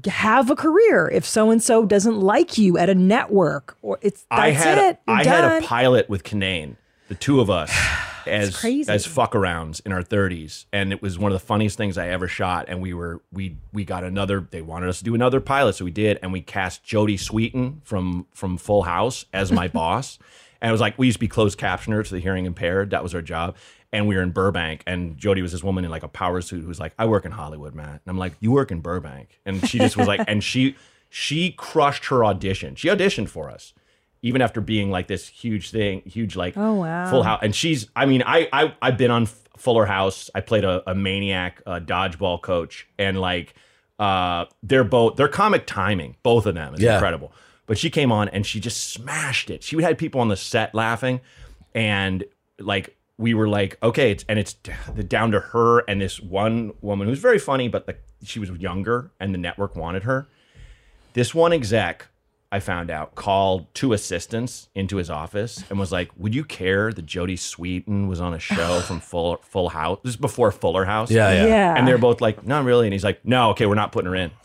Speaker 7: g- have a career if so and so doesn't like you at a network or it's that's
Speaker 1: I had
Speaker 7: it. You're
Speaker 1: I
Speaker 7: done.
Speaker 1: had a pilot with Kinane, the two of us as
Speaker 7: crazy.
Speaker 1: as fuck arounds in our 30s and it was one of the funniest things I ever shot and we were we we got another they wanted us to do another pilot so we did and we cast Jodie Sweetin from from Full House as my boss and it was like we used to be closed captioner to the hearing impaired that was our job and we were in Burbank and Jodie was this woman in like a power suit who's like I work in Hollywood Matt and I'm like you work in Burbank and she just was like and she she crushed her audition she auditioned for us even after being like this huge thing, huge like
Speaker 7: Oh, wow.
Speaker 1: Full House, and she's. I mean, I I I've been on F- Fuller House. I played a, a maniac uh, dodgeball coach, and like uh, they're both their comic timing, both of them is
Speaker 2: Yeah.
Speaker 1: incredible. But she came on and she just smashed it. She had people on the set laughing, and like we were like, okay, it's and it's d- down to her and this one woman who's very funny, but the, she was younger, and the network wanted her. This one exec, I found out, called two assistants into his office and was like, "Would you care that Jodie Sweetin was on a show from Full Full House? This is before Fuller House."
Speaker 2: Yeah, yeah. Yeah.
Speaker 1: And they're both like, "Not really." And he's like, "No, okay, we're not putting her in."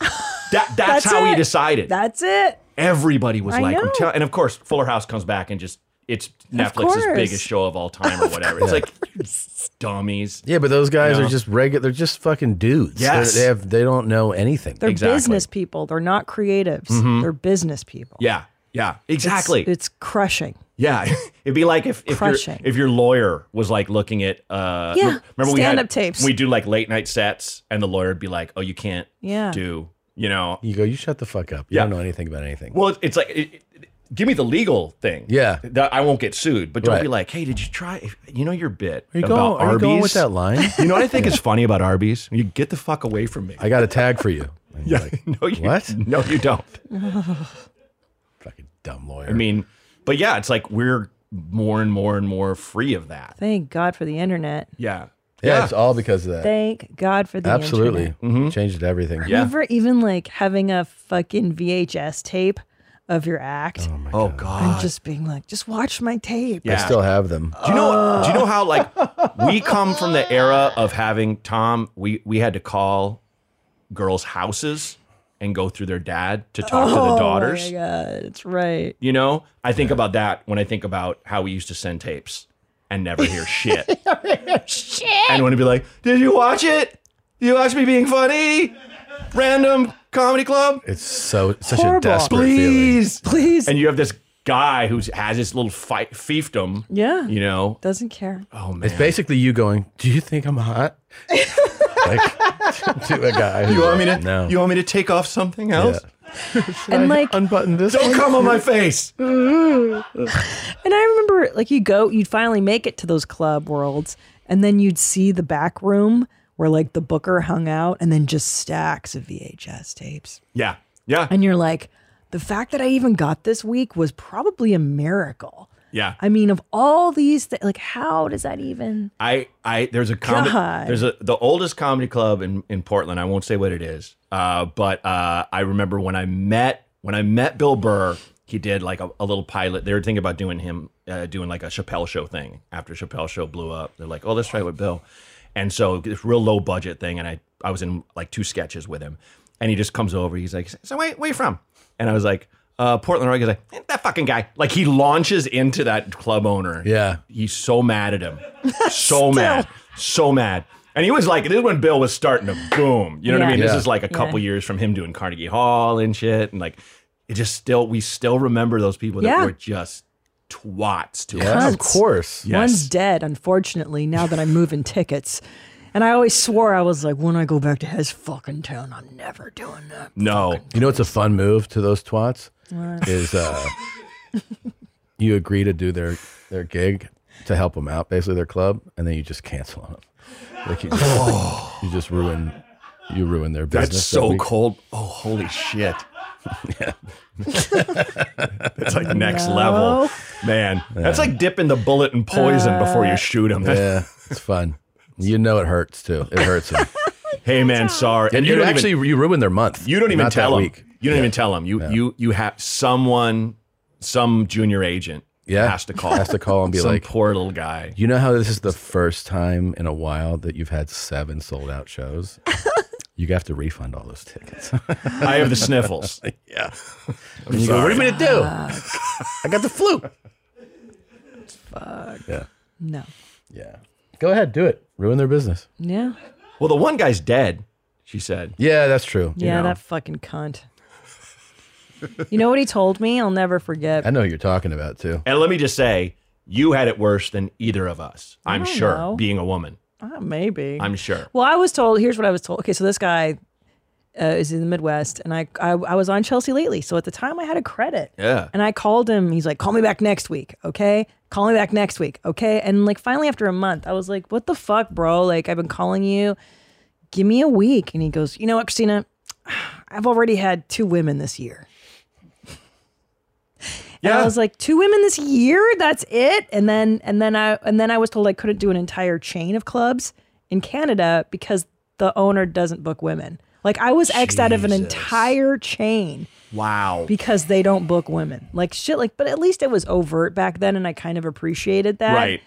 Speaker 1: That, that's,
Speaker 7: That's
Speaker 1: how he
Speaker 7: it.
Speaker 1: decided.
Speaker 7: That's it.
Speaker 1: Everybody was
Speaker 7: I
Speaker 1: like, I'm
Speaker 7: know.
Speaker 1: tell- and of course, Fuller House comes back and just it's Netflix's
Speaker 7: course.
Speaker 1: biggest show of all time or whatever. It's like you dummies.
Speaker 2: Yeah, but those guys
Speaker 1: You know?
Speaker 2: are just regular. They're just fucking dudes. They're-
Speaker 1: Yes.
Speaker 2: they have. They don't know anything.
Speaker 7: They're business people. They're not creatives.
Speaker 1: Mhm.
Speaker 7: They're business people.
Speaker 1: Yeah, yeah,
Speaker 7: It's-
Speaker 1: exactly.
Speaker 7: It's, crushing.
Speaker 1: Yeah, it'd be like if if, your
Speaker 7: Crushing.
Speaker 1: if your lawyer was like looking at uh
Speaker 7: Yeah,
Speaker 1: rem- remember we had
Speaker 7: stand-up tapes.
Speaker 1: we do like late night sets and the lawyer'd be like oh you can't
Speaker 7: Yeah.
Speaker 1: do you know
Speaker 2: You go. You shut the fuck up. You
Speaker 1: Yeah.
Speaker 2: don't know anything about anything.
Speaker 1: well it's- it's like it, it- give me the legal thing
Speaker 2: Yeah.
Speaker 1: that I won't get sued but don't
Speaker 2: Right.
Speaker 1: be like hey did you try you know your bit
Speaker 2: Are you
Speaker 1: about
Speaker 2: going- are you
Speaker 1: Arby's
Speaker 2: going with that line?
Speaker 1: you know what I think
Speaker 2: Yeah.
Speaker 1: is funny about Arby's you get the fuck away from me
Speaker 2: I got a tag for you.
Speaker 1: yeah no you
Speaker 2: What?
Speaker 1: no you don't
Speaker 2: Dumb lawyer.
Speaker 1: I mean but yeah it's like we're more and more and more free of that
Speaker 7: Thank God for the internet.
Speaker 1: yeah Mm-hmm.
Speaker 2: Yeah, it's all because of that.
Speaker 7: Thank God for the
Speaker 2: Absolutely.
Speaker 7: internet.
Speaker 2: Changed everything.
Speaker 7: Remember even like having a fucking VHS tape of your act
Speaker 1: oh god
Speaker 7: and just being like, just watch my tape.
Speaker 2: I still have them.
Speaker 1: Do you know? Do you
Speaker 7: Uh.
Speaker 1: know how like we come from the era of having Tom? We we had to call girls' houses and go through their dad to talk to
Speaker 7: Oh,
Speaker 1: the
Speaker 7: my
Speaker 1: daughters.
Speaker 7: God, that's right.
Speaker 1: You know, I think about that when I think about how we used to send tapes and never hear shit.
Speaker 7: Shit.
Speaker 1: and want to be like, "Did you watch it? Did you watch me being funny? Random comedy club?
Speaker 2: It's so such
Speaker 1: Horrible.
Speaker 2: a desperate
Speaker 1: please,
Speaker 7: please.
Speaker 1: And you have this guy who has this little fight fiefdom.
Speaker 7: Yeah.
Speaker 1: you know.
Speaker 7: Doesn't care.
Speaker 1: Oh man,
Speaker 2: It's basically you going. Do you think I'm hot? like to a guy.
Speaker 1: You want me to?
Speaker 2: No.
Speaker 1: You want me to take off something else?
Speaker 7: and like
Speaker 2: unbutton this.
Speaker 1: Don't come on my face.
Speaker 7: And I remember, like, you go, you'd finally make it to those club worlds, and then you'd see the back room where, like, the booker hung out, and then just stacks of VHS tapes.
Speaker 1: Yeah, yeah,
Speaker 7: And you're like, the fact that I even got this week was probably a miracle.
Speaker 1: yeah.
Speaker 7: I mean, of all these, thi- like, how does that even?
Speaker 1: I, I there's a comedy
Speaker 7: God.
Speaker 1: there's a the oldest comedy club in, in Portland. I won't say what it is, uh, but uh, I remember when I met when I met Bill Burr, he did like a, a little pilot. They were thinking about doing him uh, doing like a Chappelle show thing after Chappelle show blew up. They're like, oh, let's try it with Bill, and so this real low budget thing. And I I was in like two sketches with him, and he just comes over. He's like, so where, where you from? And I was like. Uh, Portland, Oregon. He's like, "Eh, that fucking guy. Like, he launches into that club owner.
Speaker 2: Yeah.
Speaker 1: He's so mad at him so mad, so mad. And he was like, this is when Bill was starting to boom. You know what I
Speaker 2: Yeah.
Speaker 1: mean? This
Speaker 2: Yeah.
Speaker 1: is like a couple
Speaker 2: Yeah.
Speaker 1: years from him doing Carnegie Hall and shit. And like, it just still, we still remember those people that
Speaker 7: Yeah.
Speaker 1: were just twats to
Speaker 7: Yeah,
Speaker 1: us.
Speaker 7: of course. One's
Speaker 1: Yes.
Speaker 7: dead, unfortunately, now that I'm moving tickets. And I always swore I was like, when I go back to his fucking town, I'm never doing that.
Speaker 1: No.
Speaker 2: You know what's a fun move to those twats?
Speaker 7: What?
Speaker 2: Is uh, you agree to do their their gig to help them out, basically their club, and then you just cancel on them. Like you just, you just ruin you ruin their business.
Speaker 1: That's so
Speaker 2: week.
Speaker 1: cold. Oh, holy shit.
Speaker 2: Yeah.
Speaker 1: That's like next level. Man, that's
Speaker 2: Yeah.
Speaker 1: like dipping the bullet in poison before
Speaker 2: Uh,
Speaker 1: you shoot him.
Speaker 2: Yeah, it's fun. You know it hurts too. It hurts them.
Speaker 1: hey man, sorry.
Speaker 2: And
Speaker 1: you
Speaker 2: you
Speaker 1: don't
Speaker 2: actually
Speaker 1: even-
Speaker 2: you ruined their month.
Speaker 1: You don't even
Speaker 2: Not that
Speaker 1: tell them.
Speaker 2: week.
Speaker 1: You don't even tell them. You you you have someone, some junior agent.
Speaker 2: Yeah.
Speaker 1: has to call.
Speaker 2: Has to call and be
Speaker 1: Some
Speaker 2: like-
Speaker 1: poor little guy.
Speaker 2: You know how this is the first time in a while that you've had seven sold out shows? you have to refund all those tickets.
Speaker 1: I have the sniffles.
Speaker 2: yeah.
Speaker 1: I'm
Speaker 2: And you go, what are
Speaker 1: sorry.
Speaker 2: you going to do? I got the flu. Yeah.
Speaker 7: No.
Speaker 2: Yeah. Go ahead, do it. Ruin their business.
Speaker 7: Yeah.
Speaker 1: Well, the one guy's dead. She said.
Speaker 2: Yeah, that's true.
Speaker 7: Yeah, that fucking cunt. you know what he told me? I'll never forget.
Speaker 2: I know who you're talking about too.
Speaker 1: And let me just say, you had it worse than either of us.
Speaker 7: I
Speaker 1: I'm
Speaker 7: don't
Speaker 1: sure,
Speaker 7: know.
Speaker 1: being a woman.
Speaker 7: Ah, maybe.
Speaker 1: I'm sure.
Speaker 7: Well, I was told. Here's what I was told. Okay, so this guy uh, is in the Midwest, and I, I I was on Chelsea lately. So at the time, I had a credit.
Speaker 1: Yeah.
Speaker 7: And I called him. He's like, "Call me back next week, okay? Call me back next week, okay?" And like finally, after a month, I was like, "What the fuck, bro? Like I've been calling you. Give me a week." And he goes, "You know what, Christina? I've already had two women this year." And I was like, two women this year? That's it? And then and then I and then I was told I couldn't do an entire chain of clubs in Canada because the owner doesn't book women. Like I was xed out of an entire chain
Speaker 1: Wow.
Speaker 7: because they don't book women. Like shit like but at least it was overt back then and I kind of appreciated that.
Speaker 1: right.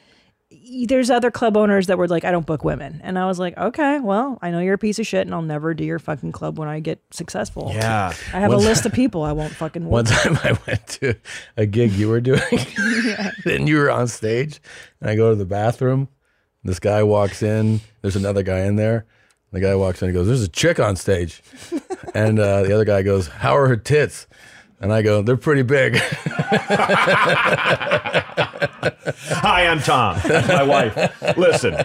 Speaker 7: Y- There's other club owners that were like, I don't book women. And I was like, okay, well, I know you're a piece of shit and I'll never do your fucking club when I get successful.
Speaker 2: Yeah.
Speaker 7: I have a
Speaker 2: Once-
Speaker 7: list of people I won't fucking work
Speaker 2: One time I went to a gig you were doing, and you were on stage, and I go to the bathroom. This guy walks in. There's another guy in there. The guy walks in and goes, "There's a chick on stage," and uh, the other guy goes, "How are her tits?" And I go, "They're pretty big."
Speaker 1: Hi, I'm Tom. That's my wife. Listen,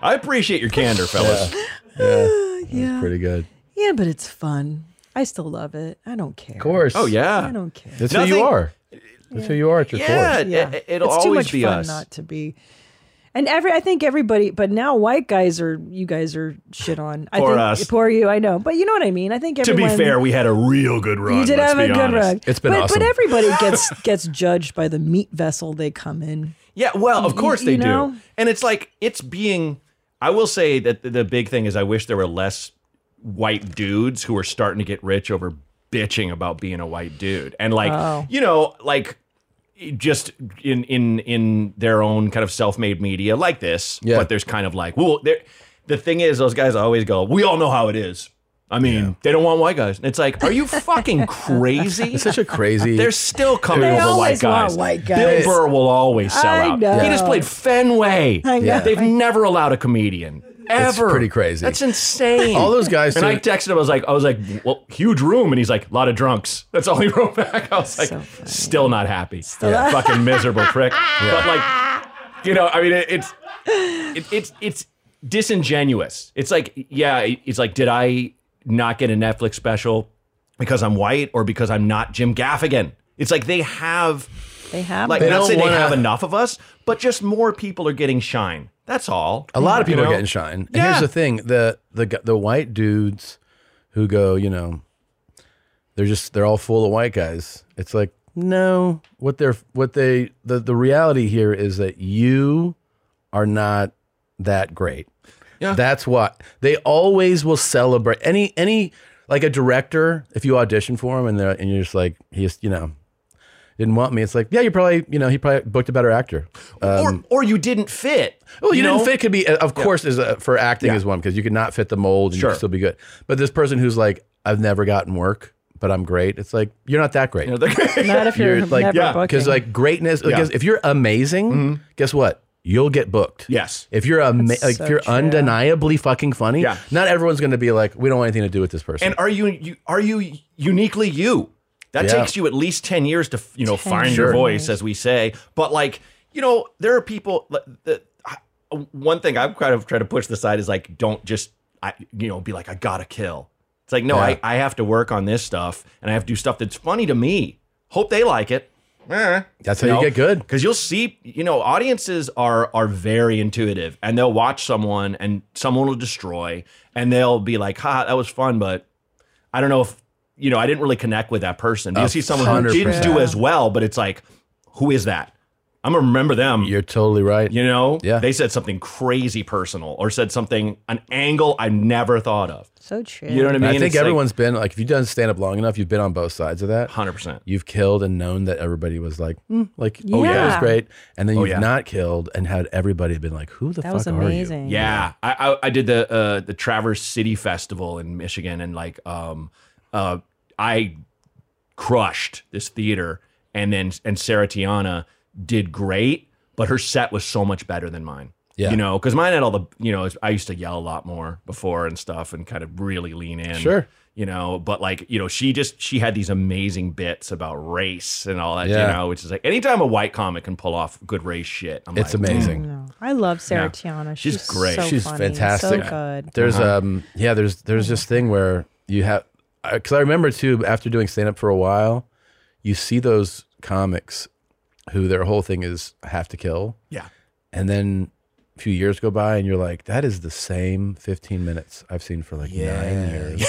Speaker 1: I appreciate your candor, fellas.
Speaker 2: yeah,
Speaker 7: Yeah.
Speaker 2: pretty good.
Speaker 7: Yeah, but it's fun. I still love it. I don't care. Of
Speaker 2: course.
Speaker 1: Oh, yeah.
Speaker 7: I don't care.
Speaker 2: That's who you are. That's who you are at your
Speaker 1: Yeah,
Speaker 2: core.
Speaker 1: it- it- it'll
Speaker 7: it's too
Speaker 1: always
Speaker 7: much
Speaker 1: be
Speaker 7: fun
Speaker 1: us.
Speaker 7: not to be. And every, I think everybody, but now white guys are, you guys are shit on. I
Speaker 1: Poor
Speaker 7: think,
Speaker 1: us.
Speaker 7: Poor you, I know. But you know what I mean. I think
Speaker 1: To
Speaker 7: everyone.
Speaker 1: be fair, we had a real good run.
Speaker 7: you did
Speaker 1: let's
Speaker 7: have
Speaker 1: be
Speaker 7: a good
Speaker 1: honest.
Speaker 7: run. but, But everybody gets gets judged by the meat vessel they come in.
Speaker 1: Yeah, well, of
Speaker 7: Y-
Speaker 1: course
Speaker 7: you
Speaker 1: they
Speaker 7: know?
Speaker 1: do. And it's like it's being I will say that the- the big thing is I wish there were less white dudes who are starting to get rich over bitching about being a white dude. And like,
Speaker 17: Oh.
Speaker 1: you know, like just in in in their own kind of self-made media like this, yeah. but there's kind of like, well, there the thing is those guys always go, "We all know how it is." I mean, they don't want white guys. And it's like, are you fucking crazy?
Speaker 2: It's such a crazy.
Speaker 1: They're still coming
Speaker 7: They
Speaker 1: over white
Speaker 7: always want
Speaker 1: guys.
Speaker 7: white guys.
Speaker 1: Bill Burr will always sell
Speaker 7: I
Speaker 1: out.
Speaker 7: know.
Speaker 1: He just played Fenway.
Speaker 7: I know.
Speaker 1: They've never allowed a comedian ever.
Speaker 2: pretty crazy.
Speaker 1: That's insane.
Speaker 2: All those guys
Speaker 1: And
Speaker 2: do-
Speaker 1: I texted him. I was like, I was like, well, huge room, and he's like, a lot of drunks. That's all he wrote back. I was like, still not happy. Still
Speaker 2: Yeah.
Speaker 1: fucking miserable prick. But like, you know, I mean, it, it's it, it's it's disingenuous. It's like, yeah, it's like, did I not get a Netflix special because I'm white or because I'm not Jim Gaffigan? It's like they have
Speaker 7: They have.
Speaker 1: like
Speaker 7: them.
Speaker 1: not saying they have enough of us, but just more people are getting shine. That's all.
Speaker 2: A lot of people
Speaker 1: You know?
Speaker 2: are getting shine. And
Speaker 1: Yeah.
Speaker 2: here's the thing: the the gu- the white dudes who go, you know, they're just they're all full of white guys. It's like no, what they're what they the the reality here is that you are not that great. Yeah. That's what they always will celebrate any any like a director if you audition for him and they're and you're just like he's you know didn't want me. It's like yeah, you probably you know he probably booked a better actor. Um,
Speaker 1: or you didn't fit.
Speaker 2: Well, you,
Speaker 1: You
Speaker 2: didn't
Speaker 1: know?
Speaker 2: fit could be, uh, of
Speaker 1: Yeah.
Speaker 2: course, is a, for acting
Speaker 1: Yeah.
Speaker 2: is one because you could not fit the mold and you
Speaker 1: Sure.
Speaker 2: could still be good. But this person who's like, I've never gotten work, but I'm great. It's like you're not that great.
Speaker 1: Not if you're never
Speaker 2: like
Speaker 1: booking.
Speaker 2: because like greatness. like,
Speaker 1: Yeah.
Speaker 2: guess- if you're amazing, guess what? You'll get booked.
Speaker 1: Yes.
Speaker 2: If you're ama- like,
Speaker 1: so
Speaker 2: if you're
Speaker 1: true.
Speaker 2: undeniably fucking funny, not everyone's going to be like, we don't want anything to do with this person.
Speaker 1: And are you, you are you uniquely you? That
Speaker 2: Yeah.
Speaker 1: takes you at least ten years to you know
Speaker 2: 10
Speaker 1: find your
Speaker 2: years.
Speaker 1: voice, as we say. But like you know, there are people. like, The, I- one thing I'm kind of trying to push the side is like, don't just I you know be like I gotta kill. It's like no,
Speaker 2: Yeah.
Speaker 1: I I have to work on this stuff, and I have to do stuff that's funny to me. Hope they like it.
Speaker 2: That's how you get good.
Speaker 1: Because you'll see, you know, audiences are are very intuitive, and they'll watch someone, and someone will destroy, and they'll be like, "Ha, that was fun," but I don't know if you know, I didn't really connect with that person. You
Speaker 2: A
Speaker 1: see someone who
Speaker 2: hundred
Speaker 1: didn't do
Speaker 2: percent.
Speaker 1: as well, but it's like, who is that? I'm gonna remember them.
Speaker 2: You're totally right.
Speaker 1: You know,
Speaker 2: Yeah.
Speaker 1: they said something crazy personal, or said something an angle I never thought of.
Speaker 7: So true.
Speaker 1: You know what I mean?
Speaker 2: I think
Speaker 1: It's like-
Speaker 2: everyone's been like, if you've done stand up long enough, you've been on both sides of that.
Speaker 1: 100%.
Speaker 2: You've killed and known that everybody was like, mm, like, oh,
Speaker 1: Yeah.
Speaker 2: yeah, it was great. And then
Speaker 1: Oh,
Speaker 2: you've
Speaker 1: yeah.
Speaker 2: not killed and had everybody been like, who the fuck are you?
Speaker 1: Yeah, I, I I did the uh, the Traverse City Festival in Michigan, and like um uh I crushed this theater, and then and Sarah Tiana did great, but her set was so much better than mine.
Speaker 2: Yeah.
Speaker 1: you know, because mine had all the you know I used to yell a lot more before and stuff, and kind of really lean in.
Speaker 2: Sure.
Speaker 1: You know, but like, you know, she just she had these amazing bits about race and all that,
Speaker 2: Yeah.
Speaker 1: you know, which is like anytime a white comic can pull off good race shit, I'm
Speaker 2: It's
Speaker 1: like,
Speaker 2: amazing.
Speaker 7: I love Sarah
Speaker 1: Yeah.
Speaker 7: Tiana.
Speaker 1: She's
Speaker 7: She's,
Speaker 1: great.
Speaker 7: Mm, So
Speaker 2: She's
Speaker 7: funny,
Speaker 2: fantastic.
Speaker 7: So good.
Speaker 2: There's
Speaker 1: Uh-huh.
Speaker 2: um yeah, there's there's this thing where you have because I remember too after doing stand up for a while, you see those comics who their whole thing is have to kill.
Speaker 1: "Mm, Yeah.
Speaker 2: And then a few years go by and you're like, that is the same 15 minutes I've seen for like nine years.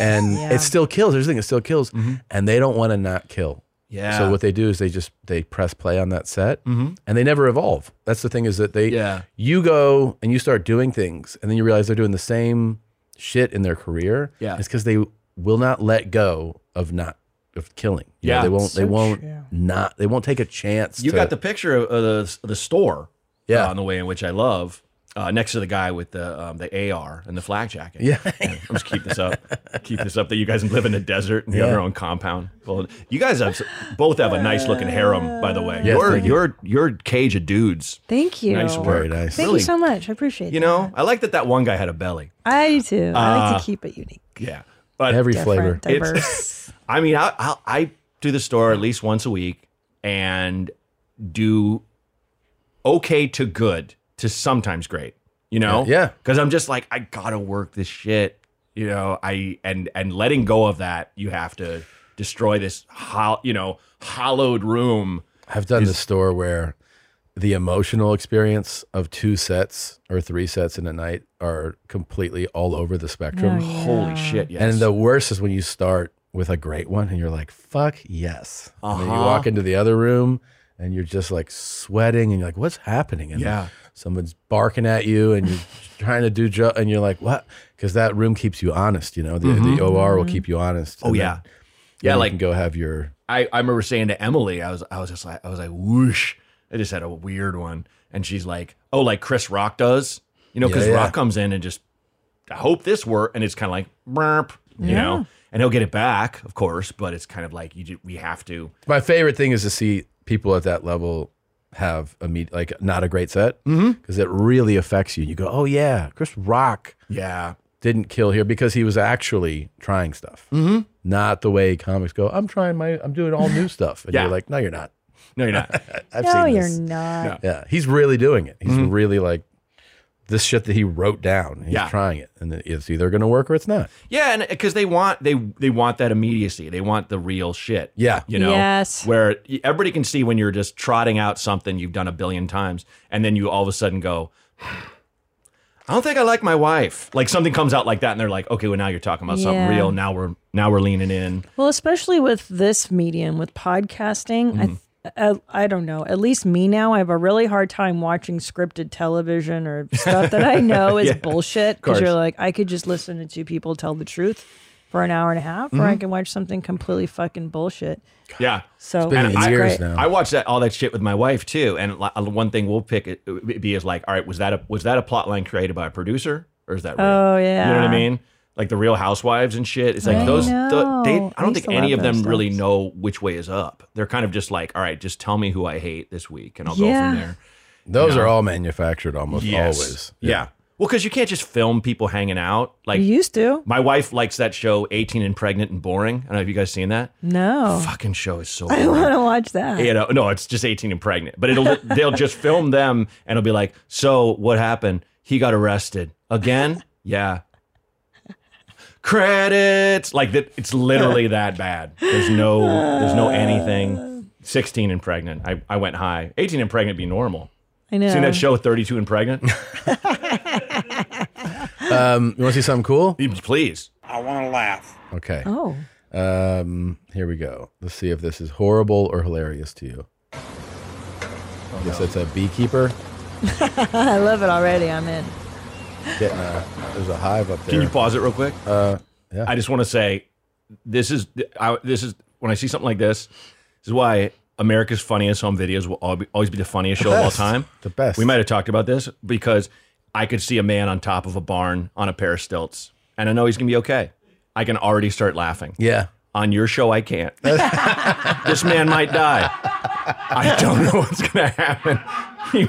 Speaker 2: and
Speaker 1: Yeah.
Speaker 2: it still kills. There's a thing, it still kills. And they don't want to not kill.
Speaker 1: Mm-hmm. Yeah.
Speaker 2: So what they do is they just they press play on that set
Speaker 1: Mhm.
Speaker 2: and they never evolve. That's the thing is that they
Speaker 1: Yeah.
Speaker 2: you go and you start doing things and then you realize they're doing the same shit in their career.
Speaker 1: Yeah.
Speaker 2: It's because they will not let go of not of killing. You know,
Speaker 1: Yeah.
Speaker 2: they won't they
Speaker 1: So
Speaker 2: won't
Speaker 1: true.
Speaker 2: not they won't take a chance.
Speaker 1: You
Speaker 2: to-
Speaker 1: got the picture of, of the the store, yeah, on the way in which I love, uh, next to the guy with the um, the AR and the flak jacket.
Speaker 2: Yeah.
Speaker 1: I'm just keep this up, keep this up. That you guys live in the desert and you have
Speaker 2: Yeah.
Speaker 1: your own compound. Well, you guys have, both have a nice looking harem, by the way.
Speaker 2: Yes,
Speaker 1: your
Speaker 2: thank you.
Speaker 1: your your cage of dudes.
Speaker 7: Thank you.
Speaker 1: Nice work.
Speaker 7: Thank you so much. I appreciate it.
Speaker 1: You know, I like that that one guy had a belly.
Speaker 7: I do too. I like
Speaker 1: Uh,
Speaker 7: to keep it unique.
Speaker 1: Yeah, but
Speaker 2: Every Different, flavor.
Speaker 1: It's- I mean, I, I I do the store at least once a week and do okay to good to sometimes great. You know,
Speaker 2: Yeah, yeah.
Speaker 1: Because I'm just like I gotta work this shit. You know, I and and letting go of that, you have to destroy this hol- you know hollowed room.
Speaker 2: I've done the store where the emotional experience of two sets or three sets in a night are completely all over the spectrum.
Speaker 1: Oh, yeah. Holy shit, yes.
Speaker 2: And the worst is when you start with a great one and you're like, fuck yes. And then you
Speaker 1: Uh-huh.
Speaker 2: walk into the other room and you're just like sweating and you're like, what's happening? And
Speaker 1: Yeah.
Speaker 2: someone's barking at you and you're trying to do jo- and you're like, what? Because that room keeps you honest, you know, the,
Speaker 1: Mhm.
Speaker 2: the OR will
Speaker 1: Mhm.
Speaker 2: keep you honest.
Speaker 1: Oh,
Speaker 2: And
Speaker 1: yeah. Yeah,
Speaker 2: then- then you
Speaker 1: like-
Speaker 2: can go have your
Speaker 1: I, I remember saying to Emily, I was I was just like I was like whoosh. I just had a weird one, and she's like, oh, like Chris Rock does, you know,
Speaker 2: Yeah,
Speaker 1: because
Speaker 2: yeah.
Speaker 1: Rock comes in and just I hope this work, and it's kind of like burp, you
Speaker 2: Yeah.
Speaker 1: know, and he'll get it back, of course, but it's kind of like you ju- we have to.
Speaker 2: My favorite thing is to see people at that level have a meet like not a great set because
Speaker 1: Mm-hmm.
Speaker 2: it really affects you. You go, oh yeah, Chris Rock, yeah, didn't kill here because he was actually trying stuff,
Speaker 1: Mhm.
Speaker 2: not the way comics go. I'm trying my, I'm doing all new stuff, and
Speaker 1: Yeah.
Speaker 2: you're like, no, you're not.
Speaker 1: No, you're not.
Speaker 2: I've
Speaker 17: no,
Speaker 2: seen
Speaker 17: you're
Speaker 2: this.
Speaker 17: not.
Speaker 2: Yeah, he's really doing it. He's
Speaker 1: Mhm.
Speaker 2: really like this shit that he wrote down. He's
Speaker 1: Yeah.
Speaker 2: trying it, and it's either going to work or it's not.
Speaker 1: Yeah, and because they want they they want that immediacy. They want the real shit.
Speaker 2: Yeah.
Speaker 1: you know,
Speaker 2: Yes.
Speaker 1: where everybody can see when you're just trotting out something you've done a billion times, and then you all of a sudden go, "I don't think I like my wife." Like something comes out like that, and they're like, "Okay, well now you're talking about something
Speaker 7: Yeah.
Speaker 1: real. Now we're now we're leaning in."
Speaker 7: Well, especially with this medium, with podcasting,
Speaker 1: Mm-hmm.
Speaker 7: I, th- uh, I I don't know. At least me now, I have a really hard time watching scripted television or stuff that I know is
Speaker 5: Yeah.
Speaker 7: bullshit.
Speaker 5: Of
Speaker 7: Because
Speaker 5: course.
Speaker 7: you're like, I could just listen to two people tell the truth for an hour and a half, or I
Speaker 1: Mhm.
Speaker 7: can watch something completely fucking bullshit.
Speaker 1: Yeah.
Speaker 7: So It's been
Speaker 1: And
Speaker 7: years
Speaker 1: I,
Speaker 7: now.
Speaker 1: I watch that all that shit with my wife too, and li- uh, one thing we'll pick it, it be is like, all right, was that a was that a plot line created by a producer or is that real?
Speaker 7: Oh,
Speaker 1: you know what
Speaker 7: yeah.
Speaker 1: I mean? Like the Real Housewives and shit. It's like
Speaker 7: I
Speaker 1: those.
Speaker 7: know.
Speaker 1: they,
Speaker 7: I
Speaker 1: I don't
Speaker 7: used
Speaker 1: think
Speaker 7: to
Speaker 1: any
Speaker 7: love
Speaker 1: of them
Speaker 7: those
Speaker 1: really know which way is up. They're kind of just like, all right, just tell me who I hate this week, and I'll go
Speaker 7: Yeah.
Speaker 1: from there.
Speaker 2: Those
Speaker 1: You know?
Speaker 2: are all manufactured almost
Speaker 1: Yes.
Speaker 2: always.
Speaker 1: Yeah. Well, because you can't just film people hanging out. Like
Speaker 7: You used to.
Speaker 1: My wife likes that show, 18 and Pregnant and Boring. I don't know if you guys seen that.
Speaker 7: No,
Speaker 1: Fucking show is so.
Speaker 7: Oh. I
Speaker 1: boring.
Speaker 7: want to watch that.
Speaker 1: You know, no, it's just 18 and pregnant. But it'll they'll just film them and it'll be like, so what happened? He got arrested again. Yeah. Credits like that. It's literally that bad. There's no there's no anything. 16 and pregnant. I, I went high. 18 and pregnant be normal.
Speaker 7: I know.
Speaker 1: Seen that show 32 and pregnant?
Speaker 2: Um, you want to see something cool?
Speaker 1: Please.
Speaker 18: I want to laugh.
Speaker 2: Okay.
Speaker 7: Oh.
Speaker 2: Um, here we go. Let's see if this is horrible or hilarious to you.
Speaker 1: Oh,
Speaker 2: I guess that's a beekeeper
Speaker 7: I love it already. I'm in.
Speaker 2: getting a. There's a hive up there.
Speaker 1: Can you pause it real quick?
Speaker 2: Uh, yeah.
Speaker 1: I just want to say, this is I, this is when I see something like this. This is why America's Funniest Home Videos will al- always be the funniest
Speaker 2: The
Speaker 1: show of all
Speaker 2: best.
Speaker 1: time.
Speaker 2: The best.
Speaker 1: We might have talked about this because I could see a man on top of a barn on a pair of stilts, and I know he's gonna be okay. I can already start laughing.
Speaker 2: Yeah.
Speaker 1: On your show, I can't. this man might die. I don't know what's gonna happen. He,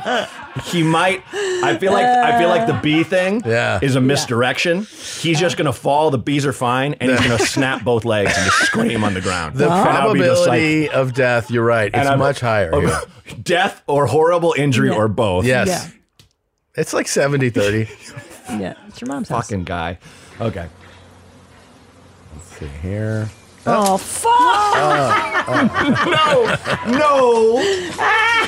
Speaker 1: he might. I feel like I feel like the bee thing
Speaker 2: Yeah.
Speaker 1: is a misdirection. He's just gonna fall. The bees are fine, and he's gonna snap both legs and just scream on the ground.
Speaker 2: The
Speaker 1: And I'll be just like,
Speaker 2: probability of death. You're right.
Speaker 1: And
Speaker 2: It's
Speaker 1: I'm-
Speaker 2: much higher.
Speaker 1: or-
Speaker 2: here.
Speaker 1: death or horrible injury or both.
Speaker 2: Yes. It's like 70 30.
Speaker 7: Yeah, it's your mom's house.
Speaker 1: Fucking guy. Okay.
Speaker 2: Let's see here.
Speaker 7: Oh fuck!
Speaker 2: Uh,
Speaker 1: no, no,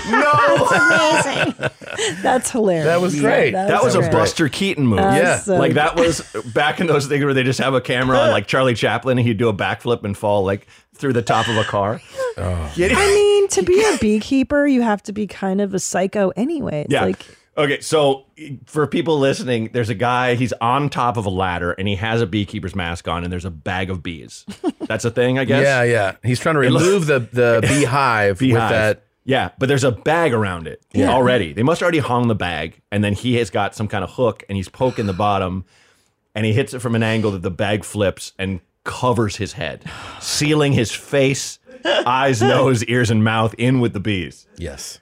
Speaker 1: no.
Speaker 7: That's amazing. That's hilarious.
Speaker 2: That was great.
Speaker 1: That, was, a
Speaker 7: great.
Speaker 1: Buster Keaton movie.
Speaker 7: That was so
Speaker 1: like that was back in those things where they just have a camera on like Charlie Chaplin and he'd do a backflip and fall like through the top of a car.
Speaker 7: I mean, to be a beekeeper, you have to be kind of a psycho anyway. It's
Speaker 1: yeah.
Speaker 7: like
Speaker 1: okay, so for people listening, there's a guy, he's on top of a ladder and he has a beekeeper's mask on and there's a bag of bees. That's a thing, I guess.
Speaker 2: Yeah, yeah. He's trying to
Speaker 1: It looks-
Speaker 2: remove the, the beehive, with
Speaker 1: Beehive.
Speaker 2: that.
Speaker 1: Yeah, but there's a bag around it
Speaker 2: Yeah.
Speaker 1: already. They must already hung the bag, and then he has got some kind of hook, and he's poking the bottom, and he hits it from an angle that the bag flips and covers his head, sealing his face, eyes, nose, ears, and mouth in with the bees.
Speaker 2: Yes.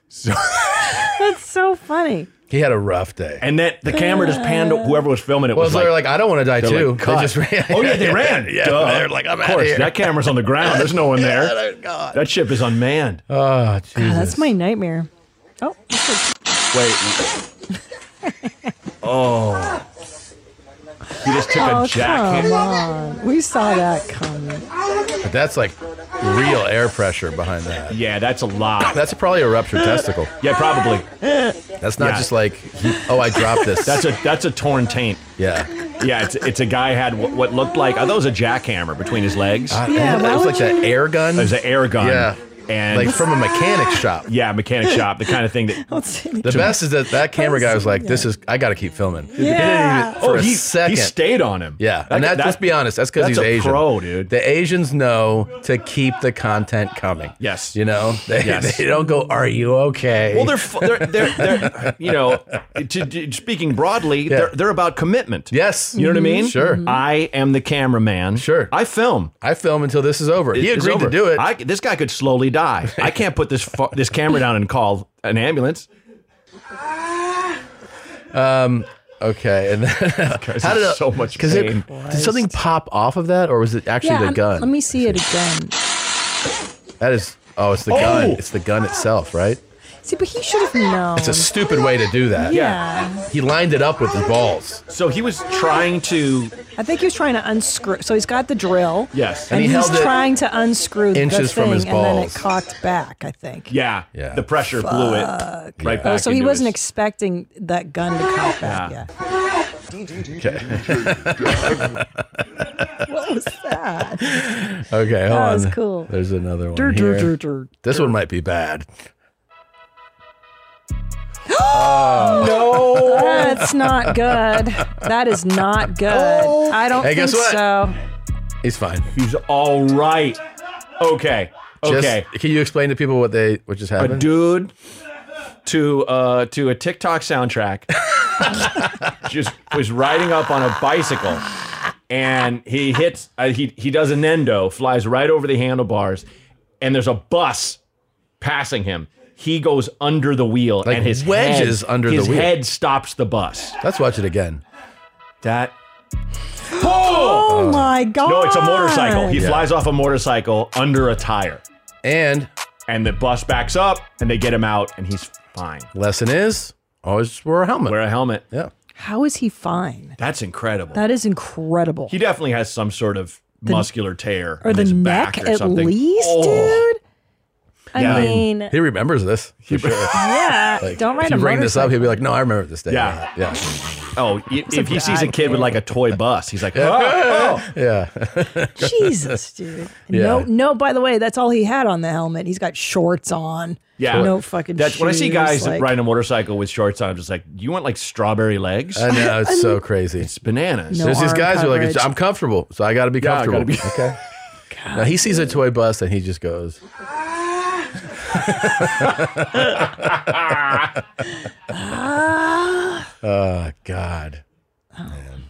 Speaker 7: that's so funny.
Speaker 2: He had a rough day.
Speaker 1: And then the camera just panned. Whoever was filming it
Speaker 2: Well,
Speaker 1: was
Speaker 2: so
Speaker 1: like,
Speaker 2: they're like, "I don't wanna die
Speaker 1: they're
Speaker 2: too."
Speaker 1: like,
Speaker 2: They
Speaker 1: "Cut."
Speaker 2: just ran.
Speaker 1: Oh yeah, they ran.
Speaker 2: Yeah,
Speaker 1: Duh.
Speaker 2: they're like,
Speaker 1: of
Speaker 2: "I'm outta
Speaker 1: course,
Speaker 2: here."
Speaker 1: that camera's on the ground. There's no one there.
Speaker 2: Yeah,
Speaker 1: That ship is unmanned.
Speaker 2: Oh,
Speaker 7: God, that's my nightmare. Oh,
Speaker 1: Wait. oh. He just took
Speaker 7: oh,
Speaker 1: a jack
Speaker 7: come
Speaker 1: hit.
Speaker 7: on. We saw that coming.
Speaker 2: But that's like real air pressure behind that.
Speaker 1: Yeah, that's a lot.
Speaker 2: That's probably a ruptured testicle.
Speaker 1: Yeah, probably.
Speaker 2: That's not
Speaker 1: Yeah.
Speaker 2: just like, oh, I dropped this.
Speaker 1: That's a that's a torn taint.
Speaker 2: Yeah.
Speaker 1: Yeah, it's it's a guy had what, what looked like I thought it was a jackhammer between his legs.
Speaker 2: I- Yeah, it why was like would that you- air gun.
Speaker 1: It was an air gun.
Speaker 2: Uh, Yeah.
Speaker 1: and
Speaker 2: Like from a mechanic shop.
Speaker 1: Yeah, mechanic shop. The kind of thing
Speaker 7: Oh,
Speaker 1: that
Speaker 2: The best is that that camera guy was like, "This is I got to keep filming." He didn't
Speaker 1: Yeah.
Speaker 2: even- for
Speaker 1: Oh,
Speaker 2: a
Speaker 1: he- he
Speaker 2: second.
Speaker 1: stayed on him.
Speaker 2: Yeah,
Speaker 1: That
Speaker 2: and
Speaker 1: guy-
Speaker 2: that, let's
Speaker 1: that's-
Speaker 2: be honest, that's because
Speaker 1: that's
Speaker 2: he's
Speaker 1: a
Speaker 2: Asian.
Speaker 1: pro, dude.
Speaker 2: The Asians know to keep the content coming.
Speaker 1: Yes,
Speaker 2: you know they,
Speaker 1: Yes.
Speaker 2: they don't go, "Are you okay?"
Speaker 1: Well, they're, fu- they're, they're, they're you know, to, to- speaking broadly, they're, they're about commitment.
Speaker 2: Yes.
Speaker 1: You know what I mean?
Speaker 2: Mm-hmm. Sure.
Speaker 1: I am the cameraman. Sure. I film.
Speaker 2: I film until this is over. He
Speaker 1: It's
Speaker 2: agreed to
Speaker 1: over.
Speaker 2: do it.
Speaker 1: I, this guy could slowly die. I can't put this fu- this camera down and call an ambulance.
Speaker 2: Um. Okay, and then
Speaker 1: guy's
Speaker 2: how did
Speaker 1: in
Speaker 2: it,
Speaker 1: so much
Speaker 2: Because
Speaker 1: pain.
Speaker 2: did something pop off of that, or was it actually
Speaker 7: yeah,
Speaker 2: the
Speaker 7: I'm-
Speaker 2: gun?
Speaker 7: Let me see it again.
Speaker 2: that is. Oh, it's the
Speaker 7: Oh!
Speaker 2: gun. It's the gun itself, right?
Speaker 7: See, but he should have known.
Speaker 2: It's a stupid way to do that.
Speaker 7: Yeah.
Speaker 2: He lined it up with the balls.
Speaker 1: So he was trying to.
Speaker 7: I think he was trying to unscrew. So he's got the drill.
Speaker 1: Yes.
Speaker 7: And,
Speaker 1: And he
Speaker 7: he's
Speaker 1: held it
Speaker 7: trying to unscrew the
Speaker 1: inches
Speaker 7: thing,
Speaker 1: from his
Speaker 7: and then it
Speaker 1: balls.
Speaker 7: cocked back. I think.
Speaker 1: Yeah. The pressure blew it right back.
Speaker 7: Oh, so he
Speaker 1: into
Speaker 7: wasn't
Speaker 1: his-
Speaker 7: expecting that gun to cock back. Yeah. What was that?
Speaker 2: Okay,
Speaker 7: That
Speaker 2: hold on.
Speaker 7: was cool.
Speaker 2: There's another one
Speaker 7: Dur, dur, dur,
Speaker 2: here.
Speaker 7: dur,
Speaker 2: This one might be bad.
Speaker 7: No, that's not good. That is not good.
Speaker 1: Oh.
Speaker 7: I don't
Speaker 2: Hey,
Speaker 7: think
Speaker 2: guess what?
Speaker 7: so.
Speaker 2: He's fine.
Speaker 1: He's all right. Okay. Okay.
Speaker 2: can you explain to people what they what just happened?
Speaker 1: A dude to uh to a TikTok soundtrack just was riding up on a bicycle and he hits uh, he he does an endo, flies right over the handlebars and there's a bus passing him. He goes under the wheel
Speaker 2: Like
Speaker 1: and his
Speaker 2: wedges
Speaker 1: head,
Speaker 2: under the
Speaker 1: his
Speaker 2: wheel.
Speaker 1: head stops the bus.
Speaker 2: Let's watch it again.
Speaker 1: That
Speaker 7: Oh, my god.
Speaker 1: Uh, No, it's a motorcycle. He
Speaker 2: Yeah.
Speaker 1: flies off a motorcycle under a tire.
Speaker 2: And
Speaker 1: and the bus backs up and they get him out and he's fine.
Speaker 2: Lesson is always wear a helmet.
Speaker 1: Wear a helmet.
Speaker 2: Yeah.
Speaker 7: How is he fine?
Speaker 1: That's incredible.
Speaker 7: That is incredible.
Speaker 1: he definitely has some sort of
Speaker 7: The-
Speaker 1: muscular tear
Speaker 7: or
Speaker 1: in
Speaker 7: the
Speaker 1: his
Speaker 7: neck
Speaker 1: back or
Speaker 7: at
Speaker 1: something. Oh.
Speaker 7: least, dude. I
Speaker 2: Yeah.
Speaker 7: mean,
Speaker 2: he remembers this. For sure.
Speaker 7: yeah.
Speaker 2: Like,
Speaker 7: don't
Speaker 2: if
Speaker 7: write
Speaker 2: you
Speaker 7: a
Speaker 2: bring this up,
Speaker 7: motorcycle.
Speaker 2: he'll be like, "No, I remember this day."
Speaker 1: Yeah.
Speaker 2: yeah.
Speaker 1: Oh, y-
Speaker 7: a
Speaker 1: if he sees a
Speaker 7: bad
Speaker 1: kid with like a toy bus, he's like, oh,
Speaker 2: Yeah. yeah.
Speaker 7: Jesus, dude.
Speaker 1: Yeah.
Speaker 7: No, no. By the way, that's all he had on the helmet. He's got shorts on.
Speaker 1: yeah.
Speaker 7: no fucking.
Speaker 1: That's when I see
Speaker 7: shoes,
Speaker 1: guys
Speaker 7: like,
Speaker 1: riding a motorcycle with shorts on. I'm just like, you want like strawberry legs?
Speaker 2: I know uh, it's so crazy. It's
Speaker 1: bananas.
Speaker 7: No
Speaker 2: There's these
Speaker 7: arm
Speaker 2: guys who are like,
Speaker 7: coverage.
Speaker 2: "I'm comfortable, so I got to be
Speaker 1: Yeah, I
Speaker 2: comfortable."
Speaker 1: gotta be-
Speaker 2: okay. now he sees a toy bus and he just goes.
Speaker 7: Ah.
Speaker 2: Oh God. Man.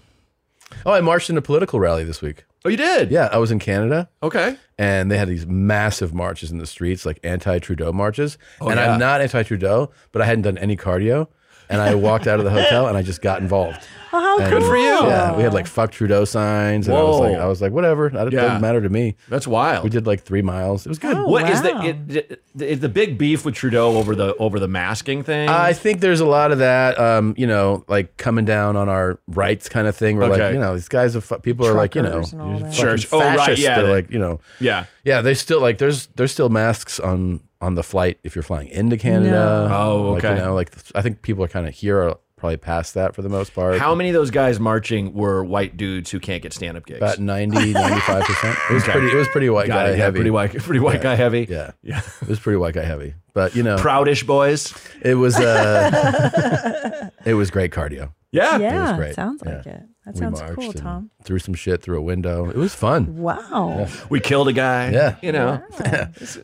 Speaker 2: Oh, I marched in a political rally this week.
Speaker 1: Oh, you did?
Speaker 2: Yeah, I was in Canada.
Speaker 1: Okay.
Speaker 2: And they had these massive marches in the streets, like anti-Trudeau marches.
Speaker 1: Oh,
Speaker 2: and
Speaker 1: yeah.
Speaker 2: I'm not anti-Trudeau, but I hadn't done any cardio. And I walked out of the hotel and I just got involved.
Speaker 7: Oh, how
Speaker 2: And-
Speaker 7: cool.
Speaker 2: Yeah, we had like "fuck Trudeau" signs, and I was
Speaker 1: Whoa.
Speaker 2: like, I was like, whatever, that
Speaker 1: Yeah.
Speaker 2: doesn't matter to me.
Speaker 1: That's wild.
Speaker 2: We did like three miles. It was good.
Speaker 1: What is
Speaker 7: Oh,
Speaker 1: the it, the is the big beef with Trudeau over the over the masking thing?
Speaker 2: I think there's a lot of that, um, you know, like coming down on our rights kind of thing. We're
Speaker 1: Okay.
Speaker 2: like, you know, these guys are fu- people are like, you know,
Speaker 1: Truckers and all
Speaker 2: you're
Speaker 1: that.
Speaker 2: fucking
Speaker 1: Church. Oh, right,
Speaker 2: fascists.
Speaker 1: yeah,
Speaker 2: They're
Speaker 1: they-
Speaker 2: like, you know,
Speaker 1: yeah.
Speaker 2: yeah. They still like there's there's still masks on on the flight if you're flying into Canada.
Speaker 1: No. Oh,
Speaker 2: Like,
Speaker 1: okay.
Speaker 2: you know, like I think people are kind of here are probably past that for the most part.
Speaker 1: How many of those guys marching were white dudes who can't get stand up gigs?
Speaker 2: About 90, 95 percent. It was
Speaker 1: Okay.
Speaker 2: pretty. It was pretty white
Speaker 1: Got
Speaker 2: guy
Speaker 1: it, yeah,
Speaker 2: heavy.
Speaker 1: pretty white- pretty white guy heavy.
Speaker 2: Yeah,
Speaker 1: yeah.
Speaker 2: It was pretty white guy heavy. But you know,
Speaker 1: Proudish boys.
Speaker 2: It was. Uh, it was great cardio.
Speaker 1: Yeah.
Speaker 2: it
Speaker 7: Yeah,
Speaker 2: was great.
Speaker 7: sounds
Speaker 2: Yeah.
Speaker 7: like it. That
Speaker 2: We
Speaker 7: sounds
Speaker 2: marched
Speaker 7: cool,
Speaker 2: and
Speaker 7: Tom.
Speaker 2: Threw some shit through a window. It was fun.
Speaker 7: Wow.
Speaker 1: We killed a guy.
Speaker 2: Yeah.
Speaker 1: You know.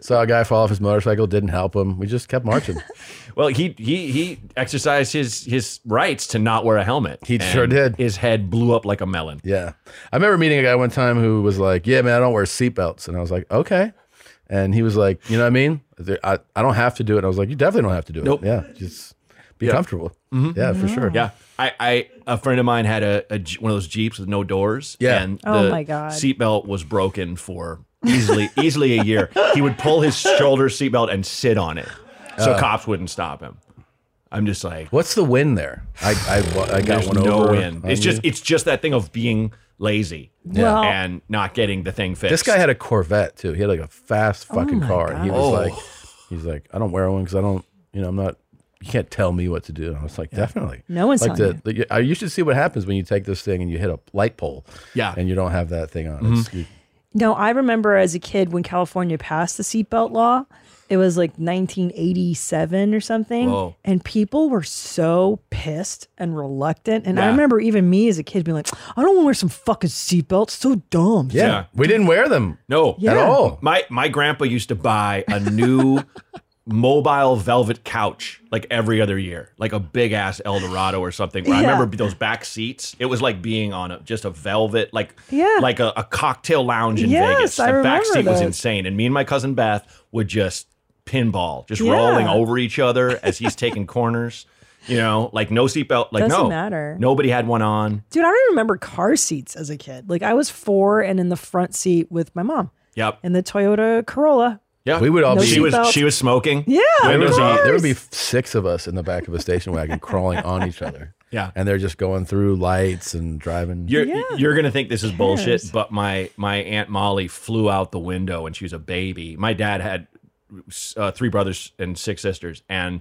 Speaker 2: Saw a guy fall off his motorcycle. Didn't help him. We just kept marching.
Speaker 1: Well, he he he exercised his his rights to not wear a helmet. He
Speaker 2: sure did.
Speaker 1: His head blew up like a melon.
Speaker 2: yeah. I remember meeting a guy one time who was like, "Yeah, man, I don't wear seatbelts," and I was like, "Okay." And he was like, "You know what I mean? There- I, I don't have to do it." And I was like, "You definitely don't have to do
Speaker 1: Nope.
Speaker 2: it. Yeah, just be
Speaker 1: Yeah. Mm-hmm.
Speaker 2: comfortable. Yeah, for sure.
Speaker 1: Yeah. I, I a friend of mine had a, a Je- one of those jeeps with no doors.
Speaker 2: Yeah.
Speaker 1: And
Speaker 7: Oh
Speaker 1: the
Speaker 7: my God.
Speaker 1: Seatbelt was broken for easily easily a year. He would pull his shoulder seatbelt and sit on it, so
Speaker 2: Oh.
Speaker 1: cops wouldn't stop him. I'm just like,
Speaker 2: What's the win there? I I, I got
Speaker 1: there's
Speaker 2: one
Speaker 1: no
Speaker 2: over.
Speaker 1: win.
Speaker 2: on
Speaker 1: It's
Speaker 2: you.
Speaker 1: just it's just that thing of being lazy
Speaker 2: Yeah. Well-
Speaker 1: and not getting the thing fixed.
Speaker 2: This guy had a Corvette too. He had like a fast
Speaker 7: Oh
Speaker 2: fucking
Speaker 1: my
Speaker 2: car. And he was
Speaker 1: God.
Speaker 2: like,
Speaker 1: Oh.
Speaker 2: he's like, I don't wear one because I don't, you know, I'm not. You can't tell me what to do. And I was like, definitely.
Speaker 7: No one's
Speaker 2: like
Speaker 7: telling
Speaker 2: the, the- You should see what happens when you take this thing and you hit a light pole.
Speaker 1: Yeah. Mm-hmm.
Speaker 2: And you don't have that thing on. It's, you-
Speaker 7: No, I remember as a kid when California passed the seatbelt law. It was like 1987 or something,
Speaker 2: Whoa.
Speaker 7: and people were so pissed and reluctant. And I
Speaker 2: Yeah.
Speaker 7: remember even me as a kid being like, "I don't want to wear some fucking seatbelt. It's So dumb."
Speaker 2: yeah. We didn't wear them.
Speaker 1: No,
Speaker 7: Yeah. all.
Speaker 1: My my grandpa used to buy a new mobile velvet couch like every other year, like a big ass Eldorado or something. Where I
Speaker 7: Yeah.
Speaker 1: remember those back seats. It was like being on a, just a velvet, like
Speaker 7: Yeah.
Speaker 1: like a, a cocktail lounge in
Speaker 7: Yes,
Speaker 1: Vegas. The
Speaker 7: I
Speaker 1: back
Speaker 7: remember
Speaker 1: seat was
Speaker 7: those.
Speaker 1: insane, and me and my cousin Beth would just pinball, just
Speaker 7: Yeah.
Speaker 1: rolling over each other as he's taking corners. You know, like no seatbelt. Like
Speaker 7: Doesn't
Speaker 1: no
Speaker 7: matter.
Speaker 1: Nobody had one on.
Speaker 7: Dude, I remember car seats as a kid. Like I was four and in the front seat with my mom
Speaker 1: Yep.
Speaker 7: in the Toyota Corolla.
Speaker 1: Yeah,
Speaker 2: we would all
Speaker 7: No
Speaker 2: be.
Speaker 1: She was
Speaker 7: seatbelt.
Speaker 1: she was smoking.
Speaker 7: Yeah,
Speaker 2: there,
Speaker 1: Windows
Speaker 2: would
Speaker 1: up.
Speaker 2: be, there would be six of us in the back of a station wagon crawling on each other.
Speaker 1: Yeah.
Speaker 2: and they're just going through lights and driving.
Speaker 1: You're you're gonna think this is
Speaker 2: cares?
Speaker 1: bullshit, but my my aunt Molly flew out the window when she was a baby. My dad had uh, three brothers and six sisters, and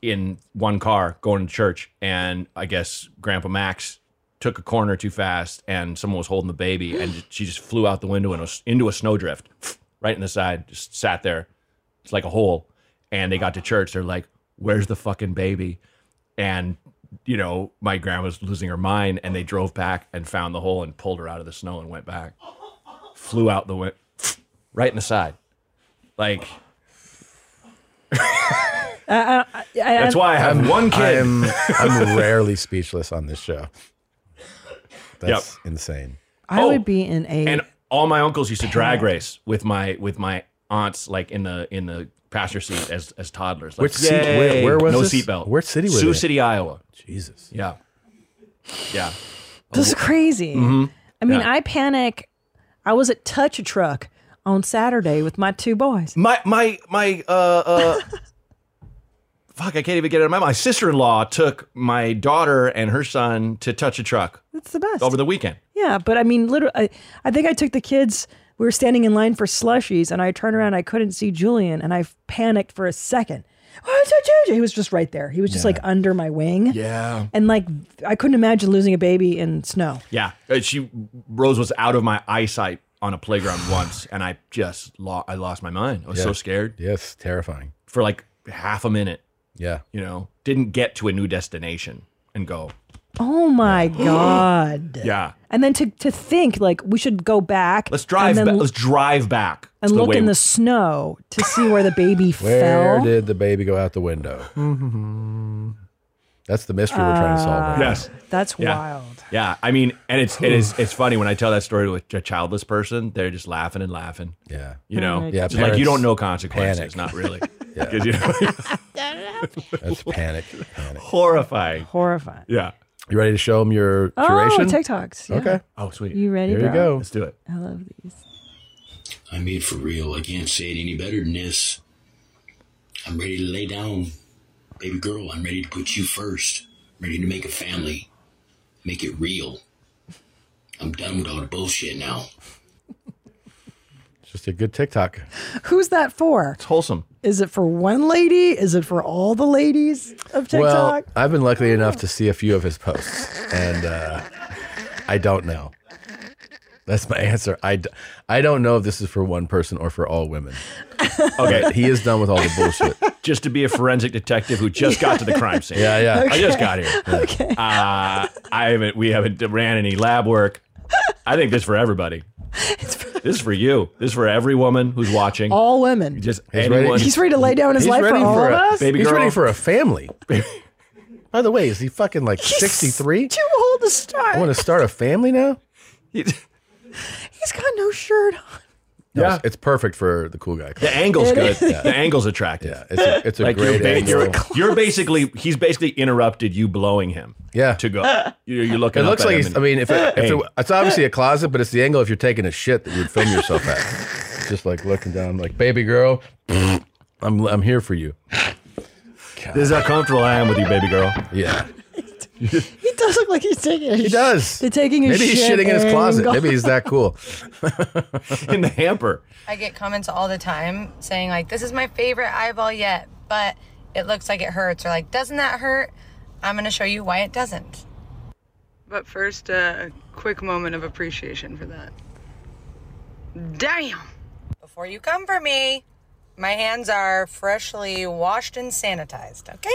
Speaker 1: in one car going to church, and I guess Grandpa Max took a corner too fast, and someone was holding the baby, and she just flew out the window and was into a snowdrift, right in the side, just sat there. It's like a hole, and they got to church. They're like, "Where's the fucking baby?" and you know my grandma's losing her mind and they drove back and found the hole and pulled her out of the snow and went back flew out the wind right in the side like
Speaker 7: I- I- I-
Speaker 1: That's why I have
Speaker 2: I'm-
Speaker 1: one kid.
Speaker 2: I'm, I'm rarely speechless on this show. That's insane.
Speaker 7: I would be in a
Speaker 1: Oh. and all my uncles used to drag race with my with my aunts like in the in the passenger seat as as toddlers like,
Speaker 2: Which seat- where-
Speaker 1: yay,
Speaker 2: where was
Speaker 1: no
Speaker 2: this?
Speaker 1: seatbelt
Speaker 2: Where city was
Speaker 1: sioux
Speaker 2: it?
Speaker 1: city iowa
Speaker 2: jesus
Speaker 1: yeah yeah
Speaker 7: This is crazy.
Speaker 1: Mhm.
Speaker 7: I mean,
Speaker 1: Yeah.
Speaker 7: I panic. I was at Touch a Truck on Saturday with my two boys.
Speaker 1: My my my uh uh fuck, I can't even get it out of my mind. My sister in law took my daughter and her son to touch a truck
Speaker 7: That's the best.
Speaker 1: over the weekend.
Speaker 7: Yeah, but I mean, literally, I, I think I took the kids. We were standing in line for slushies, and I turned around. I couldn't see Julian, and I panicked for a second. Oh, it's a Juju. He was just right there. He was just like under my wing.
Speaker 1: Yeah.
Speaker 7: And like, I couldn't imagine losing a baby in snow.
Speaker 1: Yeah. Uh, She Rose was out of my eyesight on a playground once and I just lost I lost my mind. I was
Speaker 2: Yeah.
Speaker 1: so scared.
Speaker 2: Yes, terrifying.
Speaker 1: For like half a minute.
Speaker 2: Yeah.
Speaker 1: You know, didn't get to a new destination and go.
Speaker 7: Oh my God.
Speaker 1: Yeah.
Speaker 7: And then to, to think, like, we should go back.
Speaker 1: Let's drive
Speaker 7: and
Speaker 1: back.
Speaker 7: then
Speaker 1: Let's drive back.
Speaker 7: and
Speaker 1: to
Speaker 7: look
Speaker 1: way
Speaker 7: in
Speaker 1: we-
Speaker 7: the snow to see where the baby
Speaker 2: Where
Speaker 7: fell. Mm-hmm.
Speaker 2: did the baby go out the window? That's the mystery we're trying to solve. right now.
Speaker 1: Yes.
Speaker 7: That's
Speaker 1: Yeah.
Speaker 7: wild.
Speaker 1: Yeah, I mean, and it's it is it's funny when I tell that story to a, ch- childless person, they're just laughing and laughing.
Speaker 2: Yeah,
Speaker 1: you know,
Speaker 2: Yeah,
Speaker 1: It's like you don't
Speaker 2: parents
Speaker 1: know consequences,
Speaker 2: panic.
Speaker 1: not really.
Speaker 2: Yeah.
Speaker 1: 'Cause, you
Speaker 2: That's panic. panic.
Speaker 1: Horrifying.
Speaker 7: Horrifying.
Speaker 1: Yeah.
Speaker 2: You ready to show them your
Speaker 7: Oh,
Speaker 2: curation?
Speaker 7: TikToks, yeah.
Speaker 2: Okay.
Speaker 1: Oh, sweet.
Speaker 7: You ready,
Speaker 2: Here we
Speaker 7: bro?
Speaker 2: go.
Speaker 1: Let's do it.
Speaker 7: I love these.
Speaker 17: I mean, for real, I can't say it any better than this. I'm ready to lay down. Baby girl, I'm ready to put you first. I'm ready to make a family. Make it real. I'm done with all the bullshit now.
Speaker 2: It's Just a good TikTok.
Speaker 7: Who's that for? It's
Speaker 1: wholesome.
Speaker 7: Is it for one lady? Is it for all the ladies of TikTok? Oh.
Speaker 2: Well, I've been lucky enough to see a few of his posts, and uh, I don't know. That's my answer. I, d- I don't know if this is for one person or for all women.
Speaker 1: Okay.
Speaker 2: he is done with all the bullshit.
Speaker 1: Just to be a forensic detective who just got to the crime scene.
Speaker 2: Yeah, yeah.
Speaker 1: I just
Speaker 2: Okay.
Speaker 1: got here. Okay. Uh, I haven't. We haven't ran any lab work. I think this is for everybody. this is for you. This is for every woman who's watching.
Speaker 7: all women.
Speaker 1: Just
Speaker 2: He's
Speaker 1: anyone.
Speaker 2: ready-
Speaker 7: He's ready to lay down his
Speaker 2: He's
Speaker 7: life for
Speaker 2: ready
Speaker 7: all of
Speaker 2: a-
Speaker 7: us.
Speaker 1: Baby
Speaker 2: he's
Speaker 1: girl.
Speaker 2: ready for a family. By the way, is he fucking like sixty three?
Speaker 7: Too old to start.
Speaker 2: I want to start a family now.
Speaker 7: He's got no shirt on.
Speaker 2: No, it's- it's perfect for the cool guy. Club.
Speaker 1: The angle's
Speaker 7: It
Speaker 1: good.
Speaker 7: is.
Speaker 1: The angle's attractive. Yeah,
Speaker 2: it's a- it's a
Speaker 1: you're,
Speaker 2: great angle.
Speaker 1: You're,
Speaker 2: It's
Speaker 1: you're basically he's basically interrupted you blowing him.
Speaker 2: Yeah,
Speaker 1: to go. You're, you're looking.
Speaker 2: It
Speaker 1: up
Speaker 2: looks
Speaker 1: at
Speaker 2: like
Speaker 1: him
Speaker 2: he's,
Speaker 1: and-
Speaker 2: I mean, if, it, if
Speaker 1: Hey.
Speaker 2: it, it's obviously a closet, but it's the angle if you're taking a shit that you'd film yourself at, just like looking down, like baby girl, I'm I'm here for you.
Speaker 1: this is how comfortable I am with you, baby girl.
Speaker 2: Yeah,
Speaker 7: He does look like he's taking. A he
Speaker 2: does.
Speaker 7: They're taking a
Speaker 2: maybe he's
Speaker 7: shit
Speaker 2: shitting in his closet.
Speaker 7: angle.
Speaker 2: Maybe he's that cool.
Speaker 1: in the hamper.
Speaker 18: I get comments all the time saying like, "This is my favorite eyeball yet, but it looks like it hurts," or like, "Doesn't that hurt?" I'm gonna show you why it doesn't.
Speaker 19: But first, uh, a quick moment of appreciation for that.
Speaker 18: Damn! Before you come for me, my hands are freshly washed and sanitized. Okay.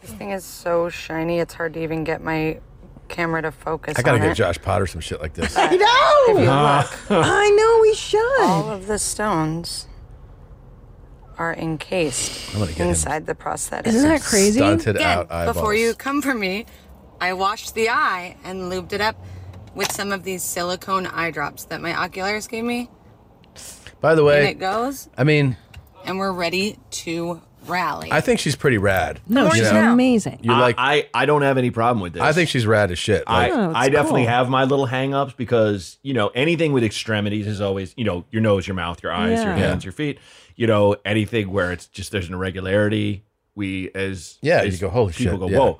Speaker 18: This thing is so shiny; it's hard to even get my camera to focus.
Speaker 2: I gotta
Speaker 18: on
Speaker 2: get
Speaker 18: it.
Speaker 2: Josh Potter some shit like this.
Speaker 18: I know. If you
Speaker 16: Ah.
Speaker 18: look,
Speaker 7: I know we should.
Speaker 13: Oh,
Speaker 18: All of the stones are encased
Speaker 2: I'm gonna get him
Speaker 18: inside the prosthetic.
Speaker 2: Isn't that crazy? stunted
Speaker 18: Again,
Speaker 2: out eyeballs.
Speaker 18: before you come for me, I washed the eye and lubed it up with some of these silicone eye drops that my oculars gave me.
Speaker 2: By the
Speaker 18: And
Speaker 2: way,
Speaker 18: it goes.
Speaker 2: I mean,
Speaker 18: and we're ready to rally.
Speaker 2: I think she's pretty rad.
Speaker 7: No, she's amazing.
Speaker 1: You like? I, I don't have any problem with this.
Speaker 2: I think she's rad as shit.
Speaker 1: I,
Speaker 2: Like- Oh, it's
Speaker 1: I definitely
Speaker 2: cool.
Speaker 1: have my little hang-ups because you know anything with extremities is always you know your nose, your mouth, your eyes, your
Speaker 2: Yeah.
Speaker 1: hands, your feet. You know anything where it's just there's an irregularity. We as
Speaker 2: Yeah,
Speaker 1: as
Speaker 2: you go, "Holy
Speaker 1: people
Speaker 2: shit,"
Speaker 1: go
Speaker 2: yeah.
Speaker 1: whoa,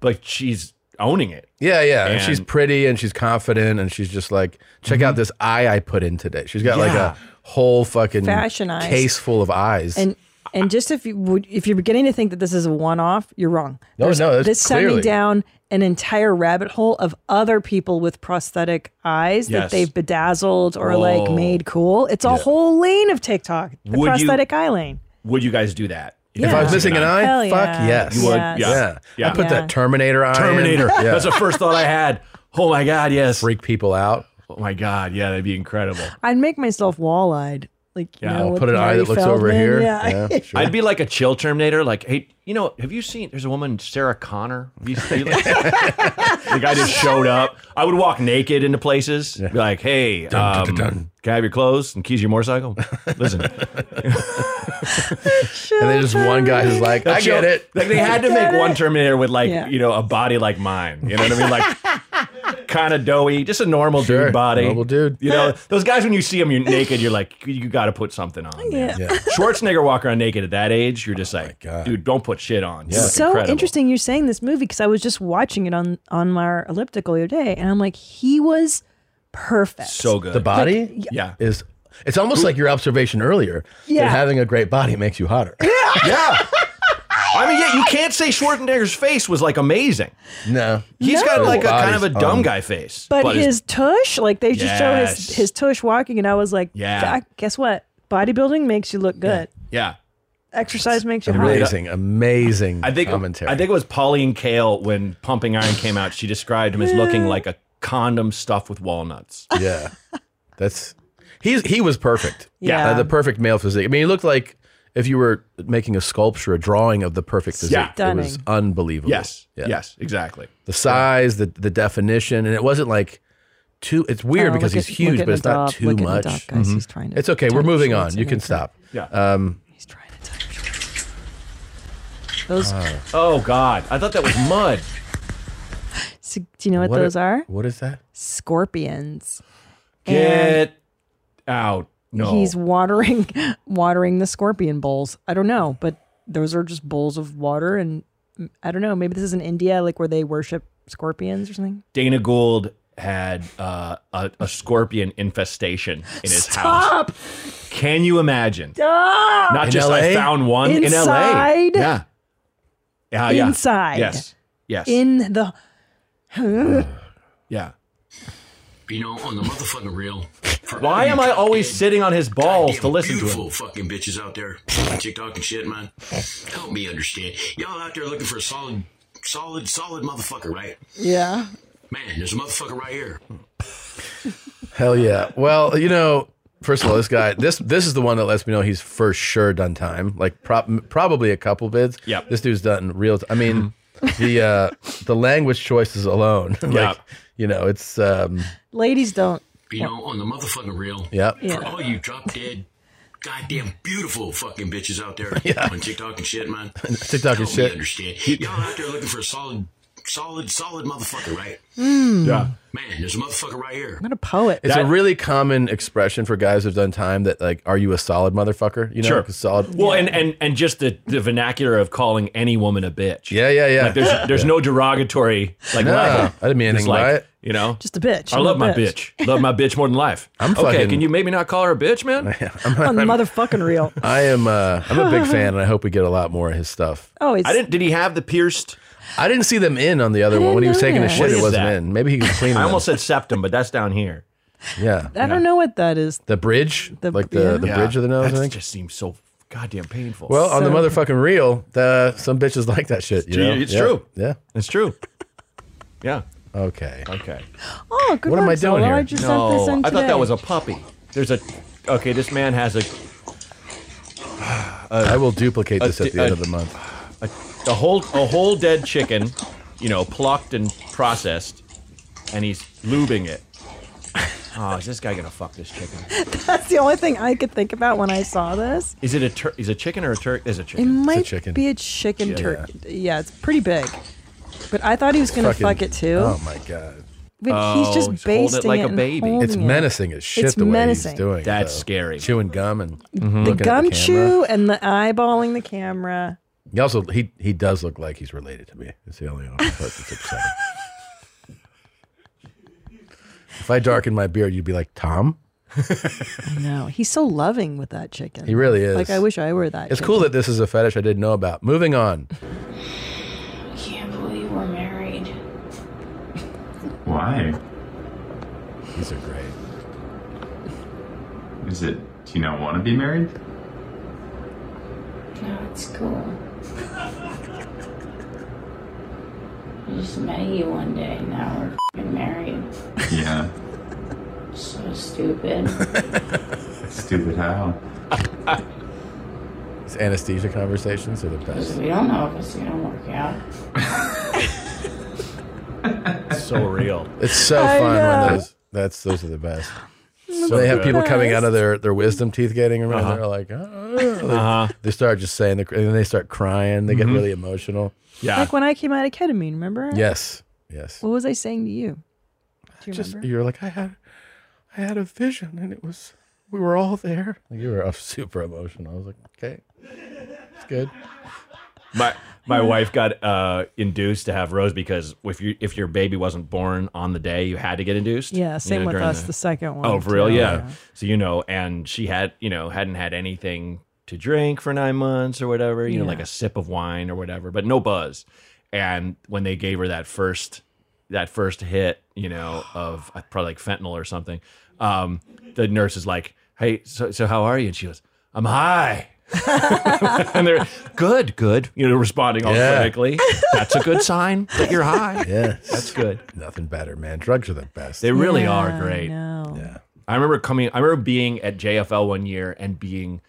Speaker 1: but she's owning it.
Speaker 2: Yeah, yeah. And, she's
Speaker 1: And-
Speaker 2: pretty and she's confident and she's just like, check
Speaker 1: Mm-hmm.
Speaker 2: out this eye I put in today. She's got like
Speaker 7: Yeah.
Speaker 2: a whole fucking
Speaker 7: Fashion eyes.
Speaker 2: case full of eyes.
Speaker 7: And and just if you would, if you're beginning to think that this is a one-off, you're wrong.
Speaker 2: No, no, that's
Speaker 7: this sent me
Speaker 2: clearly-
Speaker 7: down an entire rabbit hole of other people with prosthetic eyes
Speaker 1: Yes.
Speaker 7: that they've bedazzled or like
Speaker 2: Oh.
Speaker 1: Whoa.
Speaker 7: made cool. It's a
Speaker 1: Yeah.
Speaker 7: whole lane of TikTok,
Speaker 1: Would
Speaker 7: the
Speaker 1: you-
Speaker 7: prosthetic eye lane.
Speaker 1: Would you guys do that?
Speaker 2: If I was missing an eye,
Speaker 7: Hell
Speaker 2: fuck
Speaker 7: yeah.
Speaker 2: yes.
Speaker 1: You would? Yes. Yeah.
Speaker 2: Yeah.
Speaker 1: Yeah.
Speaker 2: I put
Speaker 1: Yeah.
Speaker 2: that Terminator eye. in.
Speaker 1: Terminator.
Speaker 2: Yeah.
Speaker 1: That's the first thought I had. Oh my god, yes.
Speaker 2: Freak people out.
Speaker 1: Oh my god, yeah, that'd be incredible.
Speaker 7: I'd make myself wall-eyed. Like you
Speaker 1: Yeah,
Speaker 7: know,
Speaker 1: I'll
Speaker 7: with
Speaker 1: put an eye
Speaker 7: Mary
Speaker 1: that looks
Speaker 2: over
Speaker 7: Feldman.
Speaker 2: here.
Speaker 7: Yeah,
Speaker 2: Yeah,
Speaker 1: I'd be like a chill Terminator. Like, hey, you know, have you seen? There's a woman, Sarah Connor. Have you seen- the guy just showed up. I would walk naked into places. Be like, hey, um, can I have your clothes and keys to your motorcycle? Listen,
Speaker 2: and then just one guy who's like, I get it.
Speaker 1: Like they had to make one Terminator with like
Speaker 2: Yeah.
Speaker 1: you know a body like mine. You know what I mean? Like. Kind of doughy, just a normal dude body.
Speaker 2: normal dude.
Speaker 1: You know, those guys, when you see them, you're naked, you're like, you got to put something on.
Speaker 7: yeah.
Speaker 1: Schwarzenegger walk around naked at that age, you're
Speaker 2: Oh
Speaker 1: just like, dude, don't put shit on. You look
Speaker 7: so
Speaker 1: incredible.
Speaker 7: interesting you're saying this movie because I was just watching it on on my elliptical the other day, and I'm like, he was perfect.
Speaker 1: So good.
Speaker 2: The body
Speaker 7: Like,
Speaker 1: yeah.
Speaker 2: is it's almost like your observation earlier
Speaker 7: Yeah.
Speaker 2: that having a great body makes you hotter.
Speaker 1: Yeah. I mean, yeah, you can't say Schwarzenegger's face was like amazing.
Speaker 2: No.
Speaker 1: he's
Speaker 7: No.
Speaker 1: got like a kind of a
Speaker 2: Body's
Speaker 1: dumb
Speaker 2: on.
Speaker 1: guy face.
Speaker 7: But, his tush, like they just showed
Speaker 1: Yes.
Speaker 7: his his tush walking, and I was like,
Speaker 1: Yeah.
Speaker 7: "Doc, guess what? Bodybuilding makes you look good.
Speaker 1: yeah.
Speaker 7: Exercise makes you hot.
Speaker 2: Amazing, amazing
Speaker 1: I think
Speaker 2: commentary.
Speaker 1: I think it was Pauline Kael when Pumping Iron came out. She described him as looking like a condom stuffed with walnuts.
Speaker 2: Yeah, that's he's he was perfect.
Speaker 1: Yeah.
Speaker 2: Uh, the perfect male physique. I mean, he looked like if you were making a sculpture, a drawing of the perfect physique.
Speaker 1: Yeah.
Speaker 2: it was
Speaker 1: Stunning.
Speaker 2: unbelievable.
Speaker 1: Yes, yes, exactly.
Speaker 2: The size, the the definition, and it wasn't like too. It's weird
Speaker 7: Oh,
Speaker 2: because
Speaker 7: look
Speaker 2: he's
Speaker 7: at-
Speaker 2: huge,
Speaker 7: look at
Speaker 2: but it's not
Speaker 7: Nadab,
Speaker 2: too
Speaker 7: look at
Speaker 2: much. Mm-hmm.
Speaker 7: Nadab, guys, he's trying to
Speaker 2: it's okay. We're
Speaker 7: tell
Speaker 2: moving
Speaker 7: Schwarzenegger
Speaker 2: on. You can
Speaker 7: to-
Speaker 2: stop.
Speaker 1: Yeah.
Speaker 2: Um,
Speaker 7: Those,
Speaker 1: Oh God, I thought that was mud.
Speaker 7: so, do you know what,
Speaker 1: What
Speaker 7: those
Speaker 1: are-
Speaker 7: are?
Speaker 2: What is that?
Speaker 7: Scorpions. And
Speaker 1: Get out. No,
Speaker 7: He's watering watering the scorpion bowls. I don't know, but those are just bowls of water, and mm, I don't know. Maybe this is in India, like where they worship scorpions or something.
Speaker 1: Dana Gould had uh, a, a scorpion infestation in his house.
Speaker 7: Stop!
Speaker 1: Can you imagine?
Speaker 7: Stop!
Speaker 1: Not just I found one in
Speaker 7: Inside?
Speaker 1: LA. Yeah. Yeah, yeah.
Speaker 7: Inside.
Speaker 1: Yes. Yes.
Speaker 7: In the.
Speaker 1: yeah.
Speaker 17: You know, on the motherfucking real.
Speaker 1: Why am I always sitting on his balls to listen to
Speaker 17: Beautiful
Speaker 1: him?
Speaker 17: fucking bitches out there, TikTok and shit, man. Help me understand. Y'all out there looking for a solid, solid, solid motherfucker, right?
Speaker 7: Yeah.
Speaker 17: Man, there's a motherfucker right here.
Speaker 2: Hell yeah. Well, you know, first of all, this guy, this this is the one that lets me know he's for sure done time. Like prob- probably a couple bids. Yeah. This dude's done real. T- I mean, the uh, the language choices alone. like,
Speaker 17: Yeah.
Speaker 2: You know, it's um,
Speaker 7: Ladies don't.
Speaker 17: You know, on the motherfucking real.
Speaker 2: Yep.
Speaker 17: For all you drop dead, goddamn beautiful fucking bitches out there on TikTok and shit, man.
Speaker 2: TikTok
Speaker 17: Help
Speaker 2: and shit.
Speaker 17: Me understand. Y'all out there looking for a solid, solid, solid motherfucker, right?
Speaker 2: Mm. Yeah.
Speaker 17: Man, there's a motherfucker right here.
Speaker 7: not a poet.
Speaker 2: It's a really common expression for guys who've done time that like, are you a solid motherfucker? You know,
Speaker 1: Sure.
Speaker 2: 'cause solid.
Speaker 1: Well, and, and and just the, the vernacular of calling any woman a bitch.
Speaker 2: Yeah, yeah, yeah.
Speaker 1: Like there's there's no derogatory like
Speaker 2: No,
Speaker 1: level.
Speaker 2: I didn't mean
Speaker 1: It's
Speaker 2: anything by it.
Speaker 1: You know,
Speaker 7: Just a bitch.
Speaker 1: I
Speaker 7: I'm a
Speaker 1: love my
Speaker 7: bitch.
Speaker 1: bitch. Love my bitch more than life. I'm okay.
Speaker 2: fucking-
Speaker 1: Can you maybe not call her a bitch, man?
Speaker 7: On the motherfucking reel.
Speaker 2: I am. Uh, I'm a big fan, and I hope we get a lot more of his stuff.
Speaker 7: Oh, it's- I didn't-
Speaker 1: Did he have the pierced?
Speaker 2: I didn't see them in on the other one when he was
Speaker 7: didn't
Speaker 2: taking
Speaker 7: know
Speaker 2: a
Speaker 7: that.
Speaker 2: shit.
Speaker 7: What
Speaker 2: It
Speaker 7: is
Speaker 2: wasn't
Speaker 1: that?
Speaker 2: in. Maybe he was cleaning.
Speaker 1: I almost
Speaker 2: them.
Speaker 1: said septum, but that's down here.
Speaker 2: Yeah.
Speaker 7: I don't know what that is.
Speaker 2: The bridge,
Speaker 7: The-
Speaker 2: like the, the
Speaker 1: yeah.
Speaker 2: bridge of the nose. I
Speaker 1: That
Speaker 2: think.
Speaker 1: just seems so goddamn painful.
Speaker 2: Well, on the
Speaker 1: So-
Speaker 2: motherfucking reel, the, some bitches like that shit. You
Speaker 1: Dude,
Speaker 2: know?
Speaker 1: it's
Speaker 2: Yeah.
Speaker 1: true. Uh,
Speaker 2: Yeah,
Speaker 1: it's true. Yeah.
Speaker 2: Okay.
Speaker 1: Okay.
Speaker 7: Oh, good
Speaker 2: What am
Speaker 7: work,
Speaker 2: I doing
Speaker 7: Zola.
Speaker 2: here?
Speaker 7: I just
Speaker 1: no,
Speaker 7: sent this in
Speaker 1: I thought
Speaker 7: today.
Speaker 1: that was a puppy. There's a. Okay, this man has a.
Speaker 2: I will duplicate this at the end
Speaker 1: a-
Speaker 2: of the month.
Speaker 1: A, a whole a whole dead chicken, you know, plucked and processed, and he's lubing it. Oh, is this guy gonna fuck this chicken?
Speaker 7: That's the only thing I could think about when I saw this.
Speaker 1: Is it a tur- is a chicken or a turkey? Is a
Speaker 7: It
Speaker 1: chicken?
Speaker 7: might be a chicken
Speaker 1: Yeah.
Speaker 7: turkey. Yeah. it's pretty big. But I thought he was gonna fuck it too.
Speaker 2: Oh my god.
Speaker 7: But he's just basting it and holding
Speaker 2: It's
Speaker 7: it.
Speaker 2: menacing as shit
Speaker 7: It's
Speaker 2: the way
Speaker 7: menacing.
Speaker 2: he's doing.
Speaker 1: That's
Speaker 2: scary. Chewing gum and
Speaker 7: The
Speaker 2: looking
Speaker 7: gum
Speaker 2: at the camera.
Speaker 7: chew and the eyeballing the camera.
Speaker 2: He also he he does look like he's related to me. It's the only part that's upsetting. if I darkened my beard, you'd be like Tom.
Speaker 7: I know. He's so loving with that chicken.
Speaker 2: He really is.
Speaker 7: Like I wish I were that.
Speaker 2: It's cool that this is a fetish I didn't know about. Moving on.
Speaker 13: I can't believe we're married.
Speaker 20: Why?
Speaker 2: These are great.
Speaker 20: Is it? Do you not want to be married?
Speaker 13: No, it's cool. I just met you one day. and Now we're f***ing married.
Speaker 20: Yeah.
Speaker 13: So stupid.
Speaker 20: Stupid how?
Speaker 2: These anesthesia conversations are the best.
Speaker 13: we don't know if it's gonna work out.
Speaker 1: so real.
Speaker 2: It's so
Speaker 1: I
Speaker 2: fun
Speaker 1: know.
Speaker 2: when those that's those are the best.
Speaker 1: So
Speaker 2: So they have
Speaker 1: good.
Speaker 2: people coming out of
Speaker 1: Best.
Speaker 2: their, their wisdom teeth getting around.
Speaker 1: Uh-huh.
Speaker 2: They're like, oh. They-
Speaker 1: Uh-huh.
Speaker 2: they start just saying, the, and then they start crying. They
Speaker 1: Mhm.
Speaker 2: get really emotional.
Speaker 7: Like when I came out of ketamine, remember?
Speaker 2: Yes. Yes.
Speaker 7: What was I saying to you? Do you
Speaker 2: Just
Speaker 7: remember?
Speaker 2: you're like I had, I had a vision, and it was we were all there. You were uh, super emotional. I was like, okay, it's good.
Speaker 1: My my wife got uh, induced to have Rose because if you if your baby wasn't born on the day, you had to get induced.
Speaker 7: Yeah,
Speaker 1: you
Speaker 7: same with
Speaker 1: during
Speaker 7: us, the second one,
Speaker 1: Oh, for real?
Speaker 7: too.
Speaker 1: Yeah.
Speaker 7: Yeah.
Speaker 1: So you know, and she had you know hadn't had anything to drink for nine months or whatever. You know,
Speaker 7: Yeah.
Speaker 1: like a sip of wine or whatever, but no buzz. And when they gave her that first that first hit, you know, of probably like fentanyl or something, um, the nurse is like, "Hey, so so how are you?" And she goes, "I'm high." and they're good, good. You know, responding all
Speaker 2: Yeah.
Speaker 1: clinically. That's a good sign that you're high.
Speaker 2: Yes.
Speaker 1: that's good.
Speaker 2: Nothing better, man. Drugs are the best.
Speaker 1: They really are
Speaker 2: Yeah, I
Speaker 1: great.
Speaker 7: know.
Speaker 1: Yeah. I remember coming. I remember being at JFL one year and being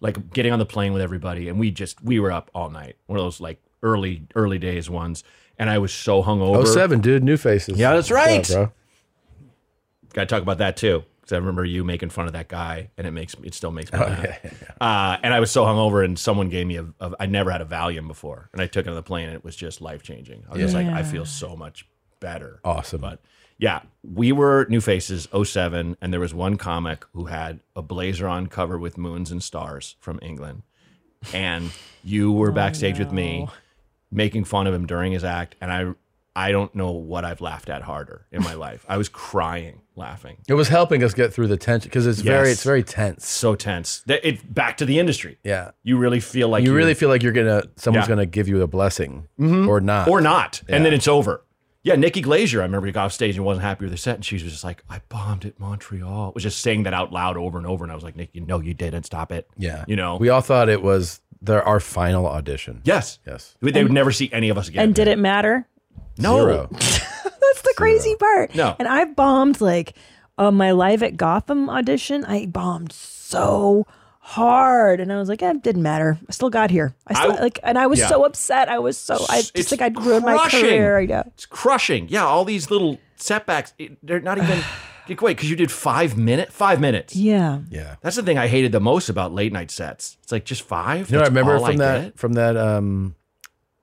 Speaker 1: like getting on the plane with everybody, and we just we were up all night. One of those like early early days ones, and I was so hungover.
Speaker 2: Oh seven, dude, new faces.
Speaker 1: Yeah, that's
Speaker 2: What's
Speaker 1: right.
Speaker 2: up, bro.
Speaker 1: Got to talk about that too, because I remember you making fun of that guy, and it makes it still
Speaker 2: Oh,
Speaker 1: makes me laugh. Uh, and I was so hungover, and someone gave me a, a. I never had a Valium before, and I took it on the plane, and it was just life changing. I was just like, I
Speaker 2: Yeah.
Speaker 1: feel so much better.
Speaker 2: Awesome.
Speaker 1: But yeah, we were New Faces 07, and there was one comic who had a blazer on cover with moons and stars from England, and you were backstage with me, making fun of him during his act, and I. I don't know what I've laughed at harder in my life. I was crying laughing.
Speaker 2: It was helping us get through the tension because it's very
Speaker 1: Yes.
Speaker 2: it's very tense.
Speaker 1: So tense. That it back to the industry.
Speaker 2: Yeah.
Speaker 1: You really feel like
Speaker 2: you
Speaker 1: you're-
Speaker 2: really feel like you're gonna someone's
Speaker 1: Yeah.
Speaker 2: gonna give you a blessing
Speaker 1: Mhm.
Speaker 2: or not
Speaker 1: or not,
Speaker 2: Yeah.
Speaker 1: and then it's over. Yeah, Nikki Glazier, I remember he got off stage and wasn't happy with her set, and she was just like, "I bombed at Montreal." Was just saying that out loud over and over, and I was like, "Nikki, no, you didn't. Stop it."
Speaker 2: Yeah.
Speaker 1: you know,
Speaker 2: We all thought it was their our final audition.
Speaker 1: Yes.
Speaker 2: Yes.
Speaker 1: they would never see any of us again.
Speaker 7: and did it matter?
Speaker 1: no,
Speaker 2: Zero.
Speaker 7: That's the crazy part.
Speaker 1: No.
Speaker 7: And I bombed like on my live at Gotham audition. I bombed so hard, and I was like, eh, it didn't matter. I still got here. I still
Speaker 1: I-
Speaker 7: like, and I was
Speaker 1: yeah.
Speaker 7: so upset. I was so I just think I'd ruined my
Speaker 1: crushing.
Speaker 7: career. I know.
Speaker 1: It's crushing. Yeah, all these little setbacks. it- they're not even. Wait, because you did five minute, five minutes.
Speaker 7: Yeah.
Speaker 2: Yeah.
Speaker 1: That's the thing I hated the most about late night sets. It's like just five.
Speaker 2: You know, what
Speaker 1: That's
Speaker 2: I remember
Speaker 1: all
Speaker 2: from that
Speaker 1: did?
Speaker 2: from that um,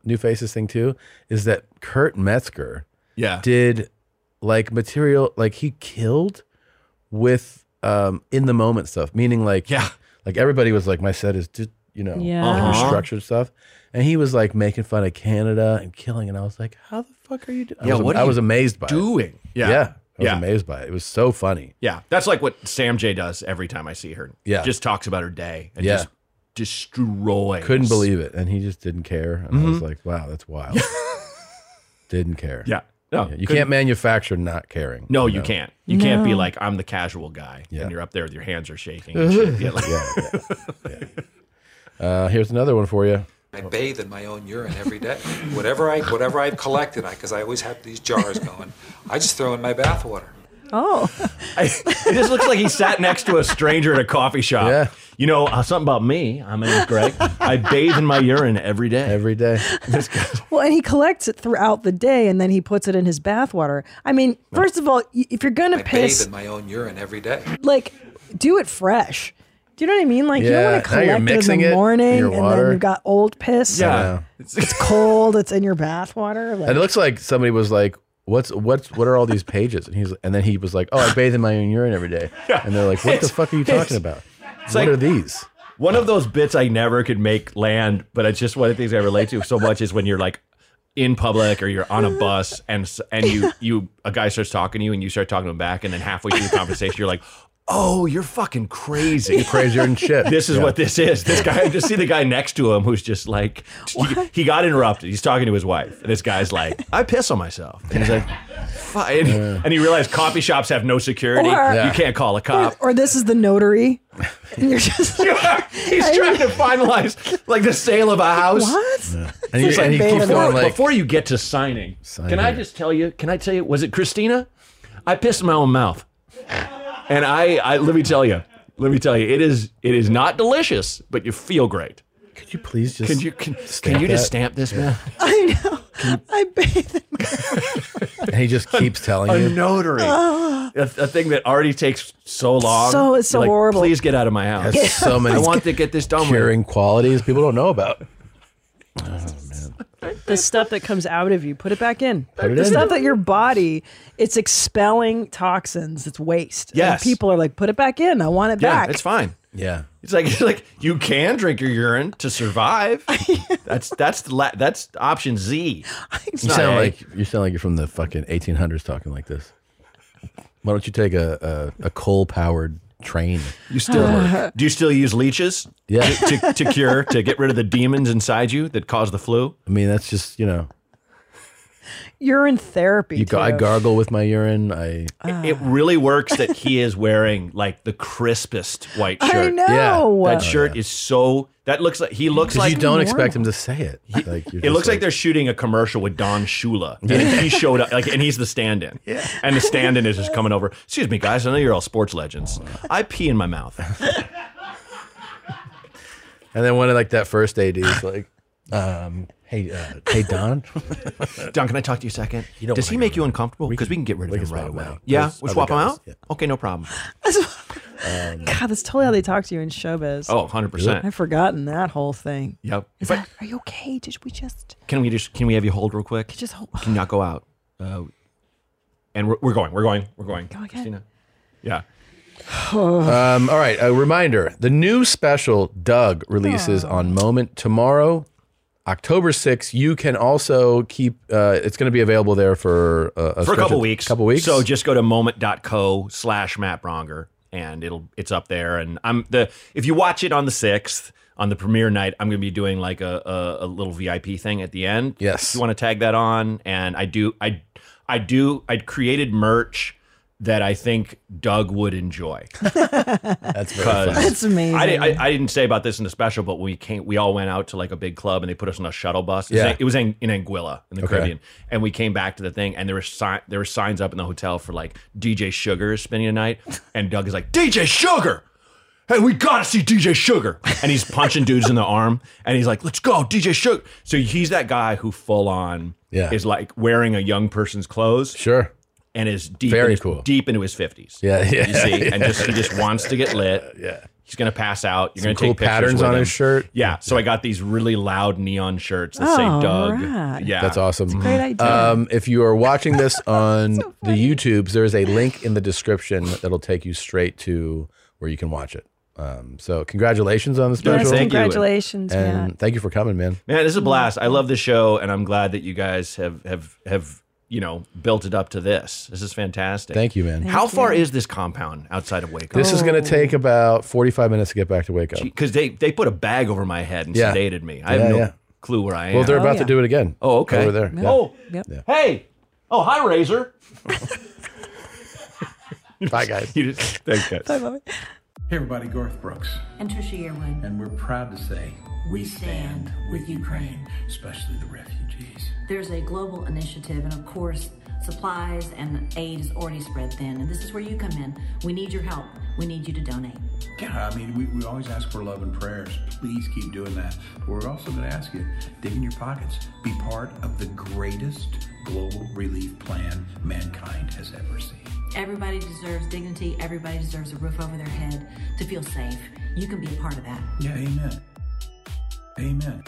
Speaker 2: New Faces thing too is that Kurt Metzger,
Speaker 1: Yeah.
Speaker 2: did like material like he killed with um in the moment stuff, meaning like
Speaker 1: yeah,
Speaker 2: like everybody was like my set is just you know
Speaker 7: Yeah. Uh-huh.
Speaker 2: structured stuff, and he was like making fun of Canada and killing, and I was like, how the fuck are you doing?
Speaker 1: Yeah,
Speaker 2: I was,
Speaker 1: what are
Speaker 2: I
Speaker 1: you
Speaker 2: was amazed by it.
Speaker 1: doing? Yeah.
Speaker 2: yeah, I was
Speaker 1: Yeah.
Speaker 2: amazed by it. It was so funny.
Speaker 1: Yeah, that's like what Sam J does every time I see her.
Speaker 2: Yeah.
Speaker 1: just talks about her day and
Speaker 2: Yeah.
Speaker 1: just destroys.
Speaker 2: Couldn't believe it, and he just didn't care, and I was
Speaker 1: Mhm.
Speaker 2: like, wow, that's wild. didn't care.
Speaker 1: Yeah. No,
Speaker 2: you
Speaker 1: couldn't-
Speaker 2: can't manufacture not caring.
Speaker 1: No, you can't. You can't be
Speaker 2: No.
Speaker 1: like I'm the casual guy, and you're up there with your hands are shaking. And shit. Yeah,
Speaker 2: yeah,
Speaker 1: like-
Speaker 2: yeah, yeah. Uh, here's another one for you.
Speaker 21: I bathe in my own urine every day. Whatever I whatever I've collected, because I, always have these jars going, I just throw in my bathwater.
Speaker 7: Oh.
Speaker 1: It just looks like he sat next to a stranger at a coffee shop. Yeah. You know, uh, something about me. My name is Greg. I bathe in my urine every day. Every
Speaker 2: day.
Speaker 1: This guy,
Speaker 7: Well, and he collects it throughout the day and then he puts it in his bathwater. I mean, first of all, y- if you're going
Speaker 21: I
Speaker 7: to piss,
Speaker 21: bathe in my own urine every day.
Speaker 7: like, do it fresh. Do you know what I mean? Like, you don't
Speaker 21: Yeah,
Speaker 7: want to
Speaker 21: now you're
Speaker 7: collect it in
Speaker 21: mixing it
Speaker 7: the
Speaker 21: in
Speaker 7: morning
Speaker 2: your
Speaker 7: and then
Speaker 2: water.
Speaker 7: you've got old piss.
Speaker 2: Yeah.
Speaker 7: It's, cold. It's in your bathwater. Like,
Speaker 2: And it looks like somebody was like, "What's what's what are all these pages?" And he's and then he was like, "Oh, I bathe in my own urine every day." And they're like, "What the
Speaker 1: It's-
Speaker 2: fuck are you
Speaker 1: it's-
Speaker 2: talking about?
Speaker 1: it's
Speaker 2: What
Speaker 1: like-
Speaker 2: are these?"
Speaker 1: One of those bits I never could make land, but it's just one of the things I relate to so much is when you're like in public or you're on a bus and s- and you you a guy starts talking to you and you start talking to him back and then halfway through the conversation you're like, "Oh, you're fucking crazy.
Speaker 2: You're crazier than shit."
Speaker 1: This is
Speaker 2: Yeah.
Speaker 1: what this is. This guy I just see the guy next to him who's just like he, he got interrupted. He's talking to his wife. And this guy's like, "I piss on myself." And he's like, "Fuck." And, he- and he realized coffee shops have no security.
Speaker 7: Or- Yeah.
Speaker 1: You can't call a
Speaker 2: uh,
Speaker 1: cop.
Speaker 7: or this is the notary. And you're just like,
Speaker 1: He's trying to finalize like the sale of a house.
Speaker 7: What?
Speaker 2: And he-
Speaker 1: It's
Speaker 2: and he keeps
Speaker 1: before,
Speaker 2: going, like-
Speaker 1: before you get to signing,
Speaker 2: Sign
Speaker 1: can I
Speaker 2: here.
Speaker 1: just tell you? Can I tell you? Was it Christina? I pissed in my own mouth, and I, I let me tell you, let me tell you, it is it is not delicious, but you feel great.
Speaker 2: Could you please just
Speaker 1: can you can, can you just stamp this man?
Speaker 7: I know. I bathe in
Speaker 2: And he just keeps telling
Speaker 1: a
Speaker 2: you.
Speaker 1: notary,
Speaker 7: Ah.
Speaker 1: a, a thing that already takes so long.
Speaker 7: So- it's so
Speaker 1: You're like,
Speaker 7: horrible.
Speaker 1: Please get out of my house.
Speaker 2: Has so many
Speaker 1: I want to get this done. with.
Speaker 2: curing qualities people don't know about.
Speaker 7: the stuff that comes out of you, put it back in.
Speaker 2: Put it
Speaker 7: the
Speaker 2: in.
Speaker 7: stuff that your body, it's expelling toxins. It's waste.
Speaker 1: Yes.
Speaker 7: And people are like, put it back in. I want it
Speaker 1: Yeah,
Speaker 7: back.
Speaker 1: it's fine.
Speaker 2: Yeah.
Speaker 1: It's like it's like you can drink your urine to survive. that's that's the la- that's option Z. It's
Speaker 2: You
Speaker 1: not
Speaker 2: sound
Speaker 1: A.
Speaker 2: like you sound like you're from the fucking 1800s talking like this. Why don't you take a a, a coal powered train?
Speaker 1: you still do you still use leeches?
Speaker 2: Yeah.
Speaker 1: to, to, to cure to get rid of the demons inside you that cause the flu.
Speaker 2: I mean, that's just you know,
Speaker 7: Urine therapy.
Speaker 2: you go, I
Speaker 7: too.
Speaker 2: gargle with my urine. I
Speaker 1: It,
Speaker 7: Ah.
Speaker 1: it really works that he is wearing like the crispest white
Speaker 7: I
Speaker 1: shirt.
Speaker 7: know. Yeah.
Speaker 1: that shirt is so. That looks like he looks
Speaker 2: Oh, 'Cause
Speaker 1: like
Speaker 2: you don't expect him to say it. like you're
Speaker 1: It
Speaker 2: just
Speaker 1: looks like, they're shooting a commercial with Don Shula, and he showed up, like, and he's the stand-in. Yeah. And the stand-in is just coming over. Excuse me, guys. I know you're all sports legends. I pee in my mouth.
Speaker 2: And then one of like that first AD is like, um, hey, uh, hey Don,
Speaker 1: Don, can I talk to you a second?
Speaker 2: You know
Speaker 1: Does
Speaker 2: what
Speaker 1: he
Speaker 2: I
Speaker 1: make you uncomfortable? Because we can get rid of him right away. Yeah,
Speaker 2: Those
Speaker 1: we
Speaker 2: other
Speaker 1: swap him
Speaker 2: guys,
Speaker 1: out. Okay, no problem.
Speaker 7: God, that's totally how they talk to you in showbiz.
Speaker 1: Oh, 100%.
Speaker 7: I've forgotten that whole thing.
Speaker 1: Yep.
Speaker 7: Is
Speaker 1: But
Speaker 7: that, are you okay? Did we just?
Speaker 1: can we just can we have you hold real quick? Can
Speaker 7: just hold-
Speaker 1: Can you not go out? Uh, and we're, we're going. We're going. We're going.
Speaker 7: Go again.
Speaker 1: Christina. Yeah.
Speaker 2: um, all right. A reminder: the new special Doug releases on Moment tomorrow, October 6th. You can also keep. Uh, it's going to be available there for uh,
Speaker 1: for a
Speaker 2: stretch
Speaker 1: couple
Speaker 2: of-
Speaker 1: weeks.
Speaker 2: Couple weeks.
Speaker 1: So just go to moment.co slash Matt Bronger and it'll it's up there. And I'm the if you watch it on the sixth on the premiere night, I'm going to be doing like a, a a little VIP thing at the end. Yes, you want to tag that on. And I do I I do I created merch that I think Doug would enjoy.
Speaker 2: That's
Speaker 1: very
Speaker 7: That's amazing.
Speaker 1: I, di- I, I didn't say about this in the special, but when we came, we all went out to like a big club and they put us on a shuttle bus. It was
Speaker 2: Yeah.
Speaker 1: in- it was in, in Anguilla in the
Speaker 2: Okay.
Speaker 1: Caribbean, and we came back to the thing, and there were si- there were signs up in the hotel for like DJ Sugar is spending a night, and Doug is like DJ Sugar. Hey, we gotta see DJ Sugar, and he's punching dudes in the arm, and he's like, "Let's go, DJ Sugar." So he's that guy who full on
Speaker 2: Yeah.
Speaker 1: is like wearing a young person's clothes,
Speaker 2: sure,
Speaker 1: and is deep
Speaker 2: Very
Speaker 1: in his-
Speaker 2: cool.
Speaker 1: deep into his fifties.
Speaker 2: Yeah, yeah,
Speaker 1: you see, and
Speaker 2: yeah.
Speaker 1: just he just wants to get lit. Yeah, he's gonna pass out. You're
Speaker 2: Some
Speaker 1: gonna
Speaker 2: cool
Speaker 1: take pictures
Speaker 2: patterns
Speaker 1: with
Speaker 2: on
Speaker 1: him.
Speaker 2: his shirt.
Speaker 1: Yeah, so I got these really loud neon shirts that
Speaker 7: Oh,
Speaker 1: say Doug.
Speaker 7: right.
Speaker 1: Yeah,
Speaker 2: That's awesome.
Speaker 7: great idea.
Speaker 2: Um, if you are watching this on the YouTubes, there is a link in the description that'll take you straight to where you can watch it. Um, so congratulations on the
Speaker 1: Yes,
Speaker 2: special.
Speaker 1: thank you. Congratulations,
Speaker 2: and
Speaker 1: Matt.
Speaker 2: thank you for coming, man.
Speaker 1: Man, this is a blast. I love this show, and I'm glad that you guys have have have you know built it up to this. This is fantastic.
Speaker 2: Thank you, man. Thank
Speaker 1: How
Speaker 2: you.
Speaker 1: far is this compound outside of Waco?
Speaker 2: This is going to take about 45 minutes to get back to Waco.
Speaker 1: because they they put a bag over my head and
Speaker 2: Yeah.
Speaker 1: sedated me. I have
Speaker 2: Yeah,
Speaker 1: no
Speaker 2: yeah.
Speaker 1: clue where I am.
Speaker 2: Well, they're about to do it again.
Speaker 1: Oh, okay.
Speaker 2: Over there. Yeah.
Speaker 1: Oh, hey. Oh, hi, Razor.
Speaker 2: Bye, guys.
Speaker 1: you just, thanks, guys.
Speaker 6: Hey everybody, Garth Brooks.
Speaker 22: And Trisha Yearwood.
Speaker 6: And we're proud to say we stand with Ukraine, especially the refugees.
Speaker 22: There's a global initiative, and of course,
Speaker 3: Supplies and aid is already spread thin, and this is where you come in. We need your help. We need you to donate.
Speaker 6: Yeah, I mean, we, we always ask for love and prayers. Please keep doing that. But we're also going to ask you, dig in your pockets. Be part of the greatest global relief plan mankind has ever seen.
Speaker 3: Everybody deserves dignity. Everybody deserves a roof over their head to feel safe. You can be a part of that.
Speaker 6: Yeah, amen. Amen.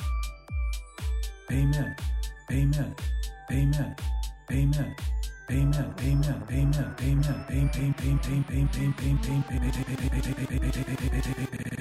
Speaker 6: Amen. Amen. Amen. Amen. Amen. Amen. Amen. Amen. Amen. Amen. Amen. Amen. Amen. Amen. Amen. Amen. Amen. Amen. Amen. Amen.